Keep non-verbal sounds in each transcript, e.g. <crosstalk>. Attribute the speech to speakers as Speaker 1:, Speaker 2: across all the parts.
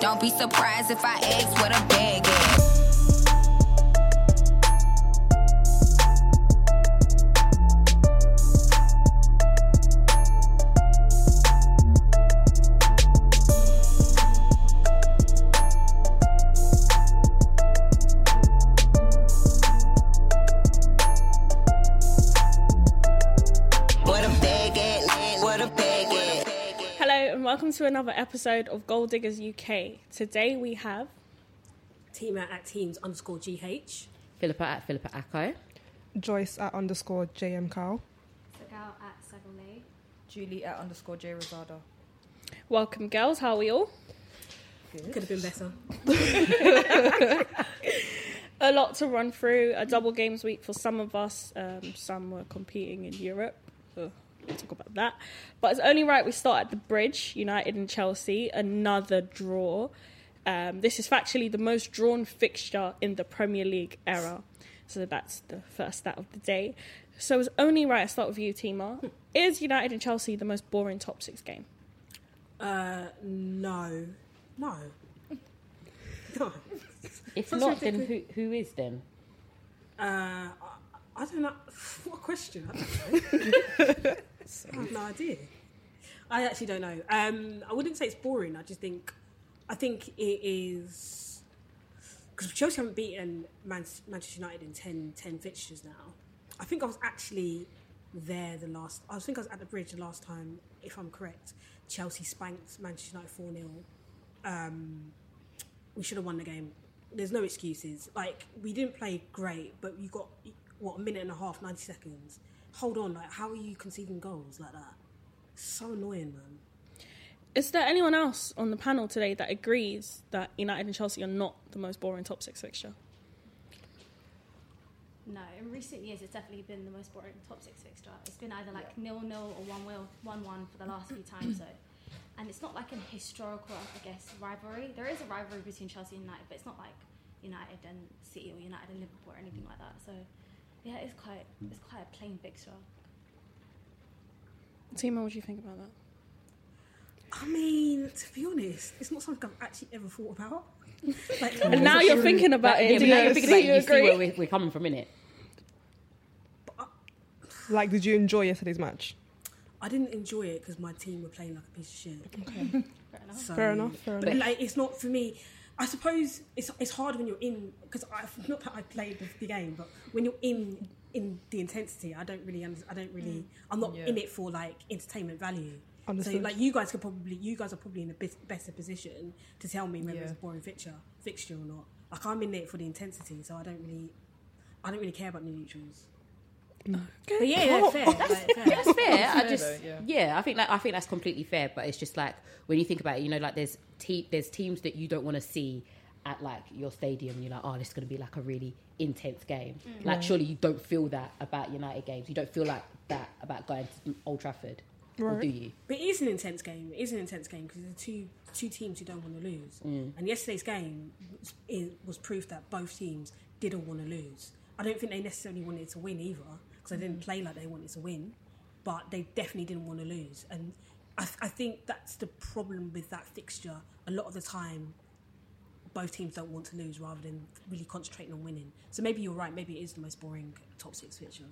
Speaker 1: Don't be surprised if I ask what a bag is. What a bag at, what a bag at.
Speaker 2: Hello and welcome to another episode of Gold Diggers UK. Today we have
Speaker 3: Tima at teams underscore GH.
Speaker 4: Philippa at Philippa Akko.
Speaker 5: Joyce at underscore JM Cow.
Speaker 6: Sagal at Sagalay.
Speaker 7: Julie at underscore J Rosada.
Speaker 2: Welcome Girls, how are we all?
Speaker 3: Could have been better.
Speaker 2: A lot to run through, a double games week for some of us, um, some were competing in Europe. Ugh, we'll talk about that. But it's only right we start at the bridge, United and Chelsea, another draw. Um, this is factually the most drawn fixture in the Premier League era. So that's the first stat of the day. So it's only right I start with you, Tima. Is United and Chelsea the most boring top six game?
Speaker 3: Uh, no. No. <laughs> No.
Speaker 4: If
Speaker 3: That's
Speaker 4: not, then who, who is then?
Speaker 3: Uh, I, I don't know. <laughs> What a question? I don't know. I have no idea. I actually don't know. Um, I wouldn't say it's boring. I just think, I think it is. Because Chelsea haven't beaten Man- Manchester United in 10, 10 fixtures now. I think I was actually there the last. I think I was at the bridge the last time, if I'm correct. Chelsea spanked Manchester United 4 0. Um, we should have won the game. There's no excuses. Like we didn't play great, but you got what a minute and a half, ninety seconds. Hold on, like how are you conceding goals like that? So annoying, man.
Speaker 2: Is there anyone else on the panel today that agrees that United and Chelsea are not the most boring top six fixture?
Speaker 6: No, in recent years it's definitely been the most boring top six fixture. It's been either like nil nil or one will one one for the last few times though. And it's not like an historical, I guess, rivalry. There is a rivalry between Chelsea and United, but it's not like United and City or United and Liverpool or anything like that. So yeah, it's quite it's quite a plain fixture.
Speaker 2: Tima, what do you think about that?
Speaker 3: I mean, to be honest, it's not something I've actually ever thought about. <laughs> Like,
Speaker 2: And now you're thinking about it.
Speaker 4: yeah, but now you're thinking about it,
Speaker 2: you
Speaker 4: you see where
Speaker 2: agree?
Speaker 4: we're, we're coming from, innit?
Speaker 5: Like, did you enjoy yesterday's match?
Speaker 3: I didn't enjoy it because my team were playing like a piece of
Speaker 5: <laughs>
Speaker 3: shit.
Speaker 6: Fair enough.
Speaker 3: So,
Speaker 5: Fair enough, fair
Speaker 3: but like, it's not for me. I suppose it's it's hard when you're in because I not that I played the, the game, but when you're in in the intensity, I don't really under- I don't
Speaker 6: Mm.
Speaker 3: really I'm not in it for like entertainment value. So
Speaker 5: Understood.
Speaker 3: like you guys could probably you guys are probably in a bit better position to tell me whether it's a
Speaker 7: Yeah.
Speaker 3: boring fixture fixture or not. Like I'm in it for the intensity, so I don't really I don't really care about the neutrals. But yeah, yeah,
Speaker 5: Oh, <laughs>
Speaker 3: fair. like, fair.
Speaker 4: That's fair. I just
Speaker 7: though,
Speaker 4: yeah.
Speaker 7: yeah.
Speaker 4: I think that I think that's completely fair. But it's just like when you think about it, you know, like there's te- there's teams that you don't want to see at like your stadium. You're like, oh, this is going to be like a really intense game. Like surely you don't feel that about United games. You don't feel like that about going to Old Trafford, or
Speaker 5: Right.
Speaker 4: do you?
Speaker 3: But it is an intense game. It is an intense game because there are two two teams who don't want to lose.
Speaker 5: Mm.
Speaker 3: And yesterday's game was, is, was proof that both teams didn't want to lose. I don't think they necessarily wanted to win either because they
Speaker 5: Mm.
Speaker 3: didn't play like they wanted to win, but they definitely didn't want to lose. And I, th- I think that's the problem with that fixture. A lot of the time, both teams don't want to lose rather than really concentrating on winning. So maybe you're right. Maybe it is the most boring top six fixture.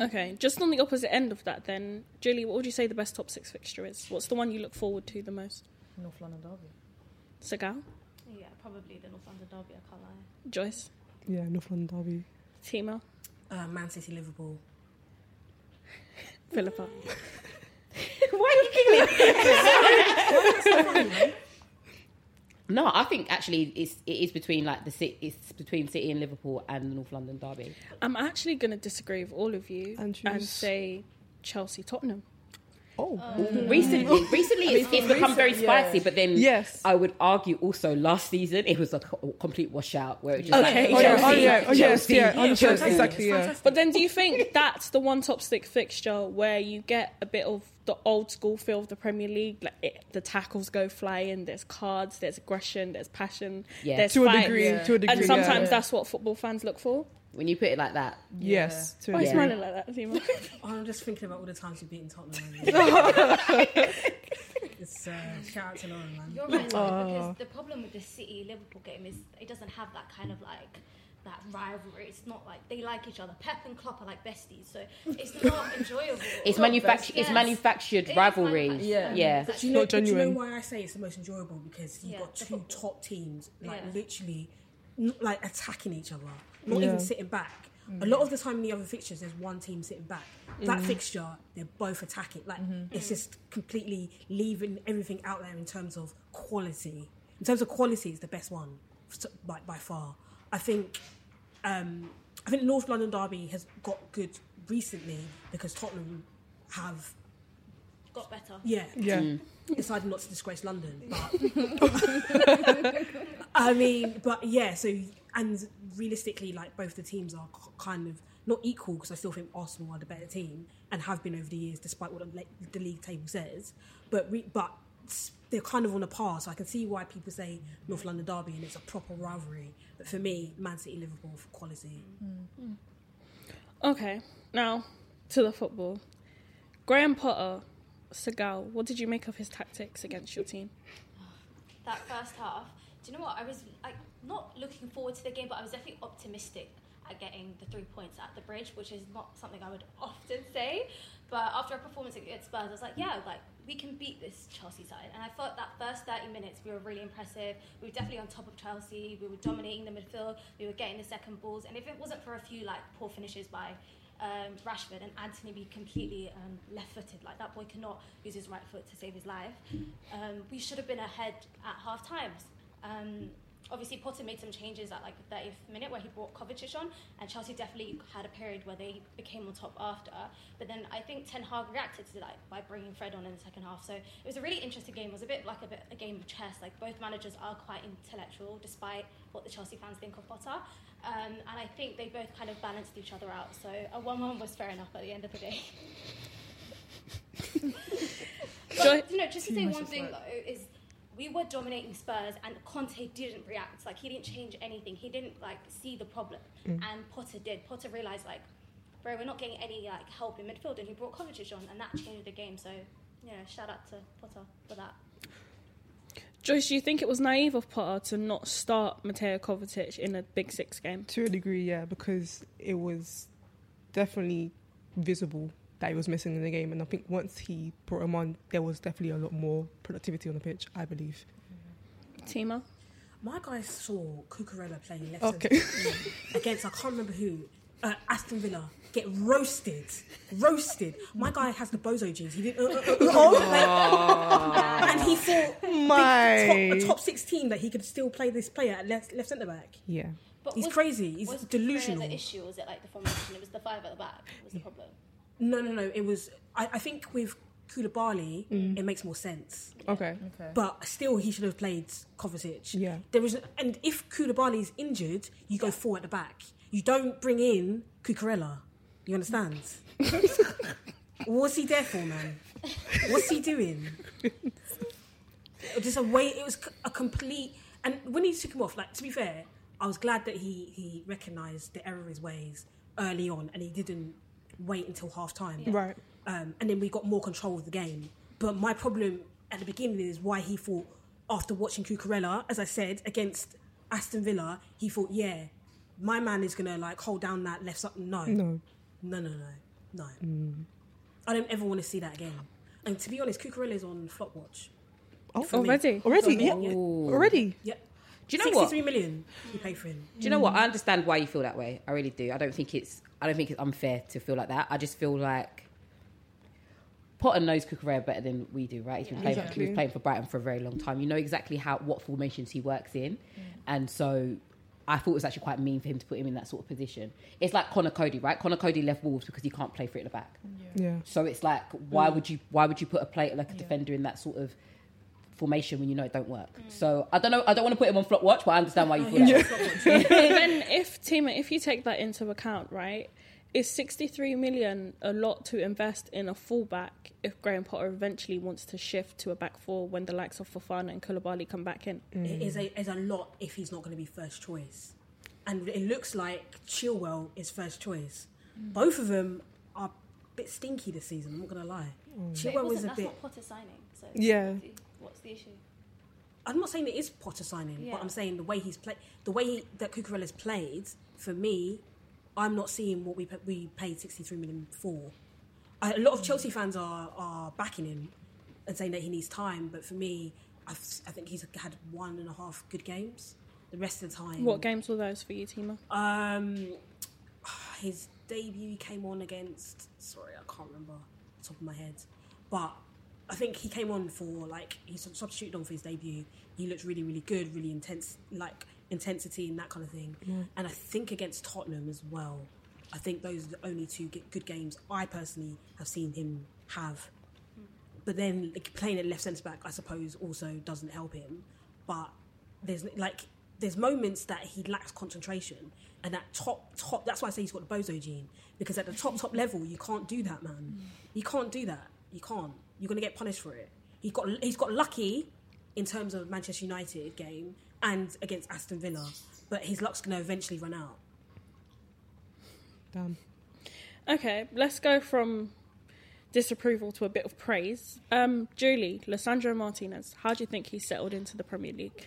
Speaker 2: Okay, just on the opposite end of that, then, Julie, what would you say the best top six fixture is? What's the one you look forward to the most?
Speaker 7: North London Derby.
Speaker 2: Sagal,
Speaker 6: Yeah, probably the North London Derby, I can't lie.
Speaker 2: Joyce,
Speaker 5: Yeah, North London Derby.
Speaker 2: Tima,
Speaker 3: Uh, Man City, Liverpool.
Speaker 2: <laughs> Philippa.
Speaker 4: No, I think actually it's it is between like the city, it's between City and Liverpool and the North London derby.
Speaker 2: I'm actually going to disagree with all of you and,
Speaker 5: And choose-
Speaker 2: say Chelsea Tottenham.
Speaker 4: Recently, recently it's, it's become very
Speaker 7: recent, yeah.
Speaker 4: spicy. But then,
Speaker 5: Yes.
Speaker 4: I would argue also last season it was a co- complete washout where it just
Speaker 2: Okay.
Speaker 4: like,
Speaker 5: Oh, yeah, oh,
Speaker 4: Chelsea,
Speaker 5: yeah, oh, yes,
Speaker 4: Chelsea,
Speaker 5: yeah, oh, yes,
Speaker 4: Chelsea.
Speaker 5: exactly, yeah.
Speaker 2: But then do you think that's the one top stick fixture where you get a bit of the old school feel of the Premier League? Like it, the tackles go flying, there's cards, there's aggression, there's passion,
Speaker 4: Yeah.
Speaker 2: there's
Speaker 5: To a
Speaker 2: fights.
Speaker 5: degree, Yeah. to a degree,
Speaker 2: And sometimes
Speaker 5: yeah.
Speaker 2: that's what football fans look for.
Speaker 4: When you put it like that,
Speaker 5: Yes. To
Speaker 2: Why are
Speaker 5: a
Speaker 2: you
Speaker 5: degree.
Speaker 2: smiling like that, Zima?
Speaker 3: Oh, I'm just thinking about all the times you've beaten Tottenham. it's uh, shout out to Lauren, man.
Speaker 6: You're right,
Speaker 3: Oh.
Speaker 6: though, because the problem with the City Liverpool game is it doesn't have that kind of like that rivalry. It's not like they like each other. Pep and Klopp are like besties, so it's
Speaker 3: <laughs>
Speaker 6: not enjoyable.
Speaker 4: it's manufactured. It's
Speaker 6: Yes.
Speaker 4: manufactured
Speaker 6: It is
Speaker 4: rivalry.
Speaker 6: manufactured,
Speaker 4: yeah.
Speaker 7: Yeah.
Speaker 3: Do you know, but
Speaker 5: Not
Speaker 3: do you know
Speaker 5: genuine.
Speaker 3: why I say it's the most enjoyable? Because you've
Speaker 6: Yeah,
Speaker 3: got
Speaker 6: the
Speaker 3: two
Speaker 6: football.
Speaker 3: top teams, like
Speaker 6: Yeah.
Speaker 3: literally, n- like attacking each other, not
Speaker 5: Yeah.
Speaker 3: even sitting back. A
Speaker 6: Mm.
Speaker 3: lot of the time in the other fixtures, there's one team sitting back.
Speaker 5: Mm.
Speaker 3: That fixture, they're both attacking. Like
Speaker 5: Mm-hmm.
Speaker 6: Mm.
Speaker 3: it's just completely leaving everything out there in terms of quality. In terms of quality, it's the best one, so- like by far. I think um, I think North London Derby has got good recently because Tottenham have
Speaker 6: Got better.
Speaker 3: yeah
Speaker 5: Yeah.
Speaker 3: decided not to disgrace London. But I mean, but yeah. So and realistically, like both the teams are k- kind of not equal because I still think Arsenal are the better team and have been over the years, despite what the le- the league table says. But re- but s- they're kind of on a par, so I can see why people say North London derby and it's a proper rivalry. But for me, Man City Liverpool for quality.
Speaker 2: <laughs> okay, now to the football. Graham Potter, Segal, what did you make of his tactics against your team?
Speaker 6: that first half, do you know what? I was like not looking forward to the game, but I was definitely optimistic at getting the three points at the bridge, which is not something I would <laughs> often say. But after our performance against Spurs, I was like, yeah, like we can beat this Chelsea side. And I felt that first 30 minutes we were really impressive. We were definitely on top of Chelsea. We were dominating the midfield. We were getting the second balls. And if it wasn't for a few like poor finishes by um, Rashford and Anthony be completely um, left-footed. Like that boy cannot use his right foot to save his life. Um, we should have been ahead at half times. Um, obviously, Potter made some changes at like the 30th minute where he brought Kovacic on, and Chelsea definitely had a period where they became on top after. But then I think Ten Hag reacted to that by bringing Fred on in the second half. So it was a really interesting game. It was a bit like a bit a game of chess. Like both managers are quite intellectual, despite what the Chelsea fans think of Potter. Um, and I think they both kind of balanced each other out. So a 1 1 was fair enough at the end of the day. But, you know, just to say one thing though is we were dominating Spurs and Conte didn't react. Like he didn't change anything. He didn't like see the problem, and Potter did. Potter realized like, bro, we're not getting any like help in midfield, and he brought Kovacic on, and that changed the game. So you know, shout out to Potter for that.
Speaker 2: Joyce, do you think it was naive of Potter to not start Mateo Kovacic in a big six game?
Speaker 5: To a degree, yeah, because it was definitely visible that he was missing in the game. And I think once he brought him on, there was definitely a lot more productivity on the pitch, I believe.
Speaker 2: Tima?
Speaker 3: My guy saw Cucurella playing left
Speaker 5: Okay.
Speaker 3: centre against I can't remember who. Uh, Aston Villa get roasted, roasted. My guy has the bozo jeans. He did, uh, uh, uh, uh, like- <laughs> and he thought
Speaker 5: My.
Speaker 3: big top, a top six team that he could still play this player at left, left centre back.
Speaker 5: <laughs> Yeah.
Speaker 6: But
Speaker 3: He's
Speaker 6: was-
Speaker 3: crazy. He's
Speaker 6: was Pereira
Speaker 3: delusional.
Speaker 6: The issue was it like the formation? It was the five at the back was the problem.
Speaker 3: No, no, no. It was. I, I think with Koulibaly, it makes more sense.
Speaker 5: Okay.
Speaker 3: But still, he should have played Kovacic.
Speaker 5: Yeah.
Speaker 3: There is, and if Koulibaly is injured, you go four at the back. You don't bring in Cucurella. You understand? What's he there for, man? What's he doing? Just a way. It was c- a complete. And when he took him off, like to be fair, I was glad that he he recognised the error of his ways early on, and he didn't wait until half time
Speaker 5: Right.
Speaker 3: um, and then we got more control of the game. But my problem at the beginning is why he thought, after watching Cucurella, as I said, against Aston Villa, he thought, yeah, my man is gonna like hold down that left side. No,
Speaker 5: No.
Speaker 3: no, no, no, no. I don't ever want to see that again. And to be honest, Cucurella is on flop watch.
Speaker 5: Oh,
Speaker 3: For me.
Speaker 2: Already?
Speaker 5: Already?
Speaker 3: For me,
Speaker 5: Yeah.
Speaker 3: yeah.
Speaker 5: Already?
Speaker 3: Yep.
Speaker 4: Do you know what?
Speaker 3: Sixty-three million you pay for him.
Speaker 4: Do you know what? I understand why you feel that way. I really do. I don't think it's I don't think it's unfair to feel like that. I just feel like Potter knows Kukurea better than we do, right? He's been playing,
Speaker 5: Exactly.
Speaker 4: he was playing for Brighton for a very long time. You know exactly how what formations he works in, and so I thought it was actually quite mean for him to put him in that sort of position. It's like Connor Cody, right? Connor Cody left Wolves because he can't play for it in the back.
Speaker 5: Yeah.
Speaker 4: So it's like, why would you why would you put a player like a defender in that sort of formation when you know it don't work? So I don't know. I don't want to put him on flop watch, but I understand why you feel that.
Speaker 5: <laughs>
Speaker 2: then if Tima, if you take that into account, right, is 63 million a lot to invest in a fullback if Graham Potter eventually wants to shift to a back four when the likes of Fofana and Koulibaly come back in?
Speaker 5: Mm.
Speaker 3: It is
Speaker 6: Mm.
Speaker 3: a, is a lot if he's not going to be first choice. And it looks like Chilwell is first choice.
Speaker 6: Mm.
Speaker 3: Both of them are a bit stinky this season, I'm not going to lie.
Speaker 6: Mm. But it
Speaker 3: Chilwell
Speaker 6: wasn't-
Speaker 3: is a
Speaker 6: that's
Speaker 3: bit.
Speaker 6: not Potter signing. So
Speaker 5: Yeah.
Speaker 6: What's the issue?
Speaker 3: I'm not saying it is Potter signing,
Speaker 6: Yeah.
Speaker 3: but I'm saying the way he's played, the way he, that Cucurella's played, for me, I'm not seeing what we pa- we paid 63 million for. I, a lot of
Speaker 6: Mm.
Speaker 3: Chelsea fans are are backing him and saying that he needs time, but for me, I've, s- I think he's had one and a half good games. The rest of the time,
Speaker 2: What games were those for you, Tima?
Speaker 3: Um, his debut he came on against. Sorry, I can't remember off the top of my head, but I think he came on for like he sub- substituted on for his debut. He looked really, really good, really intense, like intensity and that kind of thing. And I think against Tottenham as well. I think those are the only two g- good games I personally have seen him have. But then like, playing at left centre back, I suppose, also doesn't help him. But there's like there's moments that he lacks concentration, and that top top. That's why I say he's got the bozo gene because at the top top level, you can't do that, man. You can't do that. You can't. You're gonna get punished for it. He got he's got lucky in terms of Manchester United game and against Aston Villa, but his luck's gonna eventually run out.
Speaker 5: Damn.
Speaker 2: Okay, let's go from disapproval to a bit of praise. Um, Julie, Lissandro Martinez, how do you think he settled into the Premier League?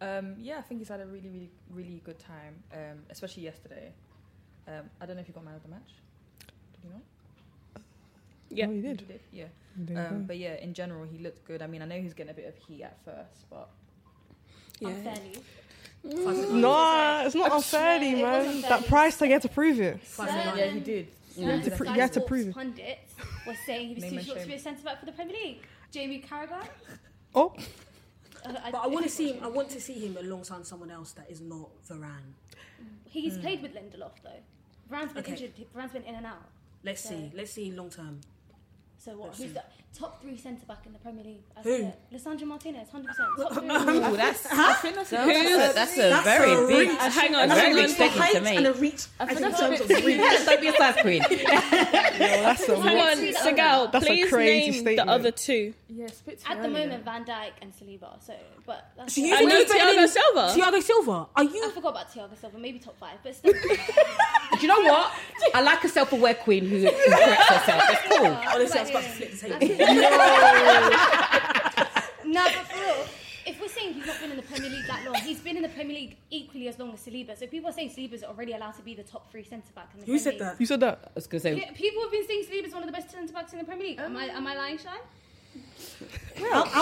Speaker 7: Um, yeah, I think he's had a really, really, really good time, um, especially yesterday. Um, I don't know if you got man of the match. Did you know?
Speaker 2: Yeah.
Speaker 5: Oh, you
Speaker 7: You
Speaker 5: did.
Speaker 7: did, Yeah.
Speaker 5: There you
Speaker 7: Um,
Speaker 5: go.
Speaker 7: but yeah, in general, he looked good. I mean, I know he's getting a bit of heat at first, but
Speaker 6: Unfairly.
Speaker 5: Nah, it's not
Speaker 6: Yeah,
Speaker 5: unfairly,
Speaker 6: it was
Speaker 5: man.
Speaker 6: unfairly.
Speaker 5: That price tag had to prove it.
Speaker 7: yeah, he did.
Speaker 6: Certain
Speaker 5: pr- you had to
Speaker 6: Sky
Speaker 5: prove
Speaker 6: Sports
Speaker 5: it.
Speaker 6: Pundits were saying he was
Speaker 7: Name
Speaker 6: too
Speaker 7: and
Speaker 6: short to
Speaker 7: shame.
Speaker 6: be a centre back for the Premier League. Jamie Carragher.
Speaker 5: Oh,
Speaker 3: But I want to see him. I want to see him alongside someone else that is not Varane.
Speaker 6: <laughs> He's played with Lindelof though. Varane's been
Speaker 3: Okay.
Speaker 6: injured. Varane's been in and out.
Speaker 3: Let's see. Let's see long term.
Speaker 6: So what?
Speaker 3: Let's
Speaker 6: Who's
Speaker 3: see.
Speaker 6: the top three centre back in the Premier League? I
Speaker 3: Who?
Speaker 6: said it. Lissandro Martinez, hundred percent. Top
Speaker 3: <laughs>
Speaker 6: three.
Speaker 4: Ooh, that's, that's, a, that's a
Speaker 3: That's
Speaker 4: very
Speaker 3: a
Speaker 4: big,
Speaker 3: reach.
Speaker 2: Hang on,
Speaker 4: a very
Speaker 2: hang
Speaker 4: big
Speaker 2: on.
Speaker 4: statement to
Speaker 3: and a
Speaker 4: make.
Speaker 3: reach. I think
Speaker 6: that's a
Speaker 3: terms
Speaker 6: bit-
Speaker 3: of reach.
Speaker 4: Don't be a size queen.
Speaker 5: that's a
Speaker 2: Hang on,
Speaker 6: That's
Speaker 2: Segal,
Speaker 5: a
Speaker 2: please
Speaker 5: crazy
Speaker 2: name
Speaker 5: statement.
Speaker 2: the other two.
Speaker 7: Yeah, spit
Speaker 6: At the moment, Van Dijk and Saliba. So, but that's
Speaker 3: Do you
Speaker 2: I
Speaker 3: think
Speaker 2: know
Speaker 3: he's better than
Speaker 2: Thiago Silva.
Speaker 3: Thiago Silva. Are
Speaker 6: I
Speaker 3: you?
Speaker 6: forgot about Thiago Silva. Maybe top five,
Speaker 3: <laughs>
Speaker 6: but still.
Speaker 4: Do you know what? I like a self-aware queen who, who corrects herself. It's cool.
Speaker 3: Oh, Honestly, I was about to flip the table.
Speaker 6: <laughs> No, but for real, if we're saying he's not been in the Premier League that long, he's been in the Premier League equally as long as Saliba. So people are saying Saliba's already allowed to be the top three centre back in the
Speaker 3: Who
Speaker 6: Premier
Speaker 3: said
Speaker 6: League.
Speaker 3: that?
Speaker 5: You said that.
Speaker 4: I was gonna say
Speaker 6: Yeah, people have been saying Saliba's one of the best centre backs in the Premier League. Am
Speaker 3: Um,
Speaker 6: I am I lying, Shy?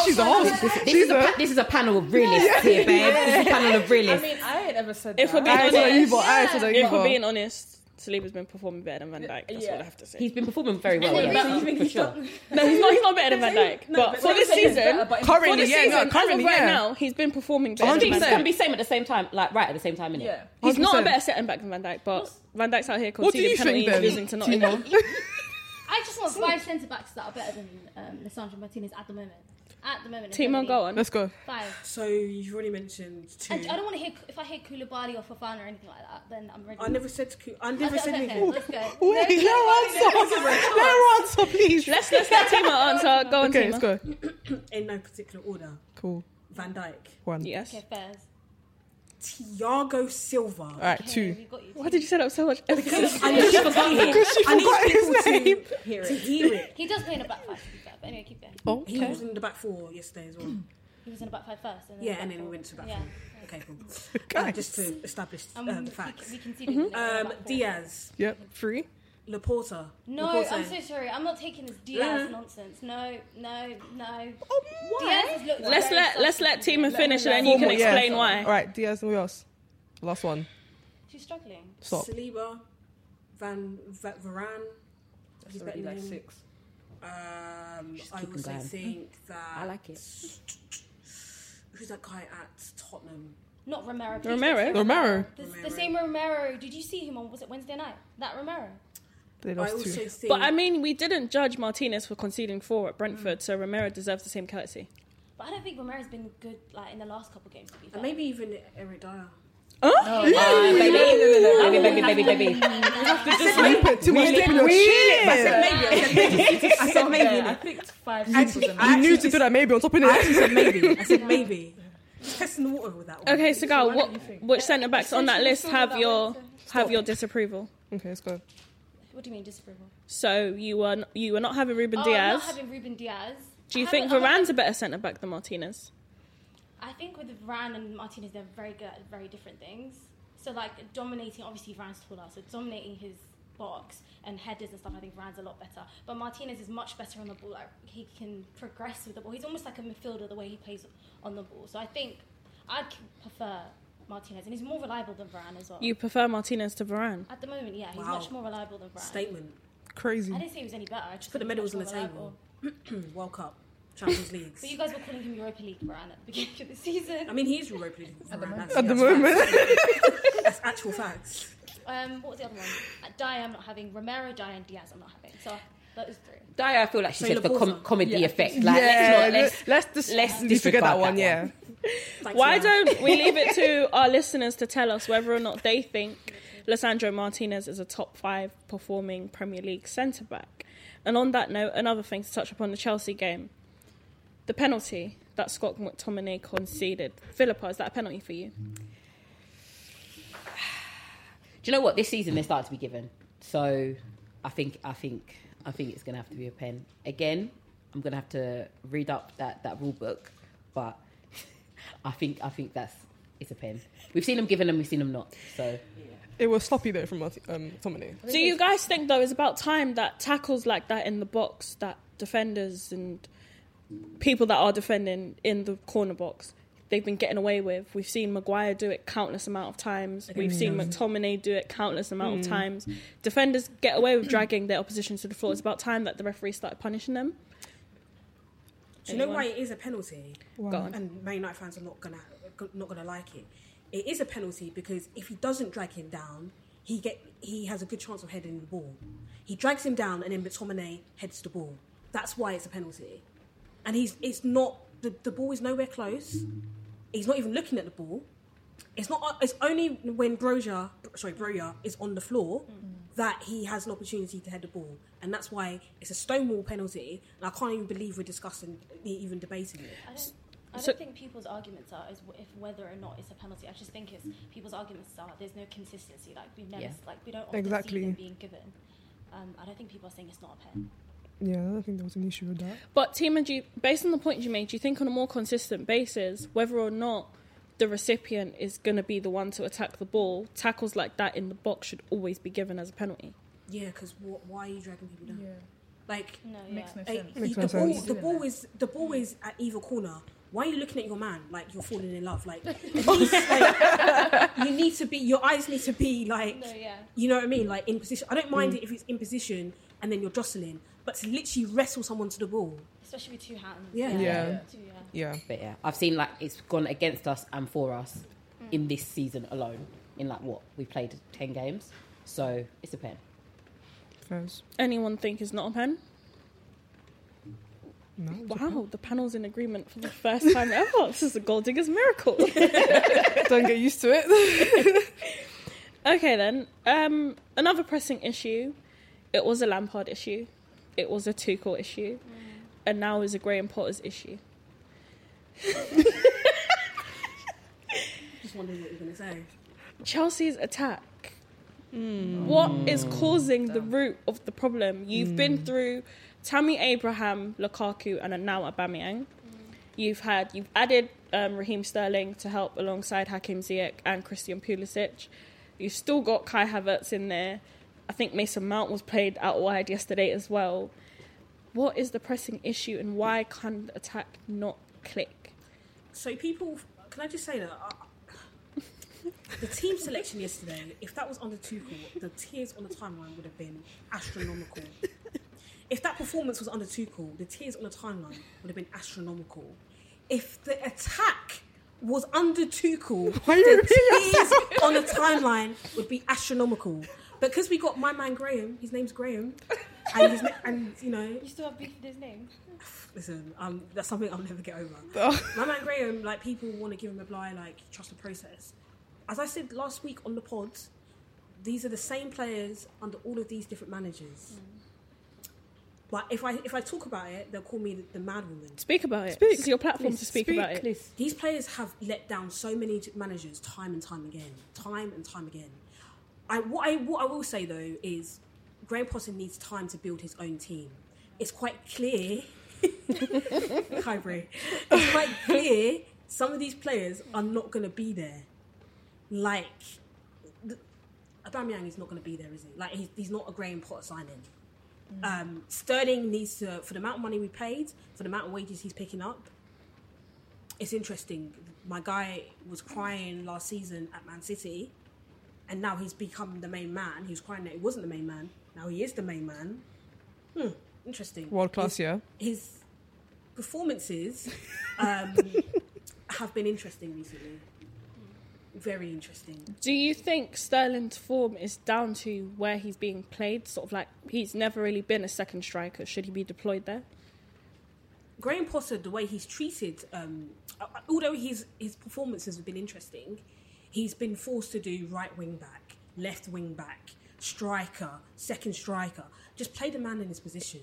Speaker 5: She's a horse.
Speaker 4: this
Speaker 5: She's
Speaker 4: is a pa- this is a panel of realists here, babe. This is a panel of
Speaker 7: I
Speaker 4: realists.
Speaker 7: mean, I ain't ever said
Speaker 2: If
Speaker 7: that.
Speaker 2: we're being
Speaker 5: I
Speaker 2: honest,
Speaker 5: said that you bought. I said that you
Speaker 2: if we're
Speaker 5: bought.
Speaker 2: being honest, Saliba's been performing better than Van Dijk. That's
Speaker 7: Yeah.
Speaker 2: what I have to say.
Speaker 4: He's been performing very well,
Speaker 6: And
Speaker 4: yeah,
Speaker 6: then-
Speaker 4: for sure.
Speaker 2: no, he's not. He's not better than Van Dijk.
Speaker 7: No,
Speaker 2: but,
Speaker 7: but
Speaker 2: for
Speaker 7: like
Speaker 2: this
Speaker 7: I said, he's
Speaker 2: season,
Speaker 7: better, but in-
Speaker 2: for
Speaker 5: Currently,
Speaker 2: this
Speaker 5: yeah, no,
Speaker 2: season, as of
Speaker 5: currently,
Speaker 2: right
Speaker 5: yeah.
Speaker 2: now, he's been performing better. Than
Speaker 4: Things
Speaker 2: Van
Speaker 4: can
Speaker 2: Dijk.
Speaker 4: be same at the same time, like right at the same time, innit?
Speaker 7: Yeah.
Speaker 2: He's not a
Speaker 5: 100%.
Speaker 2: better setting back than Van Dijk, but Van Dijk's out here
Speaker 5: What do
Speaker 2: conceding
Speaker 5: you think
Speaker 2: penalties and
Speaker 5: then?
Speaker 2: losing to Nottingham.
Speaker 5: Timo?
Speaker 2: <laughs>
Speaker 6: I just want five centre backs that are better than um, Lissandro Martinez at the moment. At the moment, in Premier
Speaker 2: Timo,
Speaker 6: League.
Speaker 2: go on.
Speaker 5: <laughs> Let's go.
Speaker 6: Five.
Speaker 3: So you've already mentioned two.
Speaker 6: And I don't want to hear if I hear Koulibaly or Fofana or anything like that. Then I'm ready.
Speaker 3: I never said. Ku- I never
Speaker 6: Okay,
Speaker 3: said
Speaker 6: okay,
Speaker 3: anything.
Speaker 6: okay, let's go.
Speaker 5: Wait, let her answer.
Speaker 3: <laughs>
Speaker 5: Let her <laughs> answer, please.
Speaker 2: Let's let's let
Speaker 5: <laughs>
Speaker 2: Timo answer. Go on,
Speaker 5: Okay,
Speaker 2: Timo.
Speaker 5: let's go.
Speaker 3: In no particular order.
Speaker 5: Cool.
Speaker 3: Van Dijk,
Speaker 5: One.
Speaker 2: Yes.
Speaker 6: Okay, Fairs.
Speaker 3: Thiago Silva.
Speaker 5: All right,
Speaker 6: Okay,
Speaker 5: two.
Speaker 6: we got you.
Speaker 2: Why did you set up so much?
Speaker 3: <laughs>
Speaker 2: emphasis?
Speaker 3: I need people to hear.
Speaker 5: Because she
Speaker 3: I
Speaker 5: forgot
Speaker 3: need people
Speaker 5: his
Speaker 3: to
Speaker 5: name.
Speaker 3: hear it. To hear it.
Speaker 6: He does play in a back five, to be fair, but anyway, keep going.
Speaker 5: Oh,
Speaker 3: He
Speaker 5: okay.
Speaker 3: was in the back four yesterday as well.
Speaker 6: He was in a back five first. And then
Speaker 3: Yeah,
Speaker 6: a
Speaker 3: and then
Speaker 6: four.
Speaker 3: we went to back
Speaker 6: Yeah.
Speaker 3: four. Okay, cool. Uh,
Speaker 5: <laughs> Guys.
Speaker 3: just to establish
Speaker 6: Um,
Speaker 3: uh, the
Speaker 6: we-
Speaker 3: facts.
Speaker 6: We
Speaker 2: Mm-hmm.
Speaker 6: conceded. we went to
Speaker 3: Um,
Speaker 6: back four.
Speaker 3: Diaz,
Speaker 5: Yep, three.
Speaker 3: Laporta.
Speaker 6: No,
Speaker 3: Laporta.
Speaker 6: I'm so sorry. I'm not taking this Diaz
Speaker 3: Yeah.
Speaker 6: nonsense. No, no, no. Diaz
Speaker 5: Why?
Speaker 6: has looked
Speaker 2: Oh Let's
Speaker 6: very
Speaker 2: let let's let
Speaker 6: substitute.
Speaker 2: Timo finish, and then you can
Speaker 5: Formal, yeah.
Speaker 2: explain why.
Speaker 5: All right, Diaz and who else? Last one.
Speaker 6: She's struggling.
Speaker 5: Stop.
Speaker 3: Saliba, Van Va- Varane.
Speaker 7: It's already like six.
Speaker 3: Um,
Speaker 4: Just
Speaker 3: I
Speaker 4: keep 'em
Speaker 3: also
Speaker 4: going.
Speaker 3: think that
Speaker 4: I like it.
Speaker 3: Who's that guy at Tottenham?
Speaker 6: Not Romero. please
Speaker 2: Romero?
Speaker 6: don't say
Speaker 5: Romero.
Speaker 6: The, the same Romero. Did you see him on? Was it Wednesday night? That Romero.
Speaker 5: They
Speaker 3: I
Speaker 5: lost
Speaker 3: also
Speaker 5: two.
Speaker 3: think.
Speaker 2: But I mean, we didn't judge Martinez for conceding four at Brentford, so Romero deserves the same courtesy.
Speaker 6: But I don't think Romero's been good like in the last couple of games. To be fair.
Speaker 3: and maybe even Eric Dyer.
Speaker 4: Baby, baby, baby, baby, baby.
Speaker 5: Too much dip in your shit.
Speaker 7: I said maybe. I picked five.
Speaker 3: Actually,
Speaker 7: syllables
Speaker 3: I
Speaker 5: You knew
Speaker 3: actually
Speaker 5: to do that maybe on top of it.
Speaker 3: said maybe. I said maybe. Just testing the water with that one.
Speaker 2: Okay, so Gal, what which centre backs on that list have your have your disapproval?
Speaker 5: <laughs> Okay, let's go.
Speaker 6: What do you mean disapproval?
Speaker 2: So you were n- you were not having Ruben
Speaker 6: Oh, I'm
Speaker 2: Diaz.
Speaker 6: not having Ruben Diaz.
Speaker 2: Do you
Speaker 6: I
Speaker 2: think
Speaker 6: haven't- I
Speaker 2: Varane's a
Speaker 6: haven't-
Speaker 2: better centre back than Martinez?
Speaker 6: I think with Varane and Martinez, they're very good at very different things. So like dominating, obviously Varane's taller, so dominating his box and headers and stuff. I think Varane's a lot better, but Martinez is much better on the ball. Like he can progress with the ball. He's almost like a midfielder the way he plays on the ball. So I think I'd c- prefer Martinez, and he's more reliable than Varane as well.
Speaker 2: You prefer Martinez to Varane.
Speaker 6: At the moment, yeah, he's
Speaker 3: Wow.
Speaker 6: much more reliable than Varane.
Speaker 3: Statement.
Speaker 5: Crazy.
Speaker 6: I didn't say he was any better. I just
Speaker 3: Put the
Speaker 6: said
Speaker 3: medals
Speaker 6: he's
Speaker 3: on the
Speaker 6: much more
Speaker 3: table.
Speaker 6: reliable.
Speaker 3: <clears throat> World Cup, Champions Leagues.
Speaker 6: But you guys were calling him Europa League Varane at the beginning of the <laughs> season.
Speaker 3: I mean, he is Europa League at the moment.
Speaker 5: At the moment. <laughs>
Speaker 3: That's actual facts.
Speaker 6: Um, what was the other one? Uh, Di, I'm not having. Romero, Di, and Diaz, I'm not having. So those three.
Speaker 4: Daya, I feel like she's
Speaker 3: So
Speaker 4: just for
Speaker 3: Laporta.
Speaker 4: com- comedy effect. Like,
Speaker 5: Yeah,
Speaker 4: let's
Speaker 5: let's
Speaker 4: not, let's,
Speaker 5: let's just
Speaker 4: let's
Speaker 5: you forget
Speaker 4: disregard
Speaker 5: that one.
Speaker 4: that
Speaker 5: Yeah.
Speaker 3: Thanks
Speaker 2: Why
Speaker 3: for that.
Speaker 2: don't we leave it
Speaker 6: <laughs>
Speaker 2: to our listeners to tell us whether or not they think Lissandro Martinez is a top five performing Premier League centre back? And on that note, another thing to touch upon the Chelsea game the penalty that Scott McTominay conceded. Philippa, is that a penalty for you?
Speaker 4: Do you know what? This season they start to be given. So I think I think I think it's gonna have to be a pen. Again, I'm gonna have to read up that, that rule book, but <laughs> I think I think that's it's a pen. We've seen them given and we've seen them not. So
Speaker 5: It was sloppy though from Marti- um, Tomine.
Speaker 2: Do you guys think, though, it's about time that tackles like that in the box, that defenders and people that are defending in the corner box they've been getting away with. We've seen Maguire do it countless amount of times. We've seen McTominay do it countless amount of times. Defenders get away with dragging their opposition to the floor. It's about time that the referee started punishing them.
Speaker 3: Do you know
Speaker 2: Anyone?
Speaker 3: why it is a penalty?
Speaker 2: Go on.
Speaker 3: And Man United fans are not gonna not gonna like it. It is a penalty because if he doesn't drag him down, he get he has a good chance of heading the ball. He drags him down and then McTominay heads the ball. That's why it's a penalty. And he's it's not the, the ball is nowhere close. He's not even looking at the ball. It's not. uh, It's only when Brozier, sorry, Brozier is on the floor that he has an opportunity to head the ball, and that's why it's a stonewall penalty. And I can't even believe we're discussing, e-, even debating it.
Speaker 6: I don't, I don't
Speaker 2: So-
Speaker 6: think people's arguments are as w- if whether or not it's a penalty. I just think it's people's arguments are there's no consistency. Like we've never
Speaker 4: Yeah.
Speaker 6: like we don't often
Speaker 5: Exactly.
Speaker 6: see them being given. Um, I don't think people are saying it's not a pen.
Speaker 5: Yeah, I don't think there was an issue with that.
Speaker 2: But Tima, do you, based on the point you made, do you think on a more consistent basis, whether or not the recipient is going to be the one to attack the ball, tackles like that in the box should always be given as a penalty?
Speaker 3: Yeah, because why are you dragging people down?
Speaker 7: Yeah.
Speaker 3: Like,
Speaker 6: No,
Speaker 7: Makes
Speaker 6: yeah.
Speaker 7: no
Speaker 3: like,
Speaker 7: sense.
Speaker 3: he-
Speaker 5: no
Speaker 3: the, ball,
Speaker 5: sense.
Speaker 3: the ball is the ball is at either corner. Why are you looking at your man like you're falling in love? Like, at least, like, you need to be. Your eyes need to be like.
Speaker 6: No, yeah.
Speaker 3: You know what I mean? Like in position. I don't mind it if it's in position and then you're jostling, but to literally wrestle someone to the ball.
Speaker 6: Especially with two hands.
Speaker 3: Yeah.
Speaker 5: Yeah.
Speaker 6: Two, yeah.
Speaker 5: Yeah.
Speaker 4: but yeah. I've seen like it's gone against us and for us in this season alone. In like what? We played ten games. So it's a pen.
Speaker 5: Fairs.
Speaker 2: Anyone think it's not a pen?
Speaker 5: No.
Speaker 2: Wow, the panel's in agreement for the first time ever. This is a gold digger's miracle.
Speaker 5: <laughs> Don't get used to it.
Speaker 2: <laughs> Okay then. Um, another pressing issue. It was a Lampard issue. It was a Tuchel issue, and now is a Graham Potter's issue.
Speaker 3: Just wondering what you're gonna say.
Speaker 2: Chelsea's attack. What is causing the root of the problem? You've been through Tammy Abraham, Lukaku, and are now Aubameyang. You've had you've added um, Raheem Sterling to help alongside Hakim Ziyech and Christian Pulisic. You've still got Kai Havertz in there. I think Mason Mount was played out wide yesterday as well. What is the pressing issue, and why can the attack not click?
Speaker 3: So people, can I just say that uh, the team selection yesterday, if that was under Tuchel, the tears on the timeline would have been astronomical. If that performance was under Tuchel, the tears on the timeline would have been astronomical. If the attack was under Tuchel,
Speaker 5: Why are you
Speaker 3: the
Speaker 5: repeating
Speaker 3: tears on the timeline would be astronomical. Because we got my man Graham, his name's Graham, and, his na- and you know,
Speaker 6: You still have beef with his name?
Speaker 3: listen, um, that's something I'll never get over. my man Graham, like people want to give him a blight, like trust the process. As I said last week on the pods, these are the same players under all of these different managers. But if I if I talk about it, they'll call me the, the mad woman.
Speaker 2: Speak about it.
Speaker 5: Speak.
Speaker 2: This is your platform to speak, about it.
Speaker 4: Please.
Speaker 3: These players have let down so many managers time and time again, time and time again. I what I what I will say though is, Graham Potter needs time to build his own team. It's quite clear. <laughs> Hi, Bray. It's quite clear some of these players are not going to be there. Like, th- Aubameyang is not going to be there, is he? Like, he's, he's not a Graham Potter signing. Um, Sterling needs to, for the amount of money we paid, for the amount of wages he's picking up, it's interesting. My guy was crying last season at Man City, and now he's become the main man. He was crying that he wasn't the main man. Now he is the main man. Hmm, interesting.
Speaker 5: World class,
Speaker 3: His-
Speaker 5: yeah.
Speaker 3: His performances um, have been interesting recently. Very interesting.
Speaker 2: Do you think Sterling's form is down to where he's being played? Sort of like he's never really been a second striker. Should he be deployed there?
Speaker 3: Graham Potter, the way he's treated, um, uh, although his his performances have been interesting, he's been forced to do right wing back, left wing back, striker, second striker. Just play the man in his position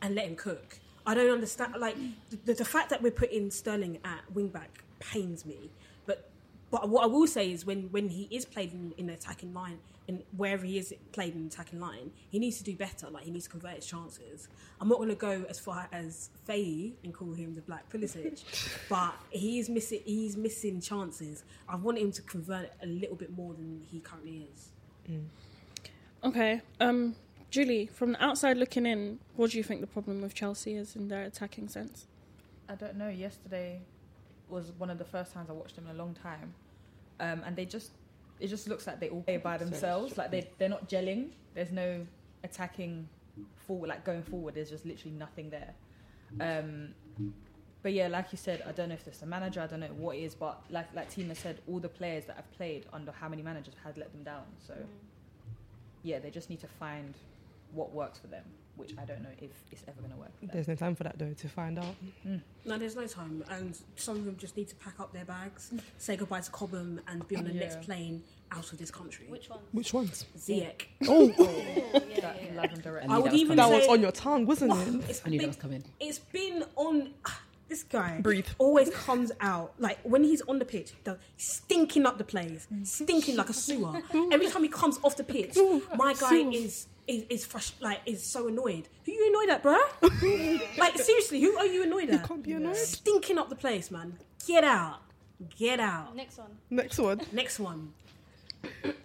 Speaker 3: and let him cook. I don't understand. Like the, the, the fact that we're putting Sterling at wing back pains me. But but what I will say is when when he is played in, in the attacking line and wherever he is played in the attacking line, he needs to do better. Like he needs to convert his chances. I'm not going to go as far as Faye and call him the Black <laughs> Pulisic, but he is missing. He's missing chances. I want him to convert a little bit more than he currently is.
Speaker 2: Okay. Um, Julie, from the outside looking in, what do you think the problem with Chelsea is in their attacking sense?
Speaker 7: I don't know. Yesterday was one of the first times I watched them in a long time, um, and they just it just looks like they all play by themselves. Like they they're not gelling. There's no attacking forward, like going forward. There's just literally nothing there. Um, but yeah, like you said, I don't know if it's the manager. I don't know what it is, but like like Tina said, all the players that have played under how many managers has let them down. So
Speaker 6: Mm.
Speaker 7: yeah, they just need to find what works for them, which I don't know if it's ever going to work for them.
Speaker 5: There's no time for that though to find out.
Speaker 3: No, there's no time, and some of them just need to pack up their bags, say goodbye to Cobham, and be on the next
Speaker 7: Yeah.
Speaker 3: plane out of this country.
Speaker 6: Which one?
Speaker 5: Which ones?
Speaker 3: Ziyech.
Speaker 6: Oh, yeah, yeah,
Speaker 7: That
Speaker 6: yeah.
Speaker 7: love and direction.
Speaker 3: I
Speaker 4: knew
Speaker 3: would
Speaker 4: that was
Speaker 3: even
Speaker 5: That
Speaker 3: say
Speaker 5: was on your tongue, wasn't it?
Speaker 3: It's
Speaker 4: I knew that
Speaker 3: been-
Speaker 4: was coming.
Speaker 3: It's been on. ah, This guy
Speaker 5: Breathe.
Speaker 3: always comes out like when he's on the pitch, the, stinking up the place,
Speaker 5: Mm.
Speaker 3: stinking like a
Speaker 5: <laughs>
Speaker 3: sewer. Every time he comes off the pitch, my guy is is is frust- like is so annoyed. Who you annoyed at,
Speaker 5: <laughs>
Speaker 3: bruh? like seriously, who are you annoyed at?
Speaker 5: Can't be annoyed.
Speaker 3: Stinking up the place, man. Get out, get out.
Speaker 6: Next one.
Speaker 5: <laughs> Next one.
Speaker 3: Next one.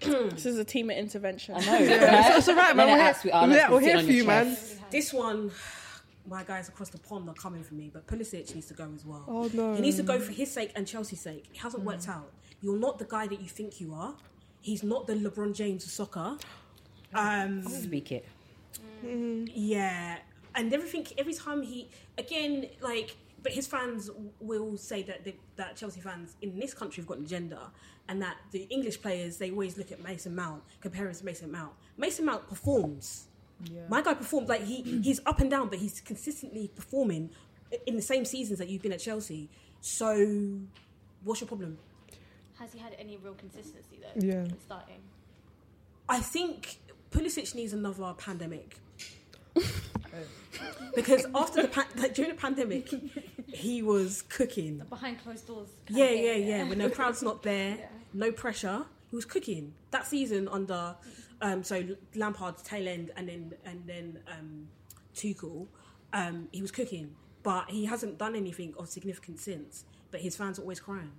Speaker 2: This is a team of intervention.
Speaker 4: I know. right?
Speaker 5: That's all right, man.
Speaker 4: Let it
Speaker 5: We're,
Speaker 4: out, sweetheart.
Speaker 5: we're,
Speaker 4: Let's
Speaker 5: here- we're
Speaker 4: sit
Speaker 5: here
Speaker 4: on
Speaker 5: for
Speaker 4: your
Speaker 5: you, man.
Speaker 4: chest.
Speaker 3: This one, <sighs> my guys across the pond are coming for me, but Pulisic needs to go as well.
Speaker 5: Oh, no. Mm.
Speaker 3: He needs to go for his sake and Chelsea's sake. It hasn't worked out. You're not the guy that you think you are. He's not the LeBron James of soccer. Um,
Speaker 4: Speak it.
Speaker 3: yeah, and everything. Every time he again, like, but his fans will say that the, that Chelsea fans in this country have got an agenda, and that the English players they always look at Mason Mount, compare him to Mason Mount. Mason Mount performs. My guy performs like he he's up and down, but he's consistently performing in the same seasons that you've been at Chelsea. So, what's your problem?
Speaker 6: Has he had any real consistency though?
Speaker 5: Yeah.
Speaker 6: in Starting.
Speaker 3: I think Pulisic needs another pandemic. because after the pan- like, during the pandemic, he was cooking.
Speaker 6: Behind closed doors. kind of
Speaker 3: Yeah,
Speaker 6: thing,
Speaker 3: yeah, yeah. When the crowd's not there, no pressure. He was cooking that season under um, so Lampard's tail end, and then and then um, Tuchel. Um, he was cooking, but he hasn't done anything of significance since. But his fans are always crying.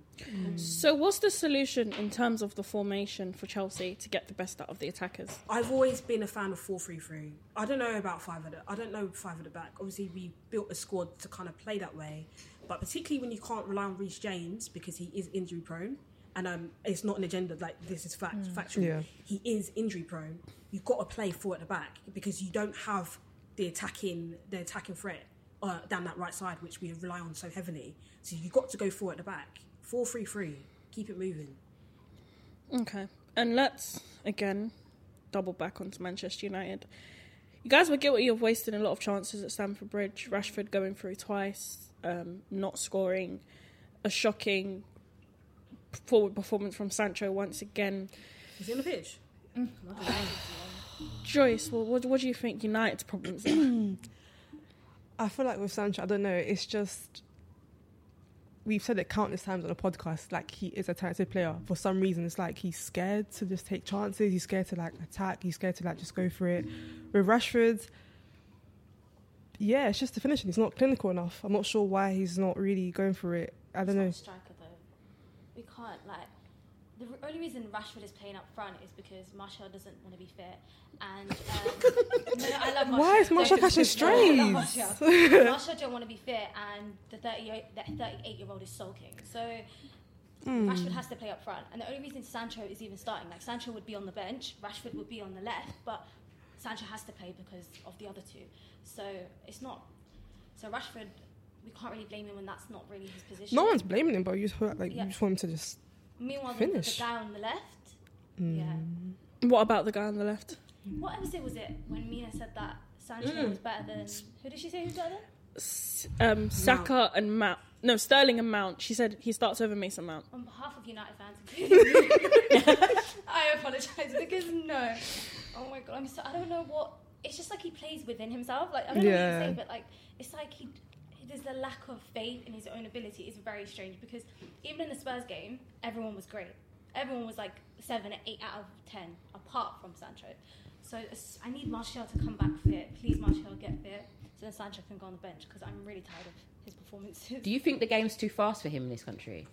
Speaker 2: So, what's the solution in terms of the formation for Chelsea to get the best out of the attackers?
Speaker 3: I've always been a fan of four three three. I don't know about five at the, I don't know five at the back. Obviously, we built a squad to kind of play that way, but particularly when you can't rely on Reece James because he is injury prone, and um, it's not an agenda. Like this is fact, factual.
Speaker 5: Yeah.
Speaker 3: He is injury prone. You've got to play four at the back because you don't have the attacking the attacking threat uh, down that right side, which we rely on so heavily. So you got to go four at the back, four three three. Keep it moving.
Speaker 2: Okay. And let's again double back onto Manchester United. You guys were guilty of wasting a lot of chances at Stamford Bridge. Rashford going through twice, um, not scoring, a shocking forward performance from Sancho once again.
Speaker 3: Is he on the pitch?
Speaker 6: Mm, <laughs>
Speaker 2: Joyce, well, what, what do you think United's problems are? <coughs>
Speaker 5: I feel like with Sancho, I don't know. It's just we've said it countless times on the podcast. Like he is a talented player. For some reason, it's like he's scared to just take chances. He's scared to like attack. He's scared to like just go for it. With Rashford, yeah, it's just the finishing. He's not clinical enough. I'm not sure why he's not really going for it. I don't
Speaker 6: He's not
Speaker 5: know.
Speaker 6: a striker though. We can't like. The r- only reason Rashford is playing up front is because Marshall doesn't want to be fit, and um, <laughs> no, no, I love Martial.
Speaker 5: Why is Martial
Speaker 6: Don't-
Speaker 5: catching
Speaker 6: No, I love
Speaker 5: strays?
Speaker 6: Martial. Martial don't want to be fit, and the 38 the 38 year old is sulking. So
Speaker 5: Hmm.
Speaker 6: Rashford has to play up front, and the only reason Sancho is even starting, like Sancho would be on the bench, Rashford would be on the left, but Sancho has to play because of the other two. So it's not. So Rashford, we can't really blame him when that's not really his position.
Speaker 5: No one's blaming him, but you just feel like
Speaker 6: Yeah.
Speaker 5: you just want him to just.
Speaker 6: Meanwhile, the, the
Speaker 5: Finish.
Speaker 6: guy on the left. Yeah.
Speaker 2: what about the guy on the left?
Speaker 6: What episode was it when Mina said that Sancho was better than? Who did she say who's better than?
Speaker 2: Um, Saka and Mount. No, Sterling and Mount. She said he starts over Mason Mount.
Speaker 6: On behalf of United fans, including me, I apologise because no. Oh my god, I'm so I don't know what. It's just like he plays within himself. Like I don't know what
Speaker 5: Yeah.
Speaker 6: you say, but like it's like he. There's a lack of faith in his own ability. It's very strange because even in the Spurs game, everyone was great. Everyone was like seven, eight out of ten, apart from Sancho. So it's- I need Martial to come back fit. Please, Martial, get fit so then Sancho can go on the bench because I'm really tired of his performances.
Speaker 4: Do you think the game's too fast for him in this country?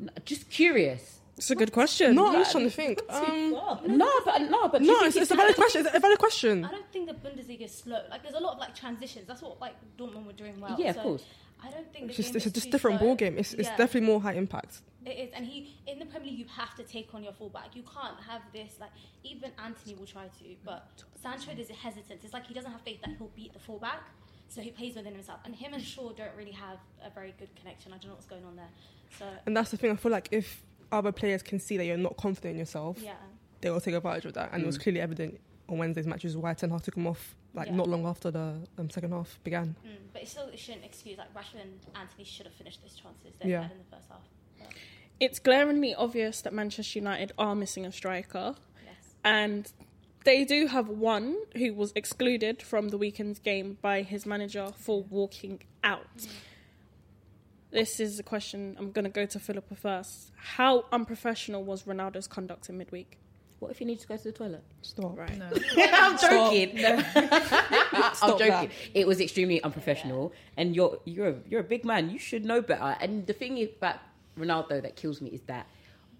Speaker 4: N- Just curious.
Speaker 2: It's a good question.
Speaker 5: No, I'm just trying to think. Um,
Speaker 4: No, but no, but do you
Speaker 5: no,
Speaker 4: think
Speaker 5: it's,
Speaker 4: he's
Speaker 5: it's a valid
Speaker 4: talented?
Speaker 5: question. It's a valid question.
Speaker 4: Mm-hmm.
Speaker 6: I don't think the Bundesliga is slow. Like there's a lot of like transitions. That's what like Dortmund were doing well.
Speaker 4: Yeah, of
Speaker 6: so
Speaker 4: course.
Speaker 6: I don't think
Speaker 5: It's
Speaker 6: the
Speaker 5: just
Speaker 6: game
Speaker 5: it's a
Speaker 6: is
Speaker 5: just
Speaker 6: too
Speaker 5: different
Speaker 6: slow.
Speaker 5: ball game. It's it's
Speaker 6: Yeah,
Speaker 5: definitely more high impact.
Speaker 6: it is. And he in the Premier League you have to take on your fullback. You can't have this like even Anthony will try to, but Sancho is hesitant. It's like he doesn't have faith that he'll beat the fullback, so he plays within himself. And him and Shaw don't really have a very good connection. I don't know what's going on there. So
Speaker 5: And that's the thing. I feel like if other players can see that you're not confident in yourself,
Speaker 6: yeah.
Speaker 5: they will take advantage of that. And it was clearly evident on Wednesday's matches why Ten Hag took him off, like
Speaker 6: Yeah.
Speaker 5: not long after the um, second half began.
Speaker 6: Mm, but it still it shouldn't excuse like Rashford and Anthony should have finished those chances they
Speaker 5: Yeah.
Speaker 6: had in the first half. But,
Speaker 2: It's glaringly obvious that Manchester United are missing a striker.
Speaker 6: yes.
Speaker 2: and they do have one who was excluded from the weekend's game by his manager for walking out. This is a question I'm going to go to Philippa first. How unprofessional was Ronaldo's conduct in midweek?
Speaker 4: What if he needs to go to the toilet?
Speaker 5: Stop.
Speaker 2: Right.
Speaker 4: I'm joking. <laughs> I'm joking.
Speaker 5: that.
Speaker 4: It was extremely unprofessional, and you're you're a, you're a big man. You should know better. And the thing is about Ronaldo that kills me is that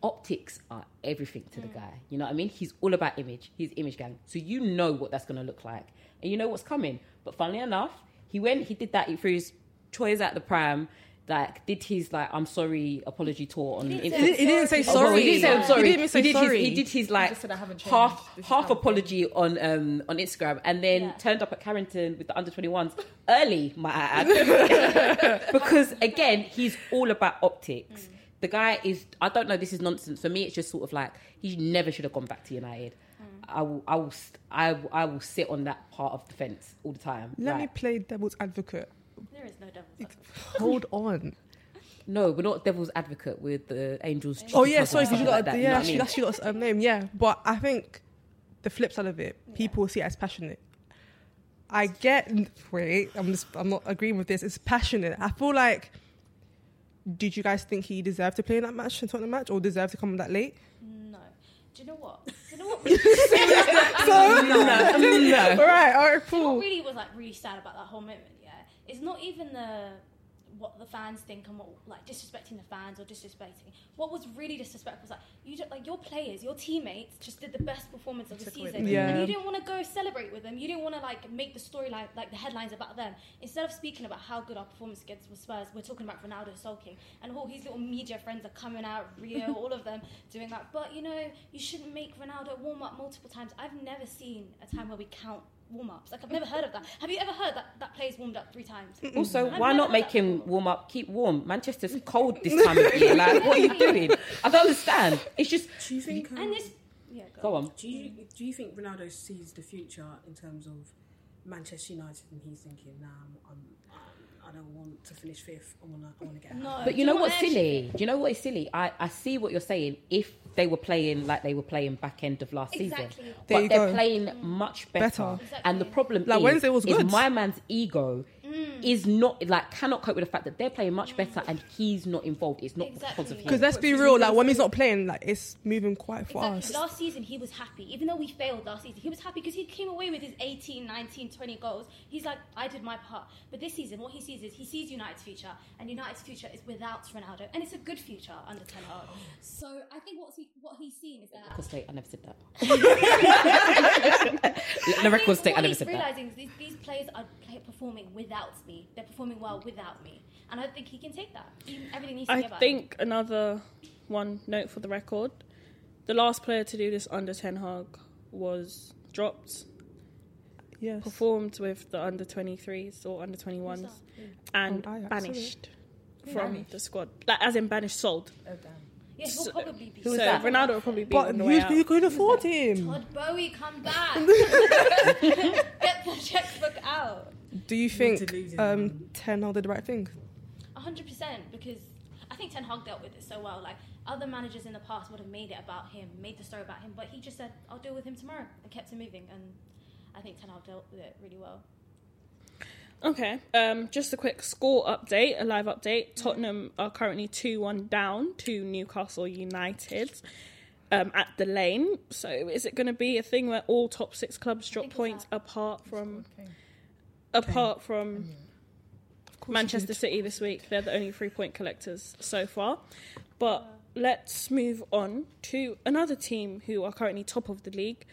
Speaker 4: optics are everything to the guy. You know what I mean? He's all about image. He's image gang. So you know what that's gonna look like, and you know what's coming. But funnily enough, he went. He did that. He threw his toys at the pram. Like did his like I'm sorry apology tour on
Speaker 5: He,
Speaker 4: Instagram.
Speaker 5: didn't- he didn't say
Speaker 4: Oh, well,
Speaker 5: sorry.
Speaker 4: he didn't say I'm sorry.
Speaker 5: He didn't say
Speaker 4: did
Speaker 5: sorry.
Speaker 4: His, he did his like
Speaker 7: just said, "I haven't changed.
Speaker 4: half
Speaker 7: This is
Speaker 4: half
Speaker 7: how I
Speaker 4: apology on um on Instagram, and then
Speaker 6: Yeah.
Speaker 4: turned up at Carrington with the under 21s early, might I add, because again he's all about optics. The guy is I don't know. This is nonsense for me. It's just sort of like he never should have gone back to United. I will, I will, st- I will, I will sit on that part of the fence all the time.
Speaker 5: Let me
Speaker 4: Like,
Speaker 5: play devil's advocate.
Speaker 6: There is no devil's advocate.
Speaker 5: Hold on.
Speaker 4: no, we're not devil's advocate. We're the angels.
Speaker 5: Oh
Speaker 4: cheating
Speaker 5: yeah,
Speaker 4: cousins,
Speaker 5: sorry, because
Speaker 4: something
Speaker 5: you got
Speaker 4: like that, you know
Speaker 5: yeah,
Speaker 4: what I
Speaker 5: she
Speaker 4: mean? <laughs>
Speaker 5: that's she got her name, yeah. But I think the flip side of it, people see it as passionate. I get wait, I'm just I'm not agreeing with this. It's passionate. I feel like did you guys think he deserved to play in that match, in Tottenham match, or deserved to come that late? <laughs>
Speaker 6: No. Do you know what? Do you know what
Speaker 5: <laughs> all right, all right,
Speaker 6: what
Speaker 5: cool.
Speaker 6: really was like really sad about that whole moment? Yeah, it's not even the what the fans think and what like disrespecting the fans or disrespecting. What was really disrespectful was like you don't, like your players, your teammates just did the best performance of the season,
Speaker 5: Yeah.
Speaker 6: and you didn't want to go celebrate with them. You didn't want to like make the storyline like the headlines about them. Instead of speaking about how good our performance against was Spurs, we're talking about Ronaldo sulking and all his little media friends are coming out, Rio, all of them doing that. But you know, you shouldn't make Ronaldo warm up multiple times. I've never seen a time where we count warm ups. Like I've never heard of that. Have you ever heard that that player's warmed up three times?
Speaker 4: Also,
Speaker 6: I've
Speaker 4: why
Speaker 6: never
Speaker 4: not
Speaker 6: heard
Speaker 4: make
Speaker 6: that
Speaker 4: him
Speaker 6: before.
Speaker 4: warm up? Keep warm. Manchester's cold this time of year. Like, what are you doing? I don't understand. It's just
Speaker 3: Do you think? um,
Speaker 6: And this, yeah,
Speaker 4: go on.
Speaker 3: Do you do you think Ronaldo sees the future in terms of Manchester United and he's thinking, nah, I'm, I'm, I don't want to finish fifth. I wanna, I wanna get out.
Speaker 6: No,
Speaker 4: But
Speaker 6: do
Speaker 4: you know
Speaker 6: what
Speaker 4: what's
Speaker 6: actually-
Speaker 4: silly? Do you know what is silly? I, I see what you're saying. If they were playing like they were playing back end of last
Speaker 6: Exactly.
Speaker 4: season,
Speaker 5: There
Speaker 4: but
Speaker 5: you
Speaker 4: they're
Speaker 5: go.
Speaker 4: playing much better.
Speaker 5: Better.
Speaker 4: And the problem
Speaker 5: Like,
Speaker 4: is,
Speaker 5: Wednesday was
Speaker 4: is
Speaker 5: good.
Speaker 4: my man's ego
Speaker 6: Mm.
Speaker 4: is not like cannot cope with the fact that they're playing much better and he's not involved. It's not because of
Speaker 6: Exactly.
Speaker 4: him.
Speaker 5: Because let's be real, like when he's not playing, like it's moving quite fast.
Speaker 6: Exactly. Last season, he was happy. Even though we failed last season, he was happy because he came away with his 18, 19, 20 goals. He's like, I did my part. But this season, what he sees is he sees United's future, and United's future is without Ronaldo. And it's a good future under Ten Hag. So I think what's he, what he's seen is that.
Speaker 4: Record state, I never said
Speaker 6: <laughs>
Speaker 4: that. <laughs> the record state, I
Speaker 6: what
Speaker 4: never
Speaker 6: he's
Speaker 4: said that.
Speaker 6: realizing is these, these players are play, performing without me. They're performing well without me. And I think he can take that. He- Everything he's
Speaker 2: I
Speaker 6: give up.
Speaker 2: think another one note for the record: the last player to do this under Ten Hag was dropped,
Speaker 5: yes.
Speaker 2: performed with the under 23s or under 21s, and
Speaker 5: From Ajax,
Speaker 2: banished from the squad. Like as in banished, sold.
Speaker 7: Oh damn.
Speaker 6: Yeah, he'll
Speaker 2: so-
Speaker 6: probably be.
Speaker 2: so
Speaker 4: that?
Speaker 2: Ronaldo will probably be
Speaker 5: But
Speaker 2: on the
Speaker 5: who,
Speaker 2: way out.
Speaker 5: who could afford him?
Speaker 6: Todd Bowie, come back. Get the checkbook out.
Speaker 5: Do you think
Speaker 3: lose him,
Speaker 5: um, Ten Hag did the right thing?
Speaker 6: A hundred percent, because I think Ten Hag dealt with it so well. Like other managers in the past would have made it about him, made the story about him, but he just said, "I'll deal with him tomorrow," and kept him moving. And I think Ten Hag dealt with it really well.
Speaker 2: Okay. Um, just a quick score update, a live update. Tottenham are currently 2 1 down to Newcastle United um, at the lane. So is it going to be a thing where all top six clubs drop
Speaker 6: think it's
Speaker 2: points
Speaker 6: that.
Speaker 2: apart from. Apart from Manchester City this week, they're the only three point collectors so far. But let's move on to another team who are currently top of the league.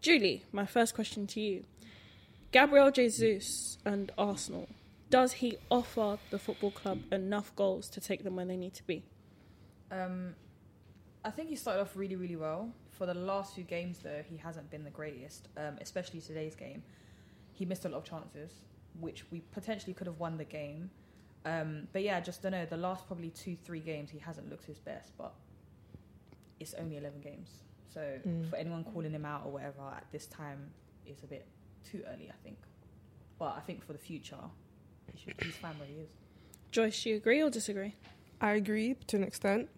Speaker 2: Julie, my first question to you. Gabriel Jesus and Arsenal. Does he offer the football club enough goals to take them where they need to be?
Speaker 7: Um, I think he started off really, really well. For the last few games, though, he hasn't been the greatest, um, especially today's game. He missed a lot of chances, which we potentially could have won the game. Um, but yeah, I just don't know. The last probably two, three games, he hasn't looked his best, but it's only 11 games. So for anyone calling him out or whatever at this time is a bit too early, I think. But I think for the future, he should, he's fine where he is.
Speaker 2: Joyce, do you agree or disagree?
Speaker 5: I agree to an extent.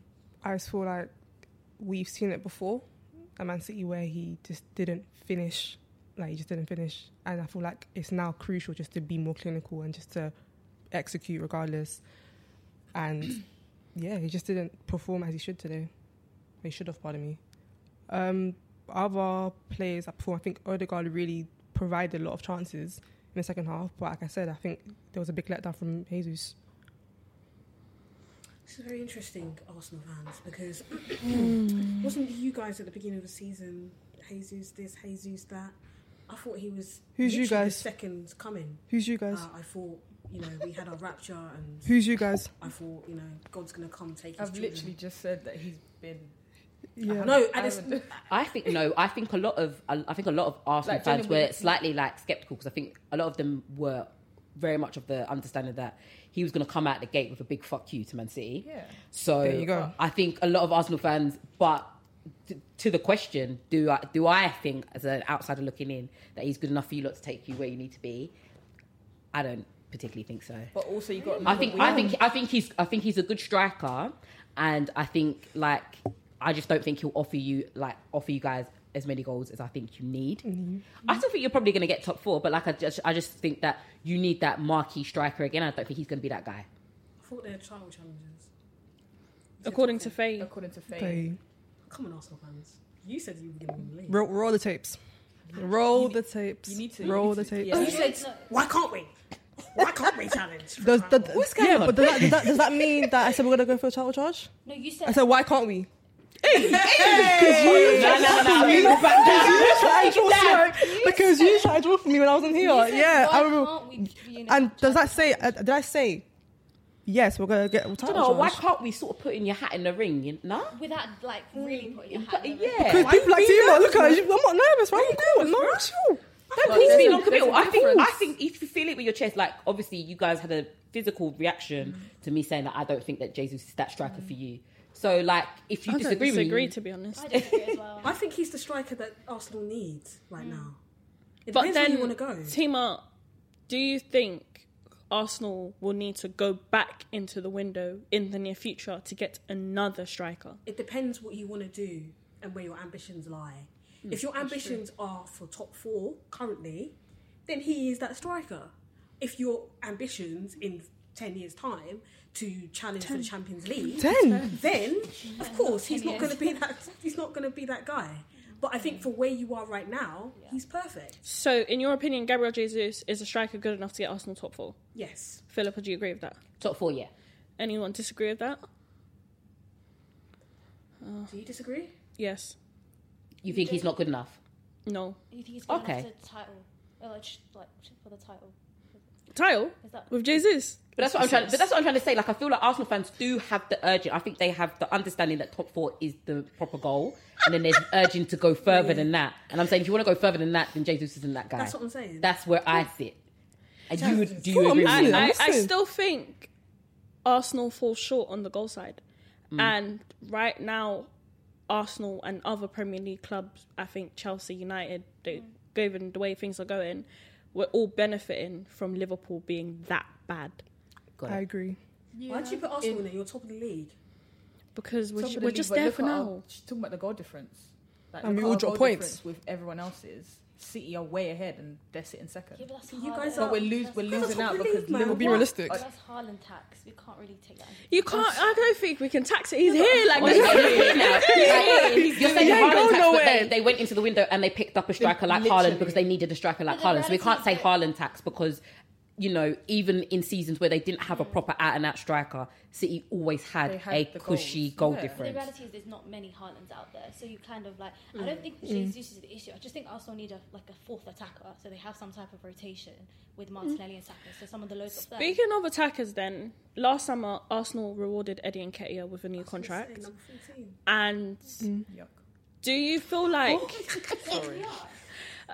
Speaker 5: I just feel like we've seen it before at Man City where he just didn't finish. Like, he just didn't finish. And I feel like it's now crucial just to be more clinical and just to execute regardless. And <clears throat> yeah, he just didn't perform as he should today. He should have, pardon me. Um, other players that perform, I think Odegaard really provided a lot of chances in the second half. But like I said, I think there was a big letdown from Jesus.
Speaker 3: It's very interesting, Arsenal fans, because <clears throat> wasn't you guys at the beginning of the season? Jesus this, Jesus that. I thought he was.
Speaker 5: Who's you
Speaker 3: literally the
Speaker 5: guys?
Speaker 3: Second coming.
Speaker 5: Who's you guys?
Speaker 3: Uh, I thought you know we had our rapture, and
Speaker 5: Who's you guys?
Speaker 3: I thought you know God's gonna come take his
Speaker 7: I've
Speaker 3: children.
Speaker 7: literally just said that he's been
Speaker 5: Yeah.
Speaker 3: no, and
Speaker 7: I
Speaker 3: it's,
Speaker 7: would-
Speaker 4: I think no. I think a lot of I I think a lot of Arsenal
Speaker 7: Like,
Speaker 4: fans were
Speaker 7: genuinely-
Speaker 4: slightly like skeptical because I think a lot of them were very much of the understanding that he was going to come out the gate with a big fuck you to Man City.
Speaker 7: Yeah.
Speaker 4: So
Speaker 5: There you go.
Speaker 4: I think a lot of Arsenal fans, but t- to the question, do I do I think as an outsider looking in that he's good enough for you lot to take you where you need to be? I don't particularly think so.
Speaker 7: But also, you got.
Speaker 4: I think I think I think he's I think he's a good striker, and I think like I just don't think he'll offer you like offer you guys as many goals as I think you need. I still think you're probably going to get top four, but like I just I just think that you need that marquee striker again. I don't think he's going to be that guy.
Speaker 3: I thought they're trial challenges.
Speaker 2: According to Faye,
Speaker 7: according to Faye,
Speaker 5: Hey,
Speaker 3: Come on, Arsenal fans. You said you were gonna leave.
Speaker 5: roll, roll the tapes. Roll
Speaker 7: need-
Speaker 5: the tapes.
Speaker 7: you need to-
Speaker 5: roll
Speaker 7: you
Speaker 5: the
Speaker 7: need to-
Speaker 5: tapes.
Speaker 7: yeah.
Speaker 3: You said why can't we? Why can't we challenge?
Speaker 5: <laughs> Does, does, yeah, but does that, does, that, does that mean that I said we're gonna go for a title charge?
Speaker 6: No, you
Speaker 5: I
Speaker 6: said.
Speaker 5: said why can't we?
Speaker 4: No, no, no, no.
Speaker 5: You tried to draw smoke because you tried to draw for me when I wasn't here.
Speaker 6: you said,
Speaker 5: yeah,
Speaker 6: why
Speaker 5: I remember.
Speaker 6: can't we be in a
Speaker 5: And does that
Speaker 6: challenge?
Speaker 5: say? Uh, did I say? Yes, we're gonna get a
Speaker 4: I
Speaker 5: title
Speaker 4: don't know, why
Speaker 5: charge.
Speaker 4: can't we sort of put in your hat in the ring? You know?
Speaker 6: without like
Speaker 5: Mm,
Speaker 6: really putting your hand?
Speaker 4: Yeah.
Speaker 5: Because people like Timo, look at you. I'm not nervous, right? I'm cool. No, I'm chill.
Speaker 4: Don't please be
Speaker 7: there's a-
Speaker 4: non-committal.
Speaker 7: there's a
Speaker 4: I think I
Speaker 7: difference.
Speaker 4: think if you feel it with your chest, like obviously you guys had a physical reaction to me saying that I don't think that Jesus is that striker for you. So like if you
Speaker 2: I
Speaker 4: disagree,
Speaker 2: don't disagree,
Speaker 4: with me,
Speaker 2: to be honest.
Speaker 6: I disagree as well.
Speaker 3: I think he's the striker that Arsenal needs right now. It
Speaker 2: But
Speaker 3: depends where
Speaker 2: then,
Speaker 3: you want to go.
Speaker 2: Tima, do you think Arsenal will need to go back into the window in the near future to get another striker?
Speaker 3: it depends what you want to do and where your ambitions lie. if your ambitions are for top four currently, then he is that striker. If your ambitions in 10 years' time to challenge for the Champions League,
Speaker 5: Ten.
Speaker 3: then of course he's not going to be that <laughs> he's not going to be that guy. But I think for where you are right now, he's perfect.
Speaker 2: So, in your opinion, Gabriel Jesus is a striker good enough to get Arsenal top four?
Speaker 3: Yes.
Speaker 2: Philippa, do you agree with that?
Speaker 4: top four, yeah.
Speaker 2: Anyone disagree with that?
Speaker 3: Do you disagree?
Speaker 2: Yes.
Speaker 4: You think he's not good enough?
Speaker 2: No.
Speaker 6: You think he's going
Speaker 4: Okay.
Speaker 6: to the title? Or like, sh- like sh- for the title?
Speaker 2: Tile
Speaker 6: Is that-
Speaker 2: with Jesus.
Speaker 4: But that's what I'm trying. But that's what I'm trying to say. Like I feel like Arsenal fans do have the urging. I think they have the understanding that top four is the proper goal, and then there's urging to go further than that. And I'm saying if you want to go further than that, then Jesus isn't that guy.
Speaker 3: That's what I'm saying.
Speaker 4: That's where I sit. And you do
Speaker 5: Come
Speaker 4: you
Speaker 5: on,
Speaker 4: agree?
Speaker 5: man.
Speaker 4: with me?
Speaker 2: I,
Speaker 5: I'm
Speaker 2: I
Speaker 5: listening.
Speaker 2: still think Arsenal falls short on the goal side.
Speaker 7: Mm.
Speaker 2: And right now, Arsenal and other Premier League clubs, I think Chelsea, United, they, given the way things are going, we're all benefiting from Liverpool being that bad.
Speaker 4: Got
Speaker 5: I
Speaker 4: it.
Speaker 5: agree.
Speaker 3: Why'd you put Arsenal in there? You're top of the league.
Speaker 2: Because we're,
Speaker 7: Top
Speaker 2: ju-
Speaker 7: of the
Speaker 2: we're
Speaker 7: league,
Speaker 2: just
Speaker 7: but
Speaker 2: there
Speaker 7: look
Speaker 2: for
Speaker 7: at
Speaker 2: now.
Speaker 7: our- she's talking about the goal difference. Like,
Speaker 5: And
Speaker 7: look
Speaker 5: we
Speaker 7: at
Speaker 5: all
Speaker 7: our
Speaker 5: drop
Speaker 7: goal
Speaker 5: points.
Speaker 7: difference With everyone else's, City are way ahead and they're sitting second.
Speaker 6: Yeah, but that's
Speaker 3: You
Speaker 6: Haaland.
Speaker 3: guys
Speaker 7: But
Speaker 3: are-
Speaker 6: that's,
Speaker 7: we're, lose, we're
Speaker 3: That's
Speaker 7: losing
Speaker 3: top
Speaker 7: out
Speaker 3: of the
Speaker 7: because
Speaker 3: league, man.
Speaker 5: We'll be
Speaker 3: What?
Speaker 5: realistic.
Speaker 6: that's Haaland tax. We can't really take that.
Speaker 2: You can't, I don't think we can tax it. He's here like
Speaker 4: Honestly,
Speaker 2: that.
Speaker 4: <laughs> you know, like, You're saying
Speaker 5: He ain't
Speaker 4: Haaland
Speaker 5: going
Speaker 4: tax, but
Speaker 5: nowhere.
Speaker 4: they, they went into the window and they picked up a striker like Haaland because they needed a striker like
Speaker 6: But the
Speaker 4: Haaland. So we can't say
Speaker 6: reality
Speaker 4: Haaland tax because, you know, even in seasons where they didn't have a proper out and out striker, City always had,
Speaker 7: They had
Speaker 4: a
Speaker 7: the
Speaker 4: cushy
Speaker 7: goals.
Speaker 4: goal
Speaker 7: Yeah.
Speaker 6: The
Speaker 4: difference.
Speaker 6: reality is, there's not many Haalands out there, so you kind of like. I
Speaker 4: Mm.
Speaker 6: don't think Jesus is the issue. I just think Arsenal need a like a fourth attacker, so they have some type of rotation
Speaker 4: Mm.
Speaker 6: with Martinelli and Saka. So some of the loads up there.
Speaker 2: Speaking of attackers, then, last summer, Arsenal rewarded Eddie and Ketia with a new
Speaker 3: Say
Speaker 2: contract.
Speaker 3: number 14.
Speaker 2: And
Speaker 7: Yuck.
Speaker 2: do you feel like.
Speaker 7: I-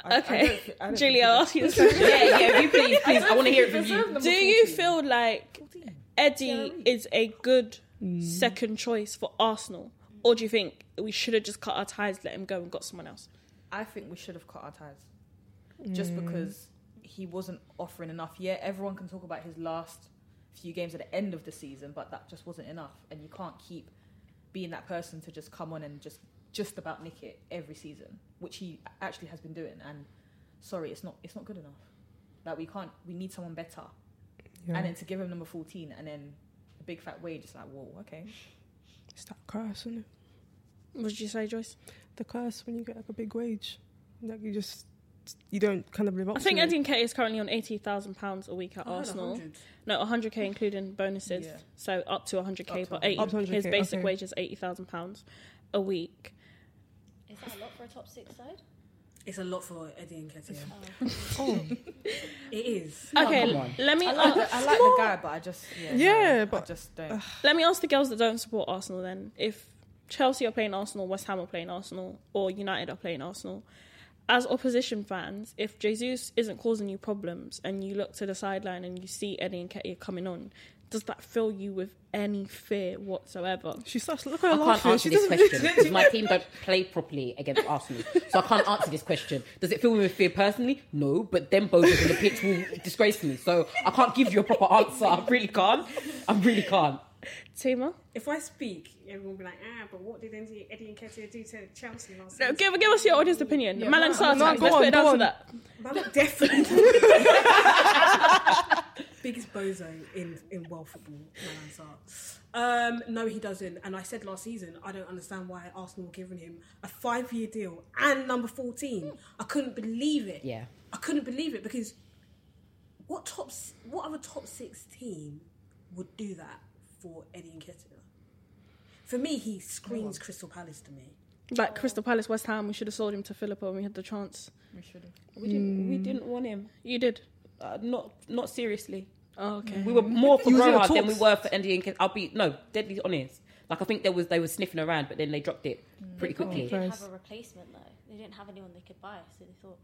Speaker 7: I don't
Speaker 2: Okay,
Speaker 7: thi-
Speaker 5: <laughs>
Speaker 7: I don't
Speaker 2: Julie,
Speaker 7: think
Speaker 2: I'll
Speaker 7: it-
Speaker 2: ask you <laughs> this question.
Speaker 4: yeah, yeah, you please, please. I want to hear it from you.
Speaker 2: Do you feel like Eddie is a good
Speaker 5: Mm.
Speaker 2: second choice for Arsenal? Or do you think we should have just cut our ties, let him go, and got someone else?
Speaker 7: I think we should have cut our ties, just
Speaker 5: Mm.
Speaker 7: because he wasn't offering enough. Yeah, everyone can talk about his last few games at the end of the season, but that just wasn't enough, and you can't keep being that person to just come on and just just about nick it every season, which he actually has been doing. And sorry, it's not it's not good enough. Like we can't. We need someone better. And then to give him number fourteen, and then a big fat wage, it's like whoa, okay.
Speaker 5: It's that curse, isn't it?
Speaker 2: What did you say, Joyce?
Speaker 5: The curse when you get like a big wage, like you just you don't kind of live up.
Speaker 2: I think
Speaker 5: to
Speaker 2: Eddie
Speaker 5: it.
Speaker 2: and Kate is currently on eighty thousand pounds a week at
Speaker 7: Oh,
Speaker 3: I heard
Speaker 2: Arsenal.
Speaker 3: 100.
Speaker 2: No, hundred k including bonuses,
Speaker 7: Yeah.
Speaker 2: so up to hundred k.
Speaker 7: Up to
Speaker 2: But eight,
Speaker 5: Up to
Speaker 2: his
Speaker 5: 100K,
Speaker 2: basic
Speaker 5: okay.
Speaker 2: wage is eighty thousand pounds a week.
Speaker 6: Is that a lot for a top six side?
Speaker 3: It's a lot for Eddie and Ketia. <laughs> It is.
Speaker 2: okay, let me
Speaker 7: I like,
Speaker 2: a-
Speaker 7: the, I like the guy, but I just yeah,
Speaker 5: Yeah,
Speaker 7: no, I
Speaker 5: but-
Speaker 7: just don't.
Speaker 2: let me ask the girls that don't support Arsenal then. If Chelsea are playing Arsenal, West Ham are playing Arsenal, or United are playing Arsenal, as opposition fans, if Jesus isn't causing you problems and you look to the sideline and you see Eddie and Ketia coming on, does that fill you with any fear whatsoever?
Speaker 5: She's such. Look at
Speaker 4: I
Speaker 5: her
Speaker 4: can't
Speaker 5: laughing.
Speaker 4: answer
Speaker 5: She <laughs>
Speaker 4: this
Speaker 5: doesn't.
Speaker 4: question because my team don't play properly against Arsenal, so I can't answer this question. Does it fill me with fear personally? No, but them both on the pitch will disgrace me, so I can't give you a proper answer. I really can't. I really can't.
Speaker 2: Tima?
Speaker 3: If I speak, everyone will be like, ah, but what did Eddie Eddie and Ketia do to Chelsea last
Speaker 2: No,
Speaker 3: season?
Speaker 2: give, give us your audience opinion. Malang Sarr
Speaker 5: no,
Speaker 2: attack,
Speaker 5: go
Speaker 2: let's
Speaker 5: on,
Speaker 2: put it down to
Speaker 5: go on.
Speaker 2: that.
Speaker 3: Malak definitely. <laughs> Biggest bozo in, in world football, Malang Sarr. Um, no, he doesn't. And I said last season, I don't understand why Arsenal were giving him a five year deal and number 14. I couldn't believe it.
Speaker 4: Yeah.
Speaker 3: I couldn't believe it because what tops, what other top six team would do that for Eddie and Ketia? For me, he screams Crystal Palace to me.
Speaker 2: Like Crystal Palace, West Ham, we should have sold him to Philippa when we had the chance.
Speaker 7: We should have.
Speaker 4: We didn't.
Speaker 2: Hmm.
Speaker 4: We didn't want him.
Speaker 2: You did.
Speaker 4: Uh, not. Not seriously.
Speaker 2: Oh, okay.
Speaker 4: We were more for
Speaker 5: You was in the
Speaker 4: Grohard than we
Speaker 5: talks.
Speaker 4: were for Andy and Ken. I'll be no deadly honest. Like I think there was they were sniffing around, but then they dropped it pretty
Speaker 6: They
Speaker 2: Oh,
Speaker 4: quickly.
Speaker 6: didn't have
Speaker 5: First.
Speaker 4: Mm.
Speaker 6: a replacement though. They didn't have anyone they could buy, so they thought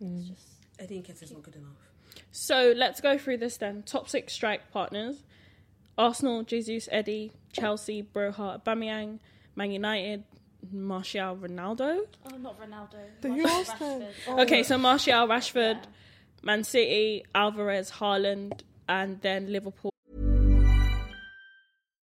Speaker 6: it's just
Speaker 3: Eddie Nketiah's not good enough.
Speaker 2: So let's go through this then. Top six strike partners: Arsenal, Jesus, Eddie, Chelsea, Broha, Bamiyang, Man United, Martial, Ronaldo.
Speaker 6: Oh, not Ronaldo.
Speaker 5: Then
Speaker 6: Marcus
Speaker 5: who else then?
Speaker 6: Rashford. Oh,
Speaker 2: Okay, so Martial, Rashford, Man City, Alvarez, Haaland, and then Liverpool.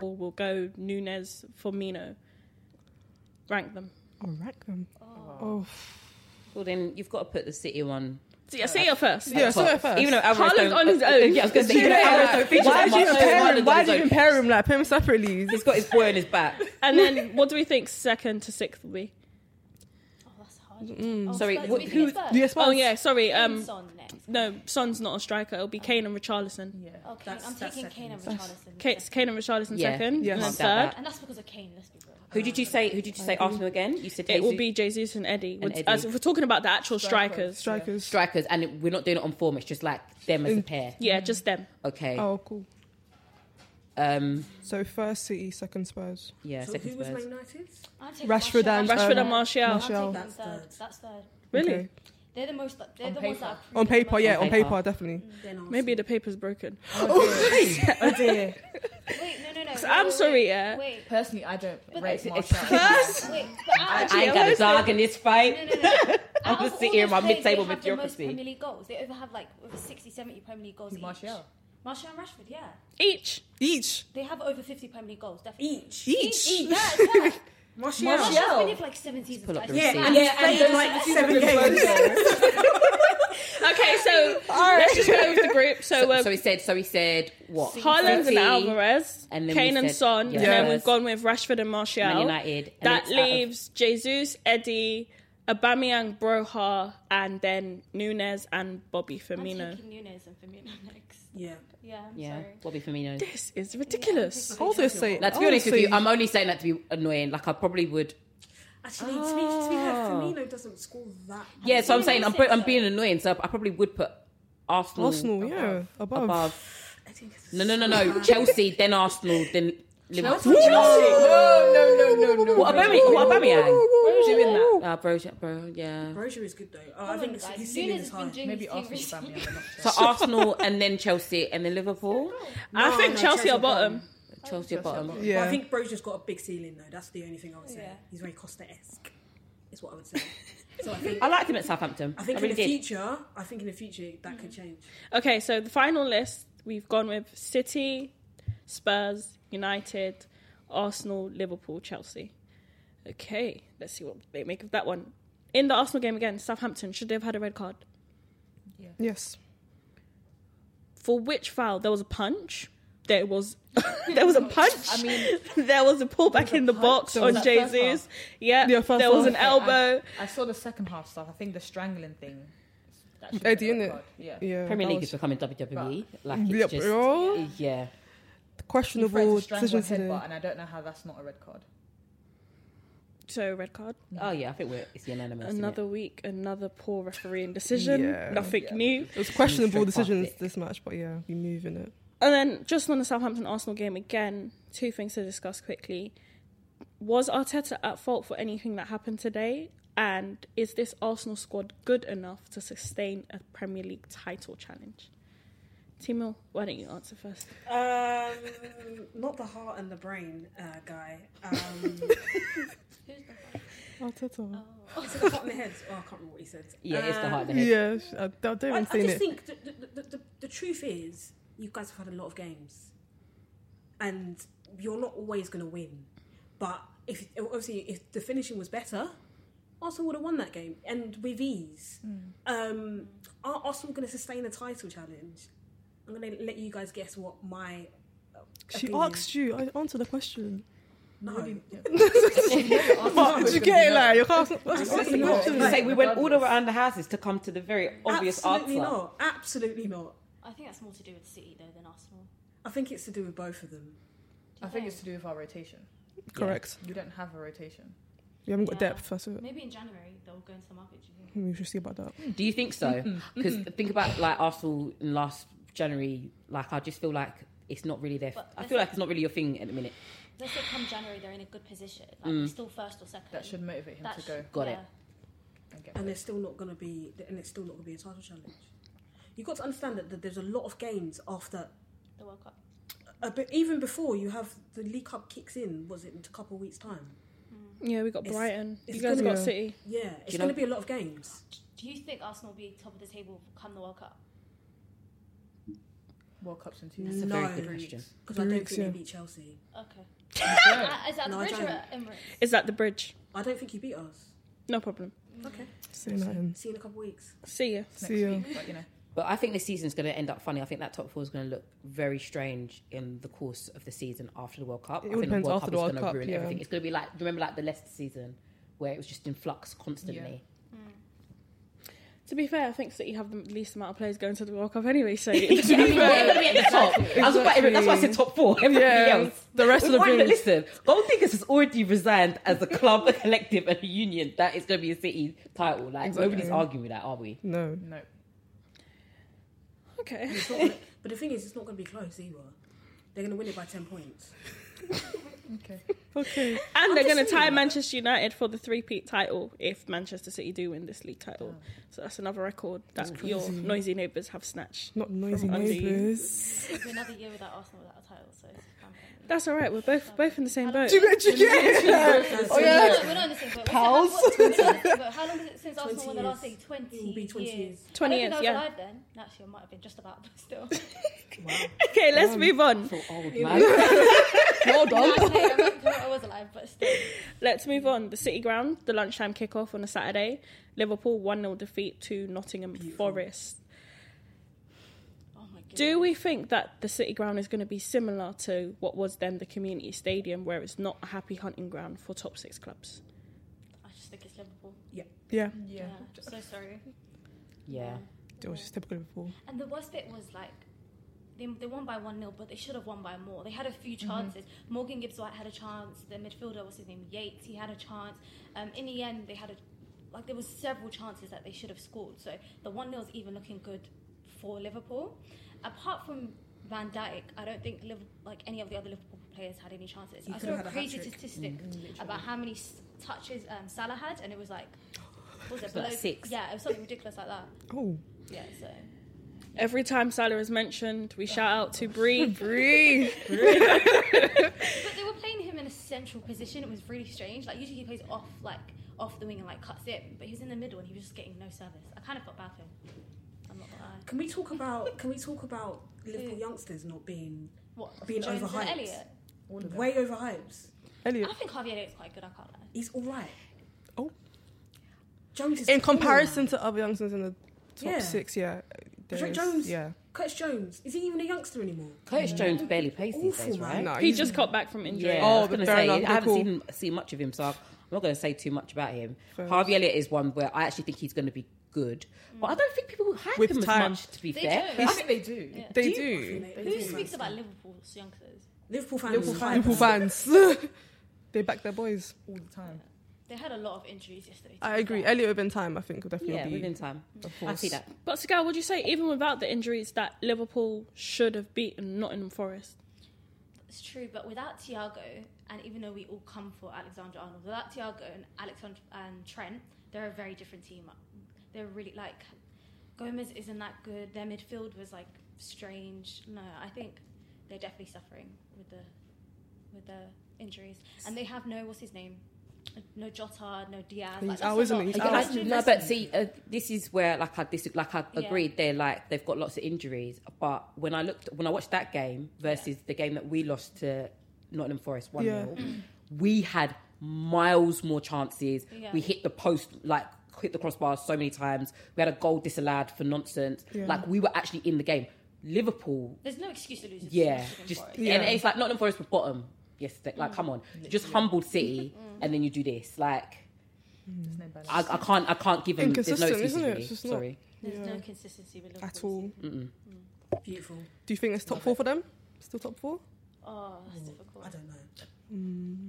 Speaker 2: Or We'll go Nunes, Firmino. Rank them.
Speaker 5: I'll rank them. Oh,
Speaker 4: Well, then you've got to put the City one.
Speaker 2: So yeah, say you first.
Speaker 5: Uh, yeah, so at first.
Speaker 4: Even though Alvarez
Speaker 2: Haaland's
Speaker 4: don't-
Speaker 2: on his own.
Speaker 4: <laughs> Yeah, I was going to say, even though
Speaker 2: <laughs>
Speaker 4: Alvarez don't feature
Speaker 5: why
Speaker 4: that
Speaker 5: did you
Speaker 4: much,
Speaker 5: compare him?
Speaker 4: Haaland's on
Speaker 5: Why did you
Speaker 4: his own.
Speaker 5: compare him? Like, put him separately.
Speaker 4: <laughs> He's got his boy on his back.
Speaker 2: And then what do we think second to sixth will be?
Speaker 6: Oh, that's hard. Oh,
Speaker 4: Sorry,
Speaker 6: Spurs,
Speaker 4: what-
Speaker 6: we think
Speaker 4: who-
Speaker 6: it's Spurs.
Speaker 5: Yes,
Speaker 2: Oh yeah, sorry. Um,
Speaker 6: Kane's on next.
Speaker 2: no, Son's not a striker. It'll be
Speaker 4: Oh.
Speaker 2: Kane and Richarlison. Yeah.
Speaker 6: Oh, Kane. I'm taking Kane and Richarlison.
Speaker 2: Kate, Kane and Richarlison
Speaker 4: Yeah.
Speaker 2: second,
Speaker 5: Yes.
Speaker 2: and then
Speaker 5: Can't
Speaker 4: doubt
Speaker 2: third.
Speaker 4: that.
Speaker 6: And that's because of Kane, let's be real.
Speaker 4: Who did you say? Who did you say? Arsenal again? You said
Speaker 2: It will
Speaker 4: Jesus-
Speaker 2: be Jesus and Eddie.
Speaker 4: And
Speaker 2: We're- As
Speaker 4: Eddie.
Speaker 2: if we're talking about the actual strikers.
Speaker 5: strikers.
Speaker 4: strikers, and it- we're not doing it on form. It's just like them as a pair.
Speaker 2: Yeah, just them.
Speaker 4: Okay.
Speaker 5: Oh, cool.
Speaker 4: Um.
Speaker 5: So first City, second Spurs.
Speaker 4: Yeah.
Speaker 3: So
Speaker 4: second
Speaker 3: who was Man
Speaker 4: Spurs.
Speaker 3: United?
Speaker 6: I'm taking
Speaker 5: Rashford and-
Speaker 6: I'm
Speaker 2: Rashford
Speaker 5: Um,
Speaker 2: and Martial.
Speaker 5: Martial.
Speaker 6: taking
Speaker 3: That's
Speaker 6: third.
Speaker 3: third.
Speaker 6: That's third.
Speaker 2: Really?
Speaker 5: Okay.
Speaker 6: They're the most. They're the ones that are
Speaker 5: On paper, yeah, on
Speaker 4: paper.
Speaker 5: paper, definitely.
Speaker 3: Then Arsenal.
Speaker 2: Maybe the paper's broken.
Speaker 8: Oh dear.
Speaker 6: Wait, no, no, no. wait,
Speaker 2: I'm
Speaker 6: wait,
Speaker 2: sorry,
Speaker 6: wait,
Speaker 2: yeah.
Speaker 6: Wait,
Speaker 8: Personally, I don't rate
Speaker 4: it's-
Speaker 8: Martial.
Speaker 6: wait. But I,
Speaker 4: <laughs> I ain't got a dog in this fight.
Speaker 6: No,
Speaker 4: I'm
Speaker 6: no, no. Out
Speaker 4: gonna
Speaker 6: of
Speaker 4: sit
Speaker 6: all
Speaker 4: here in
Speaker 6: those
Speaker 4: my
Speaker 6: players,
Speaker 4: mid-table
Speaker 6: they have the most
Speaker 4: mediocrity.
Speaker 6: Premier League goals. They over have like over 60, 70 Premier League goals each.
Speaker 8: Martial.
Speaker 6: Martial and Rashford, yeah.
Speaker 2: Each.
Speaker 5: Each.
Speaker 6: They have over 50 Premier League goals, definitely.
Speaker 3: each.
Speaker 5: Each.
Speaker 3: <laughs>
Speaker 6: Yeah, yeah.
Speaker 3: Martial.
Speaker 6: Martial's been here for like seven seasons.
Speaker 4: Pull up the
Speaker 6: guys.
Speaker 4: receipt.
Speaker 3: And yeah, played like seven games.
Speaker 2: Okay,
Speaker 4: <laughs>
Speaker 2: so let's just go with the group. So,
Speaker 4: So,
Speaker 2: uh,
Speaker 4: so he said. So he said what?
Speaker 2: Haaland and
Speaker 4: City,
Speaker 2: Alvarez,
Speaker 4: and then we
Speaker 2: Kane and
Speaker 4: said-
Speaker 2: Son,
Speaker 4: yeah.
Speaker 2: and then
Speaker 4: Yes.
Speaker 2: we've gone with Rashford and Martial.
Speaker 4: Man United, and
Speaker 2: that
Speaker 4: it's out of-
Speaker 2: leaves Jesus, Eddie, Aubameyang, Broha, and then Nunes and Bobby
Speaker 6: I'm
Speaker 2: Firmino.
Speaker 6: taking Nunes and Firmino <laughs> next.
Speaker 3: Yeah.
Speaker 6: Yeah, I'm
Speaker 4: Yeah.
Speaker 6: sorry.
Speaker 4: Bobby Firmino.
Speaker 2: This is ridiculous.
Speaker 5: Also say. oh,
Speaker 4: Now, to be honest with Oh, you,
Speaker 5: honestly,
Speaker 4: I'm only saying that to be annoying. Like, I probably would.
Speaker 3: Actually, to be, to be fair, Firmino doesn't score that.
Speaker 4: Yeah, so I'm
Speaker 6: Firmino
Speaker 4: saying I'm,
Speaker 6: said
Speaker 4: pro- I'm
Speaker 6: so.
Speaker 4: being annoying. So I probably would put Arsenal.
Speaker 5: Arsenal, yeah, above.
Speaker 4: above.
Speaker 3: I think it's-
Speaker 4: No, no, no, no. Chelsea, then Arsenal, then Liverpool.
Speaker 5: No, no, no, no, no.
Speaker 4: What Aubameyang? What Aubameyang?
Speaker 5: doing that?
Speaker 4: Uh, bro, bro, yeah.
Speaker 3: Brozier is good though. Oh, I think
Speaker 6: Come on,
Speaker 3: it's,
Speaker 6: guys.
Speaker 3: his ceiling
Speaker 6: Nunes
Speaker 3: is
Speaker 6: has
Speaker 3: high.
Speaker 6: been doing
Speaker 8: Maybe
Speaker 6: his thing
Speaker 8: Arsenal
Speaker 6: recently.
Speaker 8: family. I'm not sure.
Speaker 3: <laughs>
Speaker 4: So Arsenal and then Chelsea and then Liverpool.
Speaker 2: I think
Speaker 3: no,
Speaker 2: Chelsea are bottom.
Speaker 4: Chelsea are bottom.
Speaker 3: But I
Speaker 5: Yeah.
Speaker 3: think Brozier's got a big ceiling though. That's the only thing I would say. He's very Costa-esque. Is what I would say. so I think.
Speaker 4: I liked him at Southampton.
Speaker 3: I think in
Speaker 4: really
Speaker 3: the
Speaker 4: did.
Speaker 3: future, I think in the future that could change.
Speaker 2: Okay, so the final list we've gone with City, Spurs, United, Arsenal, Liverpool, Chelsea. Okay, let's see what they make of that one. In the Arsenal game against Southampton, should they have had a red card?
Speaker 5: Yes.
Speaker 2: For which foul? There was a punch. There was <laughs> there was a punch. I mean, there was a pullback in the box
Speaker 7: There was
Speaker 2: on
Speaker 7: that first
Speaker 2: Jesus.
Speaker 7: half.
Speaker 2: Yeah, there was an elbow.
Speaker 7: I, I saw the second half stuff. I think the strangling thing. That should
Speaker 5: Eddie,
Speaker 7: be a red
Speaker 5: innit?
Speaker 7: card, Yeah.
Speaker 5: Yeah.
Speaker 4: Premier
Speaker 5: That
Speaker 4: League
Speaker 5: was-
Speaker 4: is becoming WWE. Like it's
Speaker 5: Yep,
Speaker 4: just
Speaker 5: bro.
Speaker 4: yeah.
Speaker 7: He threatened
Speaker 5: Questionable
Speaker 7: to strangle a
Speaker 5: decisions today.
Speaker 7: headbutt, and I don't know how that's not a red card.
Speaker 2: So red card.
Speaker 4: Oh yeah, I think we're it's unanimous. isn't it?
Speaker 2: Another week, another poor refereeing decision. Nothing new.
Speaker 5: It was questionable
Speaker 4: Straight
Speaker 5: decisions this match, but yeah, we move in it.
Speaker 2: And then just on the Southampton Arsenal game again, two things to discuss quickly. Was Arteta at fault for anything that happened today? And is this Arsenal squad good enough to sustain a Premier League title challenge? Timo, why don't you answer first?
Speaker 3: Um, not the heart and the brain uh, <laughs> guy. Um,
Speaker 5: Oh, Arteta.
Speaker 3: is it the heart and the head? Oh, I can't remember what he said.
Speaker 4: Yeah, it's the heart and the head.
Speaker 5: Yeah, sh- I, I don't
Speaker 3: I, I
Speaker 5: even
Speaker 3: just
Speaker 5: see it.
Speaker 3: think the, the, the, the, the truth is, you guys have had a lot of games, and you're not always going to win. But if obviously if the finishing was better, Arsenal would have won that game, and with ease.
Speaker 4: Hmm.
Speaker 3: Um, are Arsenal going to sustain the title challenge? I'm going to let you guys guess what my. uh,
Speaker 5: She
Speaker 3: opinion-
Speaker 5: asked you. I answered the question.
Speaker 3: No. <laughs>
Speaker 5: But did you get it? Like you can't. That's
Speaker 3: Absolutely
Speaker 5: the
Speaker 3: not.
Speaker 5: question.
Speaker 4: You say we went all around the houses to come to the very obvious
Speaker 3: Absolutely
Speaker 4: answer.
Speaker 3: not. Absolutely not.
Speaker 6: I think that's more to do with City though than Arsenal.
Speaker 3: I think it's to do with both of them.
Speaker 7: I think it's to do with our rotation.
Speaker 5: Correct.
Speaker 7: You don't have a rotation.
Speaker 5: We haven't got
Speaker 6: Yeah.
Speaker 5: depth. That's it.
Speaker 6: Maybe in January they'll go into the market. do you think?
Speaker 5: We should see about that.
Speaker 4: Do you think so? Because think about like Arsenal in last January. Like I just feel like it's not really their.
Speaker 6: But
Speaker 4: I
Speaker 6: that's
Speaker 4: feel
Speaker 6: it.
Speaker 4: like it's not really your thing at the minute.
Speaker 6: Let's say come January they're in a good position, like
Speaker 4: Mm.
Speaker 6: they're still first or second.
Speaker 7: That should motivate him
Speaker 6: That
Speaker 7: to
Speaker 6: sh-
Speaker 7: go.
Speaker 4: Got
Speaker 6: yeah.
Speaker 4: it.
Speaker 3: and there's still not going to be and it's still not going to be a title challenge you've got to understand that, that there's a lot of games after
Speaker 6: The World Cup.
Speaker 3: a bit, even before you have the league cup kicks in was it in a couple of weeks time
Speaker 2: Yeah, we got
Speaker 3: It's-
Speaker 2: Brighton.
Speaker 3: it's
Speaker 2: you guys
Speaker 3: gonna
Speaker 2: got
Speaker 3: be-
Speaker 2: City.
Speaker 3: yeah it's
Speaker 4: you
Speaker 3: going
Speaker 4: know-
Speaker 3: to be a lot of games
Speaker 6: Do you think Arsenal will be top of the table come the World Cup?
Speaker 7: World Cups in two
Speaker 4: That's
Speaker 7: years.
Speaker 4: a
Speaker 3: no
Speaker 4: very good question.
Speaker 3: because i don't
Speaker 5: Greeks,
Speaker 3: think they
Speaker 5: yeah.
Speaker 3: beat chelsea
Speaker 6: Okay.
Speaker 7: Yeah.
Speaker 6: Uh, is that
Speaker 3: No, I
Speaker 6: the Bridge or
Speaker 3: don't.
Speaker 6: at Emirates?
Speaker 2: Is that the bridge?
Speaker 3: i don't think you beat us
Speaker 2: No problem.
Speaker 3: okay
Speaker 5: Say nothing.
Speaker 3: see you in a couple of weeks
Speaker 2: See ya.
Speaker 7: Next
Speaker 5: See ya.
Speaker 7: week, but you know.
Speaker 4: But I think this season's going to end up funny. I think that top four is going to look very strange in the course of the season after the World Cup.
Speaker 5: It
Speaker 4: I think the
Speaker 5: depends
Speaker 4: World
Speaker 5: after
Speaker 4: Cup
Speaker 5: the World
Speaker 4: is going
Speaker 5: Cup,
Speaker 4: to ruin
Speaker 5: yeah.
Speaker 4: everything. It's going to be like, do you remember like the Leicester season where it was just in flux constantly?
Speaker 2: To be fair, I think City have the least amount of players going to the World Cup anyway,
Speaker 5: <laughs>
Speaker 2: so
Speaker 4: <laughs>
Speaker 2: it's
Speaker 4: I mean, we're going to be at the top. I was about, that's why I said top four. Everybody
Speaker 5: <laughs> Yeah.
Speaker 4: else.
Speaker 5: The rest of the
Speaker 4: We've already-
Speaker 5: rings.
Speaker 4: Listen, Gold Diggers has already resigned as a club, a collective, and a union. That is going to be a City title. Like, nobody's arguing with that, are we?
Speaker 5: No.
Speaker 7: No.
Speaker 2: <laughs> okay.
Speaker 4: <laughs>
Speaker 3: It's not gonna- but the thing is it's not going to be close either they're going to win it by 10
Speaker 4: <laughs>
Speaker 3: points
Speaker 7: Okay.
Speaker 5: Okay.
Speaker 2: And they're going to tie Manchester United for the three-peat title if Manchester City do win this league title. So Oh. that's another record that your noisy neighbours have snatched.
Speaker 5: Not noisy
Speaker 2: From Andy.
Speaker 5: neighbours.
Speaker 6: It'll be another year without Arsenal without a title, so it's fine.
Speaker 2: That's all right. We're both both in the same boat.
Speaker 5: Did you get it? Oh
Speaker 6: We're
Speaker 5: yeah.
Speaker 6: not- We're not in the same boat. Pals. How long is it since Arsenal won the last league? 20
Speaker 3: It'll be 20
Speaker 6: years.
Speaker 3: years.
Speaker 2: 20
Speaker 6: I don't
Speaker 2: years,
Speaker 6: think I
Speaker 2: yeah.
Speaker 6: was alive then. Actually, I might have been just about, but still.
Speaker 2: <laughs>
Speaker 6: <laughs>
Speaker 2: Okay, let's move on.
Speaker 5: <laughs>
Speaker 4: Old man.
Speaker 5: Hold
Speaker 6: No,
Speaker 5: on.
Speaker 6: okay, I mean, I was alive, but still.
Speaker 2: Let's move on. The City Ground, the lunchtime kickoff on a Saturday. Liverpool 1 0 defeat to Nottingham Forest.
Speaker 6: Oh my god.
Speaker 2: Do we think that the City Ground is going to be similar to what was then the Community Stadium, where it's not a happy hunting ground for top six clubs?
Speaker 6: I just think it's Liverpool.
Speaker 5: <laughs> Yeah.
Speaker 7: Yeah.
Speaker 6: Yeah. So sorry.
Speaker 4: yeah.
Speaker 5: It was just typical Liverpool.
Speaker 6: And the worst bit was like they, they won by one 0 but they should have won by more. They had a
Speaker 3: Mm-hmm.
Speaker 6: few chances. Morgan Gibbs White had a chance. The midfielder, what's his name, Yates, he had a chance. Um, in the end, they had a like there was several chances that they should have scored. So the one 0 is even looking good for Liverpool. Apart from Van Dijk, I don't think Liv- like any of the other Liverpool players had any chances. I
Speaker 3: could
Speaker 6: saw
Speaker 3: have
Speaker 6: a
Speaker 3: had a
Speaker 6: crazy
Speaker 3: hat-trick. Mm,
Speaker 6: statistic about how many s- touches um, Salah had, and it was like. Was it
Speaker 4: like
Speaker 6: below
Speaker 4: six.
Speaker 6: Yeah, it was something ridiculous like that.
Speaker 5: Oh.
Speaker 6: Yeah, so
Speaker 2: Every time Salah is mentioned, we shout out <laughs> to Bree.
Speaker 5: Breathe.
Speaker 6: But they were playing him in a central position. It was really strange. Like usually he plays off like off the wing and like cuts in, but he was in the middle and he was just getting no service. I kind of felt bad for him. I'm not gonna lie.
Speaker 3: can we talk about can we talk about Liverpool youngsters not being
Speaker 6: What?
Speaker 3: Being
Speaker 6: Jones and
Speaker 3: overhyped.
Speaker 6: Elliot.
Speaker 3: way overhyped
Speaker 5: Elliot.
Speaker 3: Ah.
Speaker 6: I think Harvey Elliott's quite good. I can't lie.
Speaker 3: he's all right
Speaker 5: Oh.
Speaker 3: Jones is
Speaker 5: in
Speaker 3: cool
Speaker 5: comparison
Speaker 3: now.
Speaker 5: to other youngsters in the top
Speaker 3: Yeah.
Speaker 5: six, yeah. there
Speaker 3: Drake
Speaker 5: is,
Speaker 3: Jones.
Speaker 5: Yeah.
Speaker 3: Curtis Jones. Is he even a youngster anymore?
Speaker 4: Curtis Jones barely plays these
Speaker 3: Awful,
Speaker 4: days,
Speaker 3: man.
Speaker 4: right?
Speaker 3: No, He he's- just got back from injury.
Speaker 4: Yeah,
Speaker 3: Oh,
Speaker 4: I was
Speaker 3: but
Speaker 4: gonna
Speaker 3: fair
Speaker 4: say,
Speaker 3: enough,
Speaker 4: I
Speaker 3: they're
Speaker 4: haven't
Speaker 3: cool.
Speaker 4: seen, seen much of him, so I'm not going to say too much about him.
Speaker 3: Fair
Speaker 4: Harvey Elliott is one where I actually think he's going to be good, but I don't think people hype
Speaker 5: With
Speaker 4: him
Speaker 5: time.
Speaker 4: as much. To be
Speaker 5: They
Speaker 4: fair,
Speaker 5: do. I think
Speaker 7: they do.
Speaker 6: Yeah.
Speaker 5: They
Speaker 6: you-
Speaker 5: do.
Speaker 6: Who speaks about Liverpool's youngsters?
Speaker 3: Liverpool fans.
Speaker 5: Liverpool fans. <laughs> they back their boys.
Speaker 7: all the time.
Speaker 6: They had a lot of injuries yesterday.
Speaker 5: I agree. Elliot within time, I think, will definitely
Speaker 2: Yeah,
Speaker 5: be.
Speaker 2: within time.
Speaker 5: a
Speaker 2: I
Speaker 5: force.
Speaker 2: see that. But Sagal, would you say even without the injuries that Liverpool should have beaten Nottingham Forest?
Speaker 6: It's true, but without Thiago, and even though we all come for Alexander Arnold, without Thiago and Alexander and Trent, they're a very different team. They're really like Gomez isn't that good. Their midfield was like strange. No, I think they're definitely suffering with the with the injuries, and they have no what's his name, no Jota, no Diaz. Like, Oh, that's a lot.
Speaker 4: Yeah, I- no, but see, uh, this is where like I dis- like I
Speaker 6: Yeah.
Speaker 4: agreed. They're like they've got lots of injuries, but when I looked when I watched that game versus the game that we lost to Nottingham Forest one 0
Speaker 9: Yeah. Mm.
Speaker 4: we had miles more chances.
Speaker 9: Yeah.
Speaker 4: We hit the post like hit the crossbar so many times. We had a goal disallowed for nonsense.
Speaker 6: Yeah.
Speaker 4: Like we were actually in the game. Liverpool
Speaker 6: There's no excuse to lose.
Speaker 4: yeah, just
Speaker 6: yeah.
Speaker 4: and it's like Nottingham Forest were bottom yesterday. Like,
Speaker 6: Mm.
Speaker 4: come on, You just humbled City, and then you do this. Like, I, I can't, I can't give them. There's no
Speaker 5: Inconsistent,
Speaker 4: excuses
Speaker 5: isn't it?
Speaker 4: really.
Speaker 5: It's just not-
Speaker 4: Sorry.
Speaker 6: There's
Speaker 5: Yeah.
Speaker 6: no consistency with Liverpool.
Speaker 5: At all.
Speaker 4: Mm-mm.
Speaker 3: Beautiful.
Speaker 5: Do you think it's top four for them? Still top four?
Speaker 6: Oh, that's difficult.
Speaker 3: I don't know.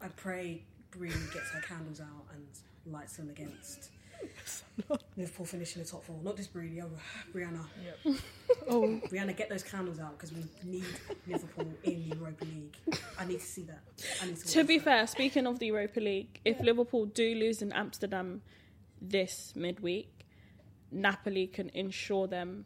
Speaker 3: I pray Bree gets her candles out and lights them against Liverpool finishing the top four. Not just Bree, the other Brianna.
Speaker 5: Oh.
Speaker 3: Brianna, get those candles out because we need Liverpool in the Europa League. I need to see that. I need to.
Speaker 2: To be fair, speaking of the Europa League, if Liverpool do lose in Amsterdam this midweek, Napoli can ensure them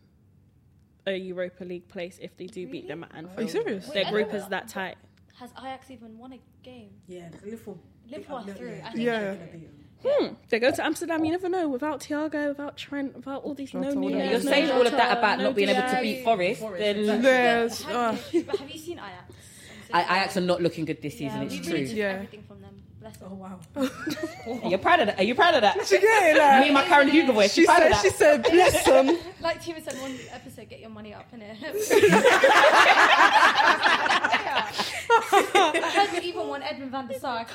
Speaker 2: a Europa League place if they do beat them at Anfield.
Speaker 5: Are you serious?
Speaker 2: Their
Speaker 6: Wait,
Speaker 2: group
Speaker 6: Everton-
Speaker 2: is that tight.
Speaker 6: Has Ajax even won a game?
Speaker 3: Yeah, Liverpool.
Speaker 6: Liverpool are through. I think
Speaker 2: Yeah.
Speaker 6: they're gonna beat them.
Speaker 2: Hmm. They go to Amsterdam. You never know. Without Thiago, without Trent, without all these no
Speaker 4: Jota,
Speaker 2: new.
Speaker 4: yeah. You're saying all of that about not being able to beat Forest, then-
Speaker 2: exactly.
Speaker 4: There's-
Speaker 6: Have,
Speaker 4: ah.
Speaker 6: but have you seen Ajax?
Speaker 4: I, I actually not looking good this season.
Speaker 6: Yeah,
Speaker 4: it's
Speaker 6: we
Speaker 4: true.
Speaker 6: really took everything from them. Bless them. Oh
Speaker 3: wow.
Speaker 4: Are you proud of that? Are you proud of that?
Speaker 5: She get it, like-
Speaker 4: Me and my Karen Hugo voice.
Speaker 5: She
Speaker 4: proud
Speaker 5: said-
Speaker 4: of that?
Speaker 5: she said, "Bless 'em."
Speaker 6: Like Tima said, one episode, get your money up in <laughs>
Speaker 4: <laughs>
Speaker 6: it. Hasn't even won Edmund van der Sar.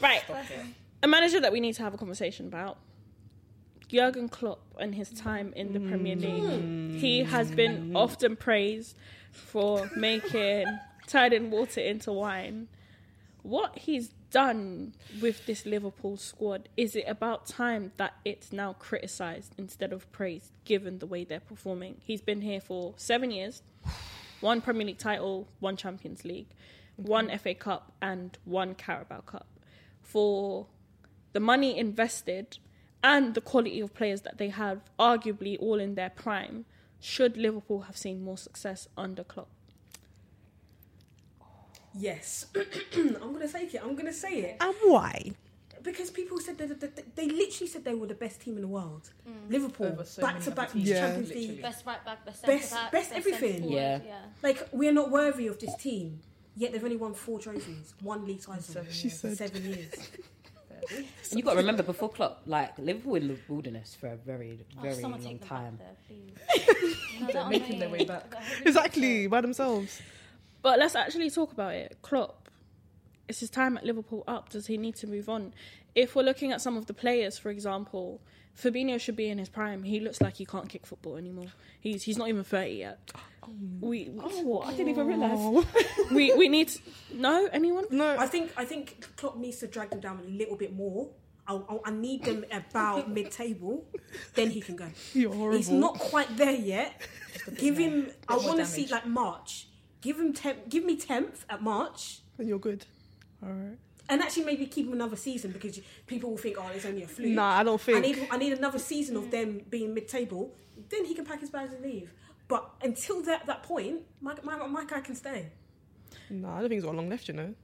Speaker 2: Right. A manager that we need to have a conversation about. Jurgen Klopp and his time in the Premier League. He has been often praised for making turning water into wine. What he's done with this Liverpool squad, is it about time that it's now criticised instead of praised, given the way they're performing? He's been here for seven years, one Premier League title, one Champions League, one FA Cup, and one Carabao Cup. For the money invested and the quality of players that they have, arguably all in their prime, should Liverpool have seen more success under Klopp?
Speaker 3: Yes, <clears throat> I'm gonna take it. I'm gonna say it.
Speaker 5: And why?
Speaker 3: Because people said that that- that- they literally said they were the best team in the world. Liverpool
Speaker 7: Mm. Over so
Speaker 3: back
Speaker 7: many
Speaker 3: to back
Speaker 7: other teams.
Speaker 3: Champions
Speaker 7: Yeah.
Speaker 3: League,
Speaker 6: Best right back, best centre
Speaker 3: best,
Speaker 6: back,
Speaker 3: best
Speaker 6: best
Speaker 3: everything.
Speaker 6: centre forward, yeah.
Speaker 3: Like we are not worthy of this team. Yet they've only won four trophies, one league title, seven,
Speaker 4: She years. said-
Speaker 3: seven years.
Speaker 4: And you've got to remember before Klopp, like Liverpool in the wilderness for a very,
Speaker 6: Oh,
Speaker 4: very
Speaker 6: someone
Speaker 4: long
Speaker 6: take them
Speaker 4: time.
Speaker 6: No, that
Speaker 5: making their
Speaker 6: way back.
Speaker 5: Exactly, by themselves.
Speaker 2: But let's actually talk about it. Klopp, is his time at Liverpool up? Does he need to move on? If we're looking at some of the players, for example, Fabinho should be in his prime. He looks like he can't kick football anymore. He's he's not even thirty yet. We oh, I didn't even realize. <laughs> we we need no anyone.
Speaker 5: No,
Speaker 3: I think I think Klopp needs to drag them down a little bit more. I'll, I'll, I need them
Speaker 7: <laughs>
Speaker 3: about mid-table, then he can go.
Speaker 5: You're horrible.
Speaker 3: He's not quite there yet. Give him. I
Speaker 5: More
Speaker 3: want to
Speaker 5: damage.
Speaker 3: see like March. Give him temp. Give me tenth at March.
Speaker 5: Then you're good. All right.
Speaker 3: And actually, maybe keep them another season because you- people will think, oh, it's only a fluke.
Speaker 5: Nah, I don't
Speaker 3: I
Speaker 5: think.
Speaker 3: need, I need another season of them being mid table. Then he can pack his bags and leave. But until that, that point, my, my, my guy can stay.
Speaker 5: No, I don't think he's got long left, you know.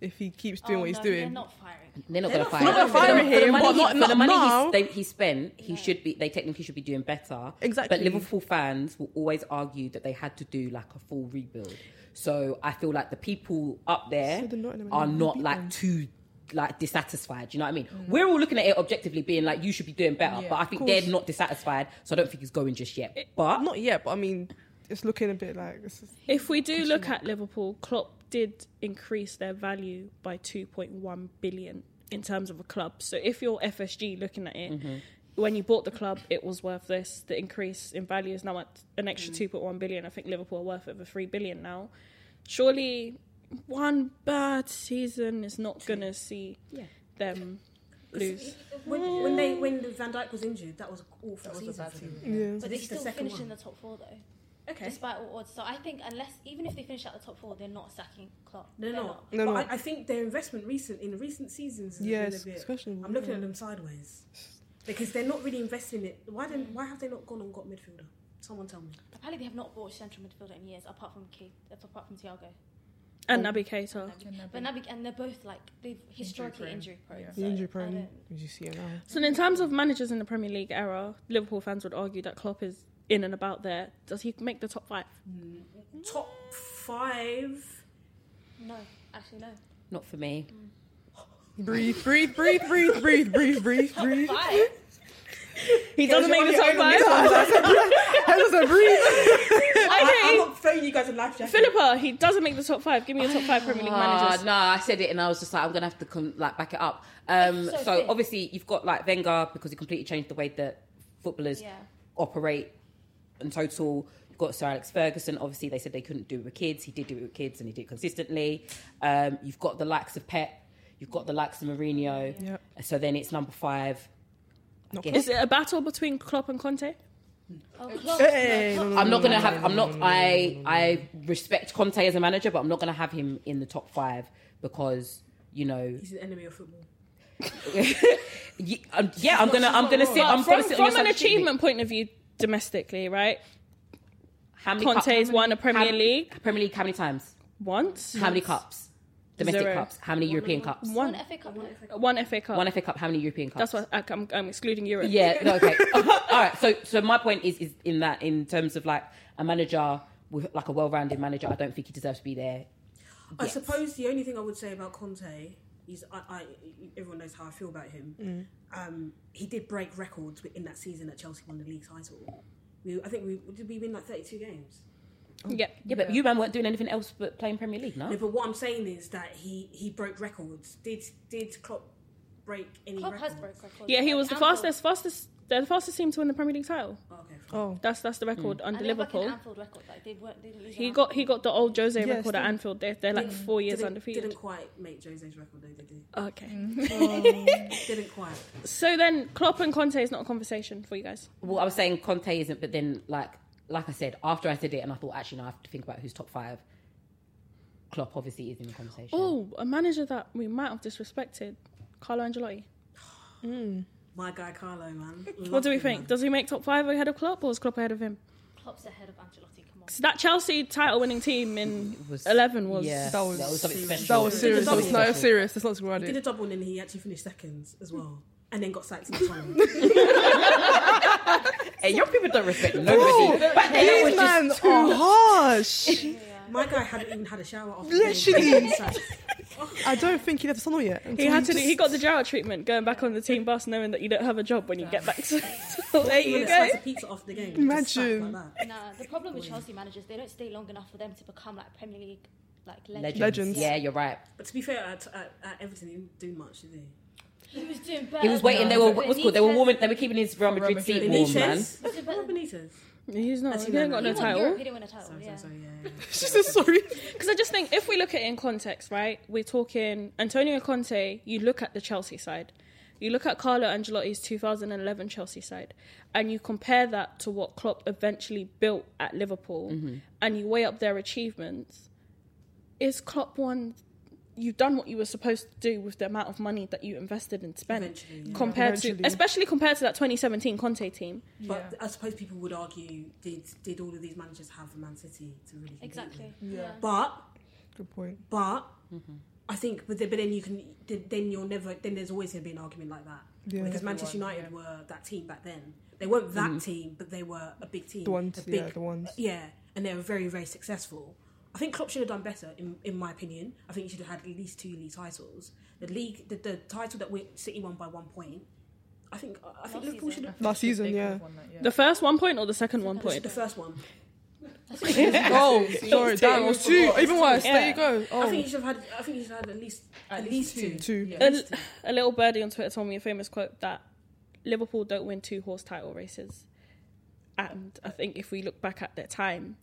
Speaker 5: If he keeps
Speaker 6: Oh,
Speaker 5: doing what he's doing.
Speaker 6: firing.
Speaker 4: They're not
Speaker 5: They're
Speaker 4: going to
Speaker 5: not
Speaker 4: fire
Speaker 5: gonna
Speaker 4: him.
Speaker 5: fire
Speaker 4: For the- for the
Speaker 5: him,
Speaker 4: money
Speaker 5: but
Speaker 4: he-
Speaker 5: not-
Speaker 4: for
Speaker 5: not
Speaker 4: the money
Speaker 5: now.
Speaker 4: He, they, he spent, he should be. They technically should be doing better.
Speaker 5: Exactly.
Speaker 4: But Liverpool fans will always argue that they had to do like a full rebuild. So I feel like the people up there
Speaker 5: So they're not in a-
Speaker 4: are
Speaker 5: they're
Speaker 4: not
Speaker 5: beat
Speaker 4: like
Speaker 5: them.
Speaker 4: too like dissatisfied. You know what I mean? We're all looking at it objectively, being like, you should be doing better.
Speaker 5: Yeah,
Speaker 4: but I
Speaker 5: of
Speaker 4: think
Speaker 5: course.
Speaker 4: they're not dissatisfied, so I don't think he's going just yet. But
Speaker 5: not yet. But I mean, it's looking a bit like this is
Speaker 2: If we do look at Liverpool, Klopp did increase their value by 2.1 billion in terms of a club. So if you're FSG looking at it,
Speaker 10: Mhm.
Speaker 2: when you bought the club, it was worth this. The increase in value is now at an extra 2.1 billion. I think Liverpool are worth over 3 billion now. Surely one bad season is not going to see
Speaker 3: Yeah.
Speaker 2: them lose.
Speaker 3: When, when they when Van Dijk was injured, that was awful
Speaker 2: That was a
Speaker 3: season.
Speaker 2: bad
Speaker 3: for
Speaker 2: season.
Speaker 3: them.
Speaker 2: Yeah.
Speaker 3: So
Speaker 6: But they
Speaker 3: this is
Speaker 6: still
Speaker 3: second
Speaker 6: finish in the
Speaker 3: one. Eh?
Speaker 6: top four though. Okay. Despite all odds. So I think unless even if they finish at the top four, they're not sacking Klopp.
Speaker 3: They're not.
Speaker 5: No,
Speaker 3: but
Speaker 5: no.
Speaker 3: I, I think their investment recent in recent seasons. Has
Speaker 5: Yeah,
Speaker 3: been
Speaker 5: it's-
Speaker 3: a bit,
Speaker 5: it's questionable,
Speaker 3: I'm looking
Speaker 5: yeah.
Speaker 3: at them sideways because they're not really investing it. Why don't? Why have they not gone and got midfielder? Someone tell me.
Speaker 6: Apparently they have not bought a central midfielder in years, apart from Keith, apart from Thiago.
Speaker 2: And Naby Keita.
Speaker 6: But Naby and they're both like they've historically injury prone.
Speaker 2: Yeah.
Speaker 5: the injury prone. As you see it now.
Speaker 2: So, in terms of managers in the Premier League era, Liverpool fans would argue that Klopp is in and about there. Does he make the top five?
Speaker 3: Top five.
Speaker 6: No, actually no.
Speaker 4: not for me.
Speaker 5: Breathe, breathe, breathe, breathe, breathe, breathe, breathe, breathe.
Speaker 2: He
Speaker 5: Guys,
Speaker 2: doesn't make
Speaker 5: you're
Speaker 2: the top
Speaker 5: on your
Speaker 2: five.
Speaker 5: own. I said breathe.
Speaker 4: <laughs>
Speaker 5: I just said
Speaker 2: <laughs>
Speaker 5: breathe.
Speaker 2: Okay.
Speaker 3: throwing you guys a life jacket.
Speaker 2: Philippa, he doesn't make the top five. Give me your top five Premier League managers.
Speaker 4: Ah, Uh, no, I said it, and I was just like, I'm gonna have to come, like back it up. Um,
Speaker 2: So
Speaker 4: so
Speaker 2: fit.
Speaker 4: obviously, you've got like Wenger because he completely changed the way that footballers
Speaker 6: Yeah.
Speaker 4: operate in total. You've got Sir Alex Ferguson. Obviously, they said they couldn't do it with kids. He did do it with kids, and he did it consistently. Um, you've got the likes of Pep. You've got the likes of Mourinho.
Speaker 2: Yep.
Speaker 4: So then it's number five. I guess.
Speaker 2: Is it a battle between Klopp and Conte?
Speaker 6: Oh,
Speaker 4: I'm not
Speaker 3: Mm.
Speaker 4: gonna have. I'm not. I I respect Conte as a manager, but I'm not gonna have him in the top five because you know.
Speaker 3: He's an enemy of
Speaker 4: <laughs>
Speaker 3: football.
Speaker 4: y- um, yeah, I'm gonna. I'm gonna sit.
Speaker 2: But
Speaker 4: I'm
Speaker 2: from,
Speaker 4: gonna sit
Speaker 2: from
Speaker 4: on your side
Speaker 2: an
Speaker 4: of the
Speaker 2: achievement point of view, domestically, right?
Speaker 4: How many cup-
Speaker 2: Conte's
Speaker 4: how many-
Speaker 2: won a Premier
Speaker 4: how-
Speaker 2: League.
Speaker 4: Premier League, how many times?
Speaker 2: Once.
Speaker 4: How many cups? Domestic
Speaker 2: Zero.
Speaker 4: cups. How many European cups?
Speaker 2: One.
Speaker 6: FA Cup. no.
Speaker 2: One FA Cup.
Speaker 4: One FA Cup. How many European
Speaker 2: That's
Speaker 4: cups?
Speaker 2: what I, I'm, I'm excluding Europe.
Speaker 4: <laughs> Yeah. no,
Speaker 3: <laughs>
Speaker 4: okay. <laughs> All right. So, so my point is, is in that, in terms of like a manager with like a well-rounded manager, I don't think he deserves to be there.
Speaker 3: I
Speaker 4: yet.
Speaker 3: suppose the only thing I would say about Conte is I, I everyone knows how I feel about him.
Speaker 4: Mm.
Speaker 3: Um, he did break records in that season that Chelsea won the league title. We, I think we did we win like thirty two games.
Speaker 2: Yeah.
Speaker 4: Yeah, but you man weren't doing anything else but playing Premier League, no?
Speaker 3: No, but what I'm saying is that he he broke records. Did did Klopp break any
Speaker 6: Klopp has
Speaker 3: records?
Speaker 6: broke records.
Speaker 2: Yeah, he was the
Speaker 6: Like Anfield.
Speaker 2: fastest, fastest, they're the fastest team to win the Premier League title.
Speaker 3: okay.
Speaker 5: Oh.
Speaker 2: That's that's the record
Speaker 4: Mm.
Speaker 6: And
Speaker 2: under
Speaker 6: they have, like, an
Speaker 2: Liverpool.
Speaker 6: Anfield record, like, they weren't- they didn't lose
Speaker 2: He
Speaker 6: an
Speaker 2: got he got the old Jose
Speaker 3: Yeah,
Speaker 2: record at
Speaker 3: still-
Speaker 2: Anfield. They're, they're like
Speaker 3: Didn't-
Speaker 2: four years
Speaker 3: didn't-
Speaker 2: undefeated.
Speaker 3: Didn't quite make Jose's record though,
Speaker 2: <laughs>
Speaker 3: did he?
Speaker 2: Okay.
Speaker 3: didn't quite.
Speaker 2: So then Klopp and Conte is not a conversation for you guys.
Speaker 4: Well, I was saying Conte isn't, but then like like I said, after I said it, and I thought actually, no, I have to think about who's top five. Klopp obviously is in the conversation.
Speaker 2: Oh, a manager that we might have disrespected, Carlo Angelotti.
Speaker 3: My guy Carlo, man.
Speaker 2: What do we
Speaker 3: Love him,
Speaker 2: think?
Speaker 3: man.
Speaker 2: Does he make top five ahead of Klopp, or is Klopp ahead of him?
Speaker 6: Klopp's ahead of Ancelotti. Come on.
Speaker 2: 'Cause that Chelsea title-winning team in eleven was
Speaker 4: yeah, That was- that was something special.
Speaker 5: That was serious.
Speaker 3: That was
Speaker 5: It's not
Speaker 3: special.
Speaker 5: serious. It's not
Speaker 3: He did a
Speaker 5: sporadic.
Speaker 3: double and then he actually finished second as well. And then got sacked in the final.
Speaker 4: Hey, your people don't respect nobody. Back then, that was
Speaker 5: These
Speaker 4: just
Speaker 5: men
Speaker 4: too
Speaker 5: are
Speaker 4: much.
Speaker 5: harsh.
Speaker 3: My guy hadn't even had a shower after
Speaker 5: Literally.
Speaker 3: the game.
Speaker 5: I don't think he left the tunnel yet.
Speaker 2: He had to. do- He got the Gerrard treatment, going back on the team bus, knowing that you don't have a job when you get back. To, so there
Speaker 3: He
Speaker 2: you
Speaker 3: would've
Speaker 2: go.
Speaker 3: sliced a pizza off the game. Just sat
Speaker 5: Imagine.
Speaker 3: like that.
Speaker 6: Nah, the problem with Chelsea managers, they don't stay long enough for them to become like Premier League like legends.
Speaker 4: Legends. Yeah, you're right.
Speaker 3: But to be fair, at, at, at Everton, he didn't do much, did he?
Speaker 6: He was doing better.
Speaker 4: He was waiting. They were what's it called. They were warming. They were keeping his Real Madrid seat warm, man.
Speaker 3: Benitez? Was it Raul Benitez?
Speaker 2: <laughs> Oh, He's not.
Speaker 3: Actually,
Speaker 2: He ain't
Speaker 3: no,
Speaker 2: got
Speaker 3: no,
Speaker 2: no
Speaker 3: he won
Speaker 2: title.
Speaker 6: Europe, he didn't win a title. yeah.
Speaker 5: She's so sorry.
Speaker 2: Because I just think if we look at it in context, right, we're talking Antonio Conte, you look at the Chelsea side, you look at Carlo Ancelotti's 2011 Chelsea side, and you compare that to what Klopp eventually built at Liverpool,
Speaker 4: Mhm.
Speaker 2: and you weigh up their achievements. Is Klopp one? You've done what you were supposed to do with the amount of money that you invested and spent,
Speaker 3: Eventually.
Speaker 2: compared
Speaker 3: Eventually.
Speaker 2: to, especially compared to that 2017 Conte team.
Speaker 3: But I suppose people would argue, did did all of these managers have Man City to really compete
Speaker 6: Exactly,
Speaker 3: with?
Speaker 6: Yeah. yeah.
Speaker 3: But
Speaker 5: Good point.
Speaker 3: but
Speaker 5: Mm-hmm.
Speaker 3: I think, but then, but then you can then you're never then there's always going to be an argument like that
Speaker 5: Yeah.
Speaker 3: because Manchester United were that team back then. They weren't that
Speaker 5: Mhm.
Speaker 3: team, but they were a big team.
Speaker 5: The ones,
Speaker 3: a big,
Speaker 5: yeah, the ones.
Speaker 3: yeah, and they were very very successful. I think Klopp should have done better, in, in my opinion. I think he should have had at least two league titles. The league, the, the title that we City won by one point. I think I think Liverpool should have
Speaker 5: Last season, yeah.
Speaker 2: The first one point or the second one point?
Speaker 3: The first one.
Speaker 5: Oh, sorry, damn, it was two. Even worse. There you
Speaker 2: go.
Speaker 3: I
Speaker 2: Oh.
Speaker 3: think you should have had. I think you should have had at least at, least, two.
Speaker 5: Two.
Speaker 2: A, a little birdie on Twitter told me a famous quote that Liverpool don't win two horse title races. And I think if we look back at their time,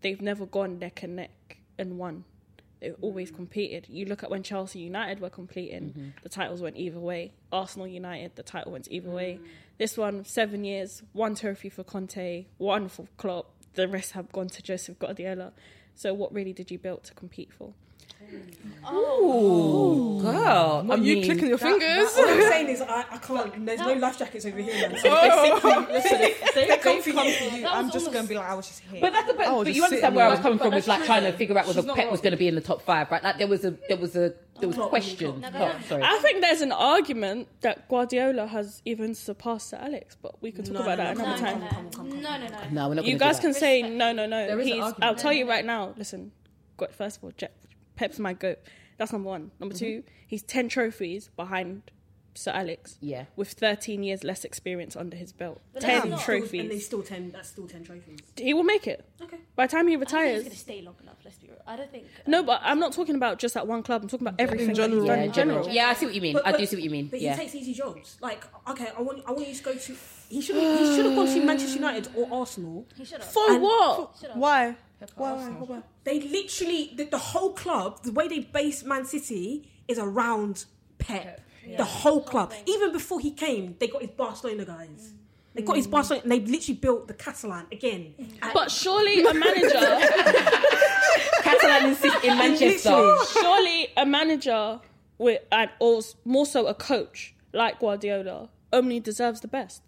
Speaker 2: they've never gone neck and neck and won. They've always competed. You look at when Chelsea United were competing,
Speaker 10: Mhm.
Speaker 2: the titles went either way. Arsenal United, the title went either way. This one, seven years, one trophy for Conte, one for Klopp. The rest have gone to Joseph Guardiola. So what really did you build to compete for?
Speaker 3: Oh,
Speaker 4: girl,
Speaker 5: What,
Speaker 4: I
Speaker 5: you
Speaker 4: mean,
Speaker 5: clicking your
Speaker 3: That-
Speaker 5: fingers?
Speaker 3: that- all I'm saying is I, I can't. There's no life jackets over here. Man. So
Speaker 5: Oh.
Speaker 3: basically, listen, if they,
Speaker 7: They
Speaker 3: come for
Speaker 7: come
Speaker 3: you.
Speaker 7: for you.
Speaker 3: That
Speaker 7: I'm
Speaker 3: was
Speaker 7: just gonna
Speaker 3: almost-
Speaker 7: be like, I was just here.
Speaker 4: But that could, but,
Speaker 7: I was
Speaker 4: but
Speaker 7: just
Speaker 4: you
Speaker 7: sitting
Speaker 4: understand where I was
Speaker 7: there.
Speaker 4: coming from
Speaker 7: But
Speaker 4: with like
Speaker 7: that's
Speaker 4: trying to
Speaker 7: true.
Speaker 4: figure out whether
Speaker 7: She's not
Speaker 4: Pep
Speaker 7: wrong.
Speaker 4: was going to be in the top five, right? Like there was a there was a there was question. Oh, sorry.
Speaker 2: I think there's an argument that Guardiola has even surpassed Sir Alex, but we can talk about that another time.
Speaker 6: No, no, no.
Speaker 4: No, we're not
Speaker 2: you
Speaker 4: gonna do
Speaker 2: guys
Speaker 4: that.
Speaker 2: can say no, no, no.
Speaker 4: There is an
Speaker 2: He's-
Speaker 4: argument.
Speaker 2: I'll tell you right now. Listen, go- first of all, Je- Pep's my goat. That's number one. Number
Speaker 4: Mm-hmm.
Speaker 2: two, he's ten trophies behind Sir Alex.
Speaker 4: Yeah.
Speaker 2: with thirteen years less experience under his belt.
Speaker 3: But that's
Speaker 2: ten
Speaker 3: not- and they
Speaker 2: trophies.
Speaker 3: still ten. That's still ten trophies.
Speaker 2: He will make it.
Speaker 3: Okay.
Speaker 2: By the time he
Speaker 6: I don't think he's
Speaker 2: retires.
Speaker 6: going to stay long enough. Let's be real. I don't think. um,
Speaker 2: No, but I'm not talking about just that one club. I'm talking about everything that he's done
Speaker 4: yeah,
Speaker 2: in general.
Speaker 4: Yeah, I see what you mean. I do see what you mean.
Speaker 3: But
Speaker 4: yeah.
Speaker 3: he takes easy jobs. Like, okay, I want, I want you to go to. He should, he should have gone
Speaker 4: <gasps>
Speaker 3: to Manchester United or Arsenal. He
Speaker 6: should have.
Speaker 2: For what?
Speaker 5: Why? Why?
Speaker 3: Arsenal. They literally, the, the whole club, the way they base Man City is around Pep. The whole club. Even before he came, they got his Barcelona
Speaker 6: Mm.
Speaker 3: guys. They got his Barcelona, and they literally built the Catalan again.
Speaker 6: Mm.
Speaker 2: But surely a manager.
Speaker 4: <laughs> Catalan in, Sis- in Manchester.
Speaker 2: Surely a manager with and or s- more so a coach like Guardiola only deserves the best.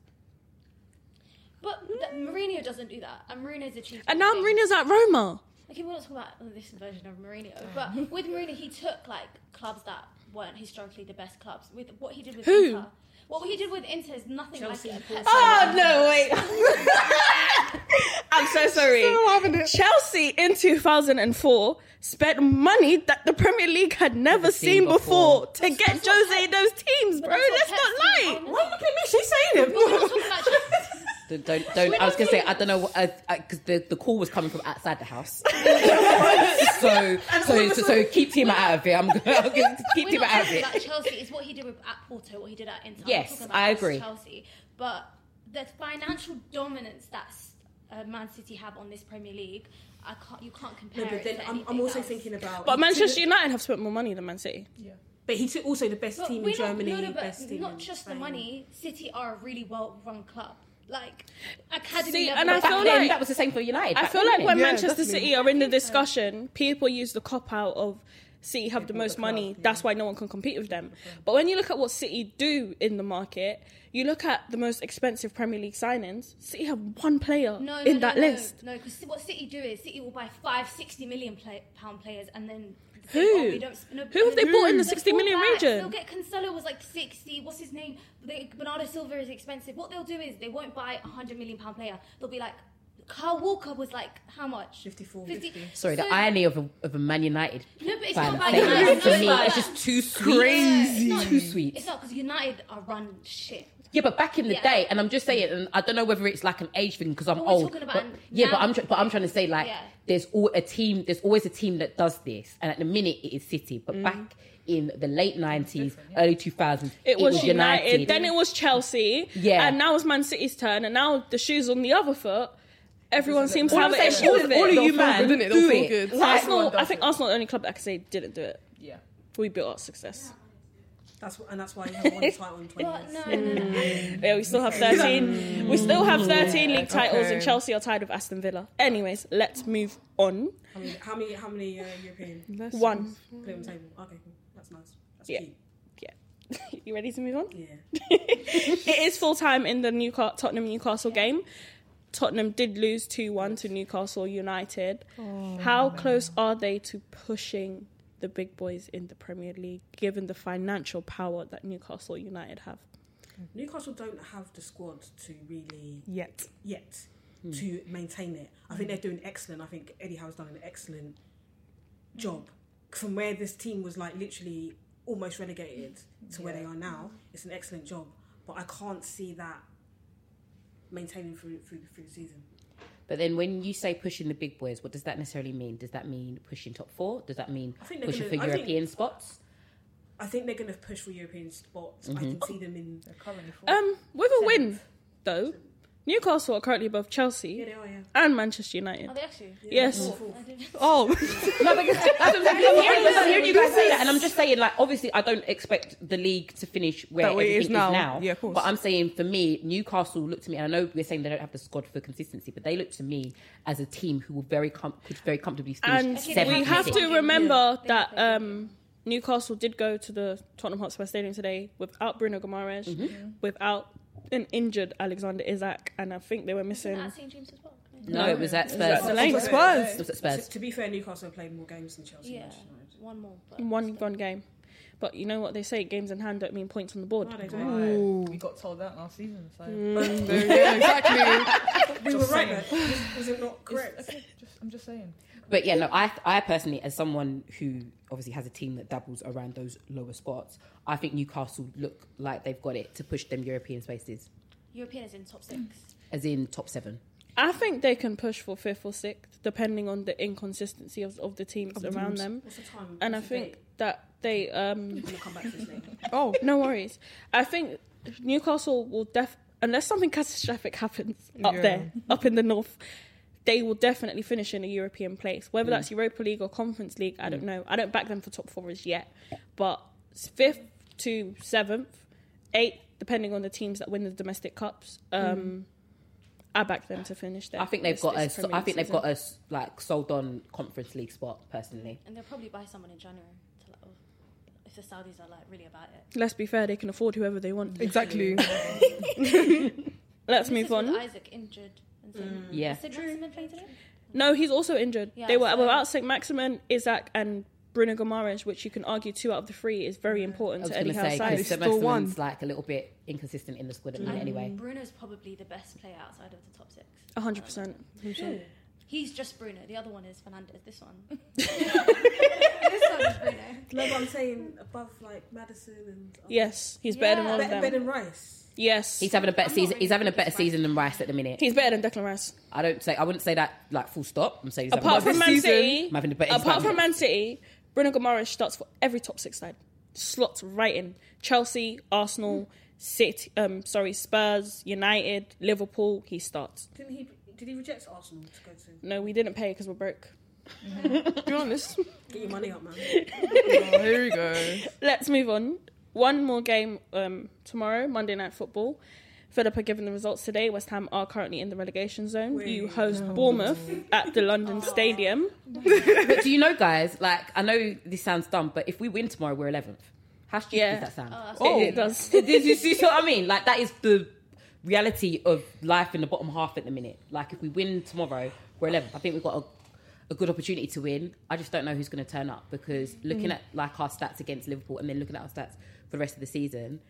Speaker 6: But th- Mourinho doesn't do that, and Mourinho's achieved.
Speaker 2: And now
Speaker 6: big
Speaker 2: Mourinho's
Speaker 6: things.
Speaker 2: at Roma.
Speaker 6: Okay, we're not talking about oh, this version of Mourinho, but with Mourinho, he took like clubs that weren't historically the best clubs. With what he did with
Speaker 2: Who?
Speaker 6: Inter, what he did with Inter is nothing like it.
Speaker 2: Oh no! Wait, <laughs> I'm so sorry.
Speaker 6: Still
Speaker 2: Chelsea in 2004 spent money that the Premier League had never seen, before, to get Jose in those teams, bro. Let's not lie. Why
Speaker 3: look at me? She's saying
Speaker 2: <laughs>
Speaker 6: <laughs>
Speaker 4: Don't, don't, don't- I was gonna say I don't know because the, the call was coming from outside the house. so so, so so keep Timo out of it. I'm gonna, I'm gonna keep
Speaker 6: We're
Speaker 4: Timo
Speaker 6: not
Speaker 4: out of
Speaker 6: talking
Speaker 4: it.
Speaker 6: about Chelsea is what he did with at Porto, what he did at Inter. We're
Speaker 4: Yes,
Speaker 6: talking
Speaker 4: I
Speaker 6: us,
Speaker 4: agree.
Speaker 6: Chelsea, but the financial dominance that uh, Man City have on this Premier League, I can't. You can't compare.
Speaker 3: No, but
Speaker 6: it
Speaker 3: then
Speaker 6: to
Speaker 3: I'm,
Speaker 6: anything
Speaker 3: I'm also
Speaker 6: else.
Speaker 3: thinking about.
Speaker 2: But Manchester United have spent more money than Man City.
Speaker 3: But he took also the best
Speaker 6: But
Speaker 3: team
Speaker 6: we
Speaker 3: in
Speaker 6: don't-
Speaker 3: Germany.
Speaker 6: no, no, but
Speaker 3: best team
Speaker 6: not
Speaker 3: in
Speaker 6: just
Speaker 3: Spain.
Speaker 6: the money. City are a really well-run club. Like academy.
Speaker 2: See,
Speaker 6: level-
Speaker 2: and I
Speaker 4: back
Speaker 2: feel
Speaker 4: then,
Speaker 2: like
Speaker 4: that was the same for United.
Speaker 2: I
Speaker 4: back
Speaker 2: feel
Speaker 4: then,
Speaker 2: like when
Speaker 4: innit?
Speaker 2: Manchester City are in the discussion, people use the cop out of City have the most money, that's why no one can compete with them. But when you look at what City do in the market, you look at the most expensive Premier League signings, City have one player
Speaker 6: no, no,
Speaker 2: in
Speaker 6: no,
Speaker 2: that
Speaker 6: no,
Speaker 2: list.
Speaker 6: No, because what City do is City will buy five 60 million play, pound players and then.
Speaker 2: Who?
Speaker 6: they- oh, we don't sp- no,
Speaker 2: Who have they
Speaker 6: no,
Speaker 2: bought in the
Speaker 6: no,
Speaker 2: 60 million
Speaker 6: fullbacks,
Speaker 2: region?
Speaker 6: They'll get Cancelo was like 60. What's his name? They, Bernardo Silva is expensive. What they'll do is they won't buy a 100 million pound player. They'll be like, Carl Walker was like, how much? 54. 50.
Speaker 4: Sorry,
Speaker 6: So-
Speaker 4: the irony of a, of a Man United.
Speaker 6: No, but it's
Speaker 4: fan
Speaker 6: not about
Speaker 4: thing
Speaker 6: United. No,
Speaker 4: For
Speaker 6: it's
Speaker 4: me,
Speaker 6: not
Speaker 4: it's
Speaker 6: about-
Speaker 4: just too sweet.
Speaker 6: Crazy.
Speaker 4: It's Too sweet.
Speaker 6: It's not because United are run shit.
Speaker 4: Yeah, but back in the
Speaker 6: Yeah.
Speaker 4: day, and I'm just saying, and I don't know whether it's like an age thing because I'm
Speaker 6: But we're
Speaker 4: old.
Speaker 6: talking about
Speaker 4: but-
Speaker 6: now.
Speaker 4: yeah, but I'm tr- but I'm trying to say like
Speaker 6: Yeah.
Speaker 4: there's all a team. There's always a team that does this, and at the minute it is City.
Speaker 6: Mm.
Speaker 4: But back in the late '90s, early 2000s,
Speaker 2: It was United, then it was Chelsea,
Speaker 4: Yeah.
Speaker 2: and now it's Man City's turn, and now the shoe's on the other foot. Everyone seems to
Speaker 4: All
Speaker 2: have
Speaker 4: I'm
Speaker 2: an
Speaker 4: saying
Speaker 2: issue
Speaker 4: is
Speaker 2: with
Speaker 4: all- all of
Speaker 2: it.
Speaker 4: you They'll feel man, good, innit? They'll do feel it. good. Like-
Speaker 2: Arsenal,
Speaker 4: Everyone
Speaker 2: I
Speaker 4: does
Speaker 2: think Arsenal are the only club that I can say didn't do it.
Speaker 7: Yeah.
Speaker 2: We built our success.
Speaker 3: That's wh- and that's why he hasn't won a title
Speaker 6: <laughs>
Speaker 3: in 20 years.
Speaker 2: Yeah, we still
Speaker 4: <laughs>
Speaker 2: have 13. We still have 13 league titles,
Speaker 3: Okay.
Speaker 2: and Chelsea are tied with Aston Villa. Anyways, let's move on.
Speaker 3: How many? How many? How many uh, European?
Speaker 2: One.
Speaker 3: Play on the table. Okay, cool. that's nice. That's
Speaker 2: Yeah.
Speaker 3: cute.
Speaker 2: Yeah. <laughs> you ready to move on?
Speaker 3: Yeah.
Speaker 2: it is full time in the Newca- Tottenham Newcastle game. Tottenham did lose 2 1 to Newcastle United.
Speaker 10: Oh.
Speaker 2: How close are they to pushing the big boys in the Premier League, given the financial power that Newcastle United have?
Speaker 3: Newcastle don't have the squad to really
Speaker 5: Yet.
Speaker 3: yet to maintain it. I think they're doing excellent. I think Eddie Howe's done an excellent job from where this team was like literally almost relegated to where
Speaker 7: Yeah.
Speaker 3: they are now. It's an excellent job, but I can't see that maintaining through through, through the season.
Speaker 4: But then when you say pushing the big boys, what does that necessarily mean? Does that mean pushing top four? Does that mean
Speaker 3: I think they're
Speaker 4: pushing
Speaker 3: gonna-
Speaker 4: for
Speaker 3: I think-
Speaker 4: European spots?
Speaker 3: I think they're going to push for European spots. I
Speaker 4: Mhm.
Speaker 3: can see them in. They're
Speaker 7: currently
Speaker 2: Um, with a win, though, Newcastle are currently above Chelsea
Speaker 3: Yeah, they are, yeah.
Speaker 2: and Manchester United.
Speaker 6: Are they actually?
Speaker 2: Yes.
Speaker 6: Oh, I didn't-
Speaker 2: Oh.
Speaker 4: No, because I'm just- I'm hearing you- I'm hearing you guys say that, and I'm just saying, like, obviously, I don't expect the league to finish where
Speaker 5: That way it
Speaker 4: everything
Speaker 5: is
Speaker 4: is
Speaker 5: now.
Speaker 4: now.
Speaker 5: Yeah, of course.
Speaker 4: But I'm saying, for me, Newcastle looked to me, and I know we're saying they don't have the squad for consistency, but they look to me as a team who will very com- could very comfortably finish
Speaker 2: And
Speaker 4: seventh
Speaker 2: we
Speaker 4: and
Speaker 2: have
Speaker 4: sixth.
Speaker 2: to remember that um, Newcastle did go to the Tottenham Hotspur Stadium today without Bruno Guimaraes,
Speaker 3: Mm-hmm.
Speaker 2: without an injured Alexander Isak, and I think they were missing.
Speaker 6: At St James as well.
Speaker 4: No, it was at Spurs.
Speaker 2: Delaney.
Speaker 4: It was at Spurs.
Speaker 3: To, to be fair, Newcastle have played more games than Chelsea.
Speaker 6: Yeah, one more. But
Speaker 2: One gone game. But you know what they say, games in hand don't mean points on the board.
Speaker 3: No, they don't.
Speaker 7: Right. We got told that last season,
Speaker 3: <laughs>
Speaker 7: so
Speaker 2: Mm.
Speaker 4: Yeah, exactly.
Speaker 3: we were
Speaker 7: Just
Speaker 3: right.
Speaker 7: saying.
Speaker 3: there. Was- Was it not correct?
Speaker 7: It's- okay, just- I'm just saying.
Speaker 4: But yeah, no, I I personally, as someone who obviously has a team that doubles around those lower spots, I think Newcastle look like they've got it to push them European spaces,
Speaker 6: European is in top six.
Speaker 4: as in top seven.
Speaker 2: I think they can push for fifth or sixth, depending on the inconsistency of, of the teams
Speaker 3: Of the
Speaker 2: around
Speaker 3: teams.
Speaker 2: them.
Speaker 3: What's the time?
Speaker 2: And
Speaker 3: What's
Speaker 2: I
Speaker 3: the
Speaker 2: think
Speaker 3: date?
Speaker 2: that they. Um,
Speaker 3: We'll come back to this later.
Speaker 2: oh, no worries. I think Newcastle will def unless something catastrophic happens up
Speaker 3: Yeah.
Speaker 2: there, up in the north. They will definitely finish in a European place, whether
Speaker 4: Mm.
Speaker 2: that's Europa League or Conference League. I don't
Speaker 4: Mm.
Speaker 2: know. I don't back them for top four as yet, but s- fifth to seventh, eighth, depending on the teams that win the domestic cups. Um,
Speaker 6: Mm.
Speaker 2: I back them to finish there.
Speaker 4: I think they've
Speaker 2: this-
Speaker 4: got a,
Speaker 2: this
Speaker 4: so-
Speaker 2: Premier
Speaker 4: I
Speaker 2: League
Speaker 4: think they've
Speaker 2: season.
Speaker 4: got a s- like sold on Conference League spot personally.
Speaker 6: <laughs> And they'll probably buy someone in January to like, oh, if the Saudis are like really about it.
Speaker 2: Let's be fair; they can afford whoever they want.
Speaker 5: Exactly. Oh,
Speaker 2: Let's
Speaker 6: And this
Speaker 2: move
Speaker 6: is with
Speaker 2: on.
Speaker 6: Isaac injured. And so
Speaker 2: Yeah.
Speaker 6: Has Sid Maximin playing today?
Speaker 2: No, he's also injured.
Speaker 6: Yeah,
Speaker 2: they were
Speaker 6: so-
Speaker 2: without St. Maximin, Isaac, and Bruno Gomares, which you can argue two out of the three is very
Speaker 4: I
Speaker 2: important
Speaker 4: was
Speaker 2: to
Speaker 4: going
Speaker 2: Eddie
Speaker 4: to say
Speaker 2: Howe's side.
Speaker 4: because Maximin's like a little bit inconsistent in the squad at the minute Mm,
Speaker 6: Mm.
Speaker 4: anyway.
Speaker 6: Bruno's probably the best player outside of the top six.
Speaker 2: 100%.
Speaker 6: Who? He's just Bruno. The other one is Fernandez. This one.
Speaker 2: <laughs>
Speaker 6: <laughs> this one is Bruno.
Speaker 3: No, but I'm saying above like Madison and. uh,
Speaker 2: Yes, he's better than all of
Speaker 3: Better-
Speaker 2: them.
Speaker 3: better than Rice.
Speaker 2: Yes,
Speaker 4: He's having a better season. He's having a better season than Rice at the minute.
Speaker 2: He's better than Declan Rice.
Speaker 4: I don't say I wouldn't say that like full stop. I'm saying he's having
Speaker 2: Apart
Speaker 4: a
Speaker 2: from
Speaker 4: better
Speaker 2: Man
Speaker 4: season.
Speaker 2: City,
Speaker 4: I'm having a better
Speaker 2: apart
Speaker 4: season.
Speaker 2: from Man City, Bruno Gomares starts for every top six side. Slots right in. Chelsea, Arsenal, City, um, sorry, Spurs, United, Liverpool, he starts.
Speaker 3: Didn't he? Did he reject Arsenal to go to?
Speaker 2: No, we didn't pay because we're broke. Be honest.
Speaker 3: Get your money up, man.
Speaker 5: here we go.
Speaker 2: Let's move on. One more game um, tomorrow, Monday Night Football. Philip are given the results today. West Ham are currently in the relegation zone. You host Bournemouth at the London Stadium.
Speaker 4: but do you know, guys? Like, I know this sounds dumb, but if we win tomorrow, we're eleventh. How stupid
Speaker 2: Yeah.
Speaker 4: does that sound?
Speaker 6: Oh,
Speaker 2: Oh. It
Speaker 4: <laughs>
Speaker 2: does.
Speaker 4: Did you see what I mean? Like, that is the reality of life in the bottom half at the minute. Like, if we win tomorrow, we're eleventh. I think we've got a, a good opportunity to win. I just don't know who's going to turn up because looking
Speaker 5: Mhm.
Speaker 4: at like our stats against Liverpool and then looking at our stats for the rest of the season,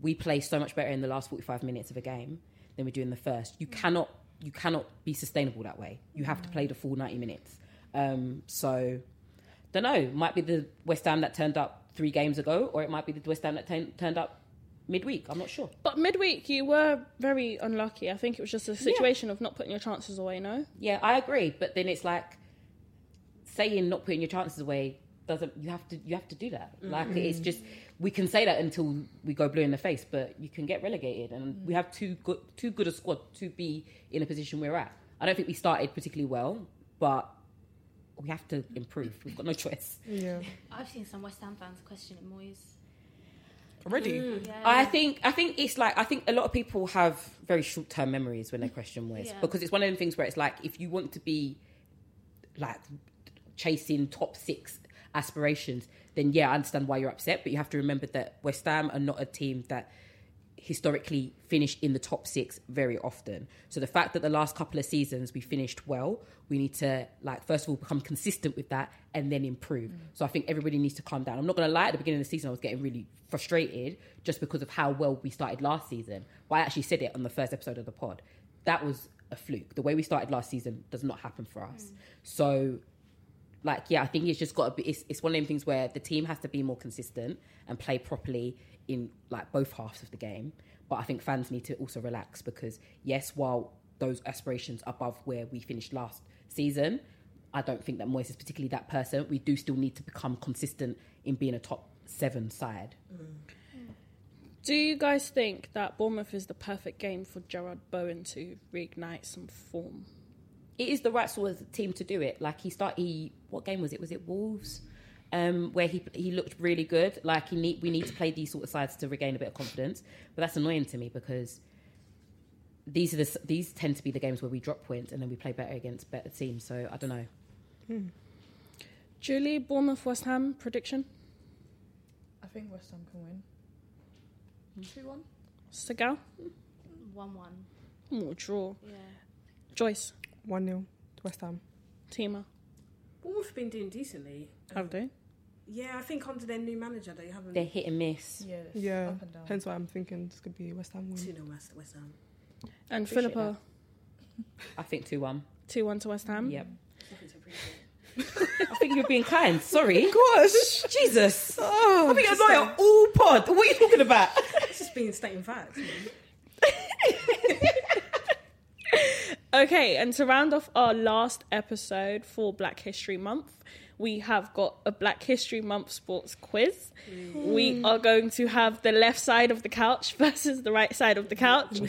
Speaker 4: we play so much better in the last forty-five minutes of a game than we do in the first. You cannot. You cannot be sustainable that way. You have to play the full 90 minutes. Um, so don't know. Might be the West Ham that turned up three games ago, or it might be the West Ham that turn turned up midweek. I'm not sure.
Speaker 2: But midweek, you were very unlucky. I think it was just a situation of not putting your chances away, no?
Speaker 4: Yeah, I agree. But then it's like saying not putting your chances away doesn't. You have to. You have to do that. Like
Speaker 2: Mm.
Speaker 4: it's just we can say that until we go blue in the face, but you can get relegated, and we have too good too good a squad to be in a position we're at. I don't think we started particularly well, but we have to improve. We've got no <laughs> choice.
Speaker 5: Yeah.
Speaker 6: I've seen some West Ham fans questioning Moyes.
Speaker 5: Already?
Speaker 2: Hmm.
Speaker 6: Mm, yeah.
Speaker 4: I think I think it's like I think a lot of people have very short term memories when they question Wes
Speaker 6: Yeah.
Speaker 4: because it's one of the things where it's like if you want to be like chasing top six aspirations, then yeah, I understand why you're upset, but you have to remember that West Ham are not a team that historically finish in the top six very often. So the fact that the last couple of seasons we finished well, we need to like first of all become consistent with that and then improve. So I think everybody needs to calm down. I'm not gonna lie, at the beginning of the season I was getting really frustrated just because of how well we started last season. But I actually said it on the first episode of the pod. That was a fluke. The way we started last season does not happen for us. So like yeah, I think it's just got to be. It's, it's one of them things where the team has to be more consistent and play properly in like both halves of the game. But I think fans need to also relax because yes, while those aspirations above where we finished last season, I don't think that Moyes is particularly that person. We do still need to become consistent in being a top seven side.
Speaker 2: Do you guys think that Bournemouth is the perfect game for Gerard Bowen to reignite some form?
Speaker 4: it is the right sort of team to do it. Like he start he what game was it? Was it Wolves? Um, where he he looked really good. Like he need we need to play these sort of sides to regain a bit of confidence. But that's annoying to me because these are the s- these tend to be the games where we drop points and then we play better against better teams. So I don't know.
Speaker 2: Julie, Bournemouth, West Ham prediction.
Speaker 7: I think West Ham can win. Two one.
Speaker 2: Segal,
Speaker 6: One one.
Speaker 2: more draw.
Speaker 6: Yeah.
Speaker 2: Joyce,
Speaker 5: One 0 West Ham.
Speaker 2: Tima,
Speaker 3: Bournemouth have been doing decently.
Speaker 2: have they?
Speaker 3: Yeah, I think under their new manager, they haven't.
Speaker 4: They're hit and miss.
Speaker 7: Yeah.
Speaker 5: Yeah,
Speaker 7: Up and down.
Speaker 5: hence why I'm thinking this could be a West Ham win.
Speaker 3: Two 0 West, West Ham.
Speaker 2: And
Speaker 4: Appreciate
Speaker 2: Philippa,
Speaker 4: I think two one.
Speaker 2: two one to West Ham.
Speaker 4: Yep.
Speaker 3: Nothing to appreciate.
Speaker 4: <laughs> I think you're being kind. Sorry.
Speaker 5: Gosh.
Speaker 4: Jesus.
Speaker 5: Oh,
Speaker 4: I think I'm not at all pod. What are you talking about?
Speaker 3: It's just being stating facts. man.
Speaker 2: Okay, and to round off our last episode for Black History Month, we have got a Black History Month sports quiz. We are going to have the left side of the couch <laughs> versus the right side of the couch.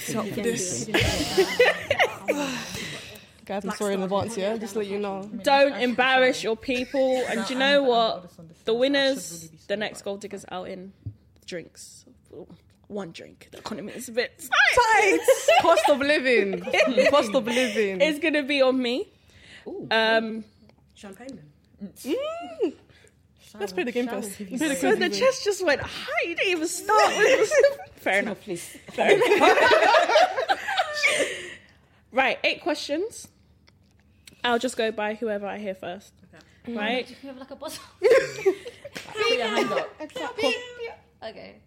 Speaker 5: Guys, I'm sorry in advance, yeah? Just to let you know.
Speaker 2: Don't embarrass your
Speaker 5: <laughs>
Speaker 2: people. And do you know what? The winners,
Speaker 7: be
Speaker 2: the next gold diggers out in drinks. One drink. The economy is a
Speaker 5: <laughs>
Speaker 2: bit
Speaker 5: Cost of living. Cost of living.
Speaker 2: It's gonna be on me. Um,
Speaker 3: Champagne. Then.
Speaker 5: Let's play the game first. Play the
Speaker 2: so
Speaker 5: quiz.
Speaker 2: the chest just went high. You didn't even
Speaker 5: <laughs>
Speaker 2: start with this. <laughs> Fair enough.
Speaker 4: Please.
Speaker 2: Right, eight questions. I'll just go by whoever I hear first. Right?
Speaker 6: You have like
Speaker 2: <laughs>
Speaker 6: a bottle.
Speaker 5: <laughs>
Speaker 6: okay.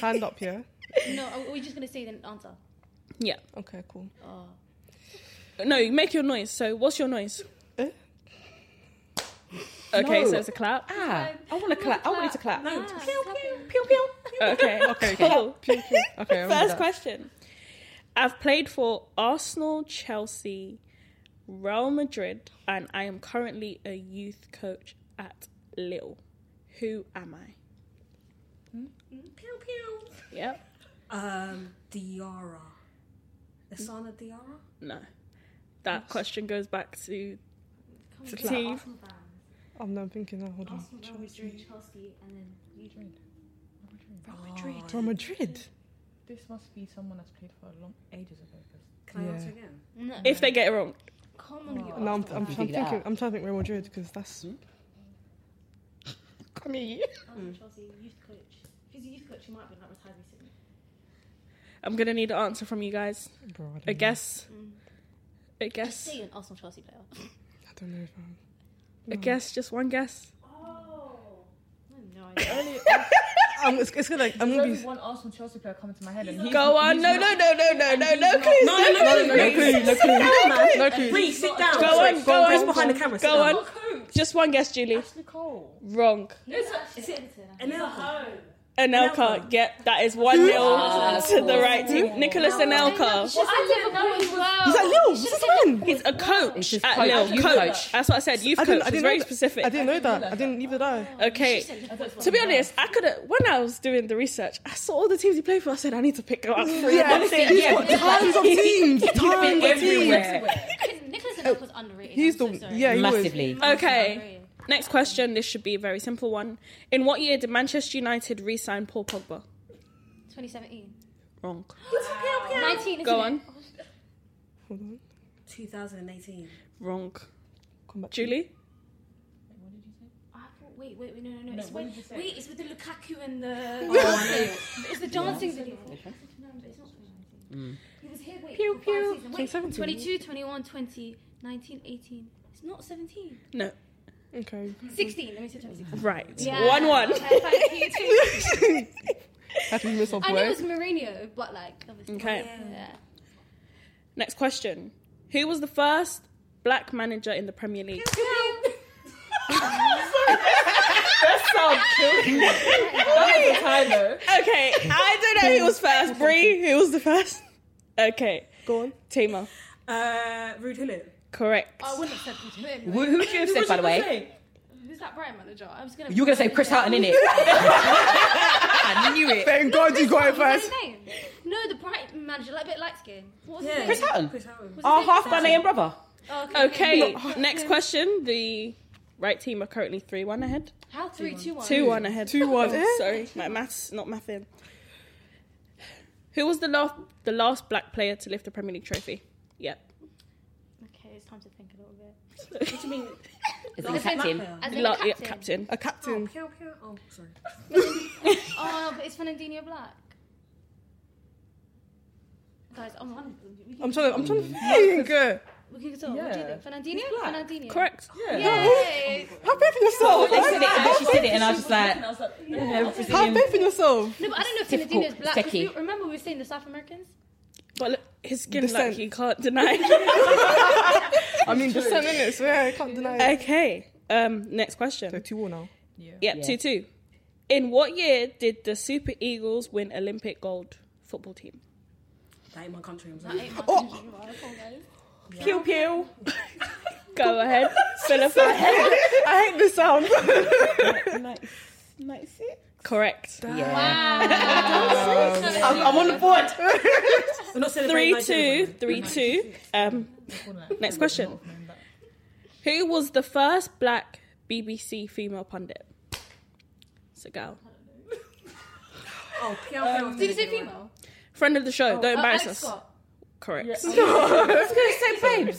Speaker 5: Hand up, yeah?
Speaker 6: No, are are we just gonna say the answer?
Speaker 2: Yeah.
Speaker 5: Okay, cool.
Speaker 2: No, you make your noise. So, what's your noise?
Speaker 5: Eh?
Speaker 2: Okay,
Speaker 4: No.
Speaker 2: so it's a clap.
Speaker 4: Ah, I want to clap. I wanted to clap.
Speaker 6: No,
Speaker 2: Pew, pew, pew, pew. Okay, okay, cool.
Speaker 5: Okay, I'm
Speaker 2: <laughs> First question. I've played for Arsenal, Chelsea, Real Madrid, and I am currently a youth coach at Lille. Who am I?
Speaker 3: Pew pew.
Speaker 2: Yep.
Speaker 3: Um, Diara. Asana Diara.
Speaker 2: No. That question goes back to to Steve.
Speaker 5: Oh, no, I'm thinking now. Hold on.
Speaker 6: Chelsea. Chelsea and then you drink.
Speaker 3: Oh,
Speaker 5: From Madrid?
Speaker 7: This must be someone that's played for a long ages ago. 'cause
Speaker 3: Can I
Speaker 5: Yeah.
Speaker 3: answer again?
Speaker 2: If they get it wrong,
Speaker 6: Come on, you.
Speaker 5: No, I'm, I'm,
Speaker 6: bastard.
Speaker 5: I'm
Speaker 4: Figure it
Speaker 5: thinking.
Speaker 4: out.
Speaker 5: I'm trying to think Real Madrid because that's.
Speaker 2: come here.
Speaker 6: I was a Chelsea youth coach. If he's a youth coach, he might have been like retired recently.
Speaker 2: I'm gonna need an answer from you guys.
Speaker 5: Bro, I don't
Speaker 2: A guess. A
Speaker 6: Just
Speaker 2: guess.
Speaker 6: say an Arsenal Chelsea player.
Speaker 5: Know. I don't know if I'm.
Speaker 2: A guess. Just one guess.
Speaker 6: Oh. <laughs> No idea.
Speaker 5: I'm it's, it's gonna like. I'm
Speaker 7: There's
Speaker 5: gonna
Speaker 7: only
Speaker 5: be.
Speaker 7: one Arsenal Chelsea player coming to my head, <laughs> and he's
Speaker 2: Go on. No, no, no, no, no, no, no, clues.
Speaker 3: No, no, no, no, no,
Speaker 5: clue, no clue. No clue.
Speaker 3: Please sit down.
Speaker 2: Go
Speaker 3: Sorry,
Speaker 2: on. Go
Speaker 3: Who's
Speaker 2: on.
Speaker 3: behind the camera? Sit
Speaker 2: Go
Speaker 3: down.
Speaker 2: on. Just one guess, Julie.
Speaker 7: Ashley Cole.
Speaker 2: Wrong.
Speaker 6: Is it?
Speaker 3: Anelka.
Speaker 2: Anelka. Yep, that is one nil to the right team. Nicholas Anelka.
Speaker 6: Well, I never know as well.
Speaker 5: He's like, Lil, what's this man?
Speaker 2: He's a coach
Speaker 4: just
Speaker 2: at
Speaker 4: coach.
Speaker 2: Lille.
Speaker 4: Youth
Speaker 2: Coach.
Speaker 4: coach.
Speaker 2: That's what I said. Youth
Speaker 5: I
Speaker 2: coach.
Speaker 5: didn't, I
Speaker 2: It's
Speaker 5: didn't
Speaker 2: very
Speaker 5: know that.
Speaker 2: specific.
Speaker 5: I didn't know that. I didn't, neither did I.
Speaker 2: Okay. To be honest, I could have. When I was doing the research, I saw all the teams he played for. I said, I need to pick up <laughs> three.
Speaker 5: Yeah, he's got tons of <laughs> teams. Tons of teams.
Speaker 6: Nicholas Anelka was underrated.
Speaker 5: He's
Speaker 6: I'm
Speaker 5: the.
Speaker 6: so sorry.
Speaker 5: Yeah, he
Speaker 4: Massively.
Speaker 2: Okay. Next question. This should be a very simple one. In what year did Manchester United re-sign Paul Pogba?
Speaker 6: 2017.
Speaker 2: Wrong.
Speaker 6: 19. Isn't
Speaker 2: Go
Speaker 6: it? Oh,
Speaker 2: on.
Speaker 5: was. Hold on.
Speaker 3: 2018.
Speaker 2: Wrong.
Speaker 5: Come back.
Speaker 2: Julie.
Speaker 6: I thought- Wait, wait, wait, no, no, no. it's when, wait, it's with the Lukaku <laughs> and the. Oh, it's the dancing video. No, but it's not 2019.
Speaker 2: Mm.
Speaker 6: He was here, wait. Pew, pew. Season. Wait, 22, 21, 20, 19, 18. It's not 17.
Speaker 2: No.
Speaker 5: Okay.
Speaker 6: 16. Let me say 26.
Speaker 2: Right. <laughs>
Speaker 6: Yeah.
Speaker 2: One one.
Speaker 6: Okay, thank you, too. <laughs>
Speaker 5: Had to be miss off
Speaker 6: I know it
Speaker 5: work.
Speaker 6: was Mourinho, but like, obviously.
Speaker 2: Okay.
Speaker 6: Yeah.
Speaker 2: Next question. Who was the first black manager in the Premier League?
Speaker 7: sound true. that was a timer.
Speaker 2: Okay, I don't know who was first. Brie, who was the first? Okay. Go on. Tima.
Speaker 3: Uh, Rude Hilliard.
Speaker 2: Correct.
Speaker 6: I wouldn't have said Peter Lynn.
Speaker 4: Who, who would you have said, by the way?
Speaker 6: Who's that brand manager? I was gonna.
Speaker 4: You were going to say Chris Hutton, innit? I knew it.
Speaker 10: Thank God you got it
Speaker 6: What's
Speaker 10: first.
Speaker 6: his name? No, the bright manager, like a bit light skin. What was his
Speaker 2: Yeah.
Speaker 6: name?
Speaker 2: Chris Hutton?
Speaker 6: What's his name?
Speaker 2: Our half Ghanaian brother.
Speaker 6: Oh, okay.
Speaker 2: Okay,
Speaker 6: No.
Speaker 2: next question. The right team are currently 3 1 ahead.
Speaker 6: How three, two, one.
Speaker 2: 2 1 ahead.
Speaker 6: 2 1.
Speaker 2: Oh, sorry, my maths, not mathin. Who was the last, the last black player to lift the Premier League trophy? Yep.
Speaker 6: Okay, it's time to think a little bit.
Speaker 3: What do you mean?
Speaker 2: As in captain.
Speaker 6: As
Speaker 2: <laughs>
Speaker 6: in
Speaker 2: La-
Speaker 6: captain.
Speaker 2: yeah, captain.
Speaker 3: A captain. Oh, pew, pew. oh sorry.
Speaker 6: Oh, but it's Fernandinho Black. Guys, I'm one. we can-
Speaker 5: I'm trying to, I'm <laughs> trying to think. Uh,
Speaker 6: We can talk. What do you think? Fernandinho? Fernandinho.
Speaker 2: Correct.
Speaker 5: Yeah.
Speaker 6: Yay.
Speaker 5: Have faith in yourself.
Speaker 4: They said it, and then she said it, and I was just
Speaker 5: Have
Speaker 4: like,
Speaker 6: I was like,
Speaker 4: yeah,
Speaker 6: I'll take
Speaker 5: Have
Speaker 6: it.
Speaker 5: faith in yourself.
Speaker 6: No, but I don't know if
Speaker 5: It's
Speaker 6: Fernandinho is
Speaker 5: difficult.
Speaker 6: black. 'cause
Speaker 5: Secky.
Speaker 6: we- Remember, we were saying the
Speaker 2: <laughs>
Speaker 6: South Americans?
Speaker 2: But look, his skin,
Speaker 5: Descent.
Speaker 2: like, you can't deny.
Speaker 5: I mean, just 10 minutes, yeah, I can't deny
Speaker 2: <laughs>
Speaker 5: it.
Speaker 2: Okay. Um, next question. So
Speaker 5: two one now.
Speaker 7: Yeah.
Speaker 2: Yeah, two two. In what year did the Super Eagles win Olympic gold football team?
Speaker 3: That ain't my country. I'm
Speaker 6: That
Speaker 3: sorry.
Speaker 6: ain't my country,
Speaker 2: Oh.
Speaker 6: right? I apologize.
Speaker 2: Pew pew. <laughs> Go <laughs> ahead, Philip. I hate,
Speaker 5: the sound.
Speaker 2: Correct.
Speaker 4: I'm, I'm on the board.
Speaker 3: We're not celebrating
Speaker 2: Three
Speaker 3: Nigeria,
Speaker 2: two,
Speaker 3: by the way.
Speaker 2: three two. Um, next question. Who was the first black BBC female pundit? It's a girl.
Speaker 3: Oh, pew, pew.
Speaker 6: Did you say female?
Speaker 2: Friend of the show. Don't
Speaker 6: Oh,
Speaker 2: embarrass
Speaker 6: Alex
Speaker 2: us.
Speaker 6: Scott.
Speaker 2: Correct.
Speaker 3: <laughs> Are you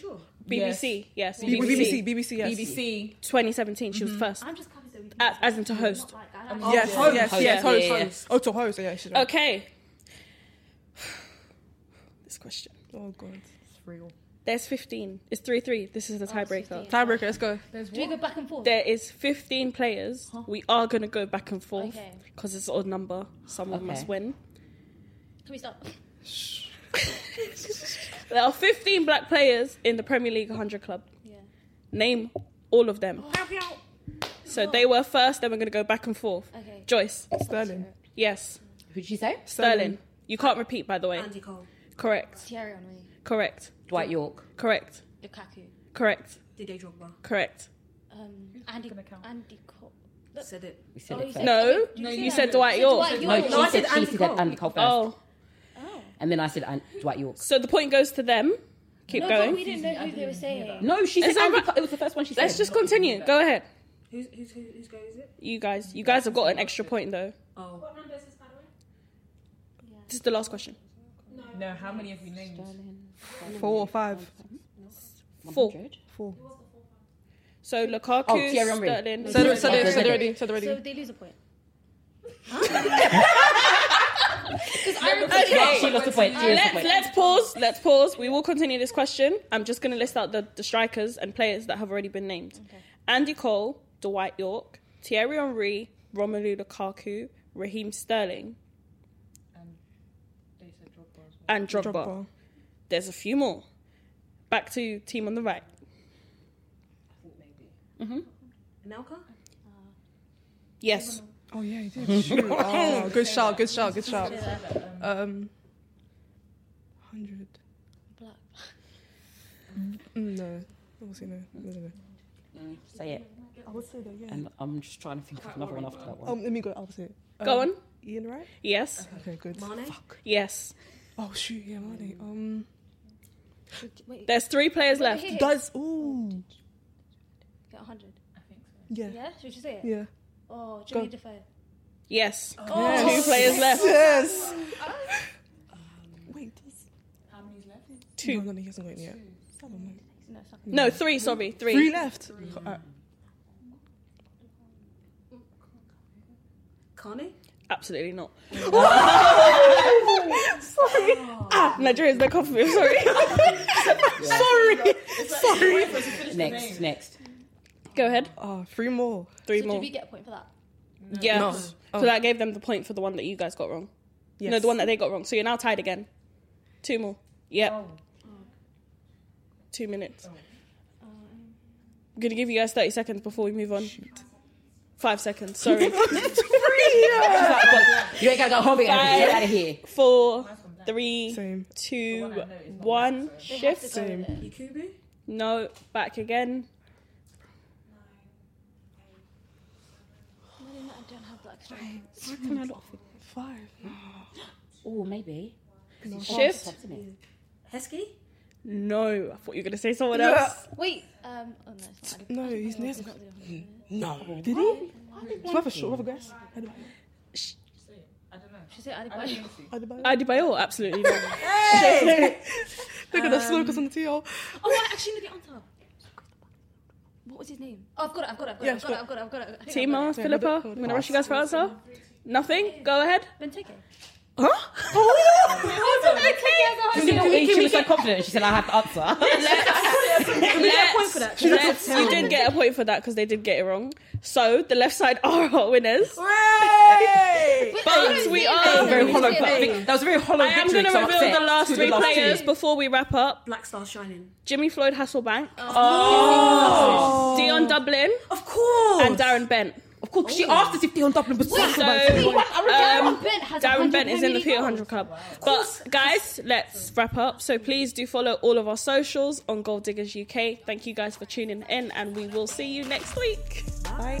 Speaker 3: sure?
Speaker 2: BBC, yes.
Speaker 5: B- BBC, BBC, yes.
Speaker 7: BBC.
Speaker 2: 2017, she was first.
Speaker 6: I'm just copies of
Speaker 2: A- As in to host.
Speaker 5: Yes,
Speaker 2: Oh,
Speaker 5: yes,
Speaker 2: host,
Speaker 5: yes,
Speaker 2: yeah,
Speaker 5: host,
Speaker 2: yeah.
Speaker 5: host. Oh, to host, yeah, she's right.
Speaker 2: Okay. <sighs> This question.
Speaker 5: Oh, God.
Speaker 7: It's real.
Speaker 2: There's 15. It's 3 3. This is the tiebreaker.
Speaker 5: Tiebreaker, let's go.
Speaker 7: There's
Speaker 6: Do we
Speaker 7: one.
Speaker 6: go back and forth?
Speaker 2: There is 15 players. We are going to go back and forth
Speaker 6: Okay.
Speaker 2: because it's odd number. Someone
Speaker 4: Okay.
Speaker 2: must win.
Speaker 6: Can we start? <laughs>
Speaker 2: There are 15 black players in the Premier League 100 club.
Speaker 6: Yeah.
Speaker 2: Name all of
Speaker 3: Oh,
Speaker 2: them. So they were first, then we're going to go back and forth.
Speaker 6: Okay.
Speaker 2: Joyce.
Speaker 5: Sterling.
Speaker 2: Yes.
Speaker 4: Who'd she say?
Speaker 2: Sterling. You can't repeat, by the way.
Speaker 3: Andy Cole.
Speaker 2: Correct.
Speaker 6: Thierry Henry.
Speaker 2: Correct.
Speaker 4: Dwight York.
Speaker 2: Correct.
Speaker 6: Lukaku.
Speaker 2: Correct.
Speaker 3: Didier Drogba.
Speaker 2: Correct.
Speaker 6: Um, Andy. Andy Cole.
Speaker 3: Said it.
Speaker 4: We said
Speaker 6: Oh,
Speaker 4: it
Speaker 6: you
Speaker 4: first.
Speaker 6: said-
Speaker 2: No,
Speaker 6: oh, did you
Speaker 2: you,
Speaker 6: say that?
Speaker 2: said Dwight York.
Speaker 6: Dwight
Speaker 4: No,
Speaker 6: York.
Speaker 4: she
Speaker 3: No, I
Speaker 4: said,
Speaker 3: said
Speaker 4: she
Speaker 3: Andy
Speaker 4: said
Speaker 3: Cole.
Speaker 4: Andy Cole first.
Speaker 2: Oh,
Speaker 4: And then I said An- Dwight York.
Speaker 2: so the point goes to them. Keep
Speaker 6: No, but
Speaker 2: going.
Speaker 6: we didn't know who they were saying.
Speaker 4: No, she said
Speaker 2: It's all
Speaker 4: Andy
Speaker 2: right.
Speaker 4: Cole. It was the first one she said.
Speaker 2: Let's just continue. Go ahead.
Speaker 3: Who's, who's, who, whose go is it?
Speaker 2: You guys. You guys have got an extra point though.
Speaker 3: Oh.
Speaker 2: This is the last question.
Speaker 7: No, how many have you named?
Speaker 5: Four or five.
Speaker 2: Four.
Speaker 5: Four.
Speaker 2: So Lukaku,
Speaker 4: Oh, Thierry Henry.
Speaker 2: Sterling.
Speaker 5: Said it, said
Speaker 4: Yeah.
Speaker 5: it, said it already, said it
Speaker 6: So
Speaker 5: already.
Speaker 6: they lose a point.
Speaker 4: Okay. She lost a point. She lost a
Speaker 2: Let's,
Speaker 4: point.
Speaker 2: let's pause. Let's pause. We will continue this question. I'm just going to list out the, the strikers and players that have already been named. Andy Cole, Dwight York, Thierry Henry, Romelu Lukaku, Raheem Sterling,
Speaker 7: They said Drogba as well.
Speaker 2: and Drogba.
Speaker 5: Drogba.
Speaker 2: There's a few more. Back to team on the right.
Speaker 3: Anelka?
Speaker 2: Yes.
Speaker 5: Oh, yeah,
Speaker 2: <laughs>
Speaker 5: you did. Shoot. Oh, good shout, good shout, good shout. Um, 100.
Speaker 6: Black.
Speaker 5: Mm, No. Obviously, no. no, no, no.
Speaker 4: Say it.
Speaker 5: I would say that, yeah.
Speaker 4: And I'm just trying to think of another one after that
Speaker 2: Oh,
Speaker 4: one.
Speaker 5: Um, let me go opposite.
Speaker 2: Go
Speaker 5: Um,
Speaker 2: on.
Speaker 5: Ian Wright?
Speaker 2: Yes.
Speaker 5: Okay, good.
Speaker 3: Mane?
Speaker 2: Yes.
Speaker 5: Oh, shoot, yeah, Mane. Um,
Speaker 6: Wait,
Speaker 2: There's three players left.
Speaker 6: here.
Speaker 5: does, ooh.
Speaker 6: Get 100.
Speaker 5: Yeah.
Speaker 6: Yeah? Should you say it?
Speaker 5: Yeah.
Speaker 6: Oh, Jimmy
Speaker 5: Go.
Speaker 6: Defoe.
Speaker 2: Yes. Two players left. <laughs>
Speaker 5: Yes!
Speaker 2: Um,
Speaker 5: Wait, does...
Speaker 7: How many's left?
Speaker 5: Two. No, no, he hasn't got in yet. Seven, no.
Speaker 6: No, it's not.
Speaker 2: No, three. Sorry, three.
Speaker 5: Three left. Uh,
Speaker 3: Carney?
Speaker 2: Absolutely not. sorry. Ah, Nigerians, they're confident. Sorry. sorry. Sorry.
Speaker 4: Next, next. <laughs>
Speaker 2: Go ahead.
Speaker 5: oh, three more.
Speaker 2: Three
Speaker 6: So
Speaker 2: more.
Speaker 6: did we get a point for that?
Speaker 2: Yeah.
Speaker 5: No. Oh,
Speaker 2: So that gave them the point for the one that you guys got wrong.
Speaker 5: Yes.
Speaker 2: No, the one that they got wrong. So you're now tied again. Two more. Yep. Two minutes. I'm going to give you guys 30 seconds before we move on. Five seconds.
Speaker 5: <laughs>
Speaker 2: Sorry.
Speaker 4: You ain't gotta go home, you gotta get out of here.
Speaker 2: Four, three, two, one. Shift. No, back again.
Speaker 6: I don't have black
Speaker 2: Why can I not
Speaker 5: Five.
Speaker 4: Oh, maybe.
Speaker 2: Shift.
Speaker 6: Heskey?
Speaker 2: No, I thought you were going to say someone else.
Speaker 6: Wait. Um, oh no. It's not
Speaker 5: No, he's near.
Speaker 6: Hmm.
Speaker 5: No. Did he? Do you have a short of a guess?
Speaker 6: Should I say Adebayo?
Speaker 2: Adibayo, <laughs> absolutely not.
Speaker 5: <laughs> They're gonna smoke us on the TL.
Speaker 6: Oh, I actually know the answer. What was his name? Oh, I've got it. I've got it. I've got,
Speaker 5: Yeah,
Speaker 6: it, I've, got it, I've got it. I've got it. I've got it.
Speaker 2: Tima, Philippa, I'm going to rush you guys for answer. Nothing? Go ahead.
Speaker 6: Benteke.
Speaker 2: <laughs> Huh?
Speaker 6: Benteke has a high
Speaker 4: She was so confident. She said, "I have to answer."
Speaker 2: Let's- let's- You did get a point for that because they did get it wrong. So the left side <laughs> are our winners.
Speaker 4: <laughs>
Speaker 2: But we are.
Speaker 4: very hollow. That was a very hollow.
Speaker 2: I am
Speaker 4: victory,
Speaker 2: going to
Speaker 4: 'cause I'm
Speaker 2: reveal
Speaker 4: upset
Speaker 2: the last
Speaker 4: to
Speaker 2: three
Speaker 4: last
Speaker 2: players
Speaker 4: two.
Speaker 2: before we wrap up.
Speaker 3: Black Star Shining.
Speaker 2: Jimmy Floyd Hasselbank. Dion Dublin. Oh. Of course. And Darren Bent.
Speaker 4: Of course, 'cause she asked us if Dion Dublin was
Speaker 2: So,
Speaker 6: Darren
Speaker 2: um,
Speaker 6: Bent has
Speaker 2: Darren
Speaker 6: 100
Speaker 2: Bent is in the
Speaker 6: Premier
Speaker 2: Peter 100 Club. But, guys, let's wrap up. So, please do follow all of our socials on Gold Diggers UK. Thank you guys for tuning in, and we will see you next week.
Speaker 5: Bye.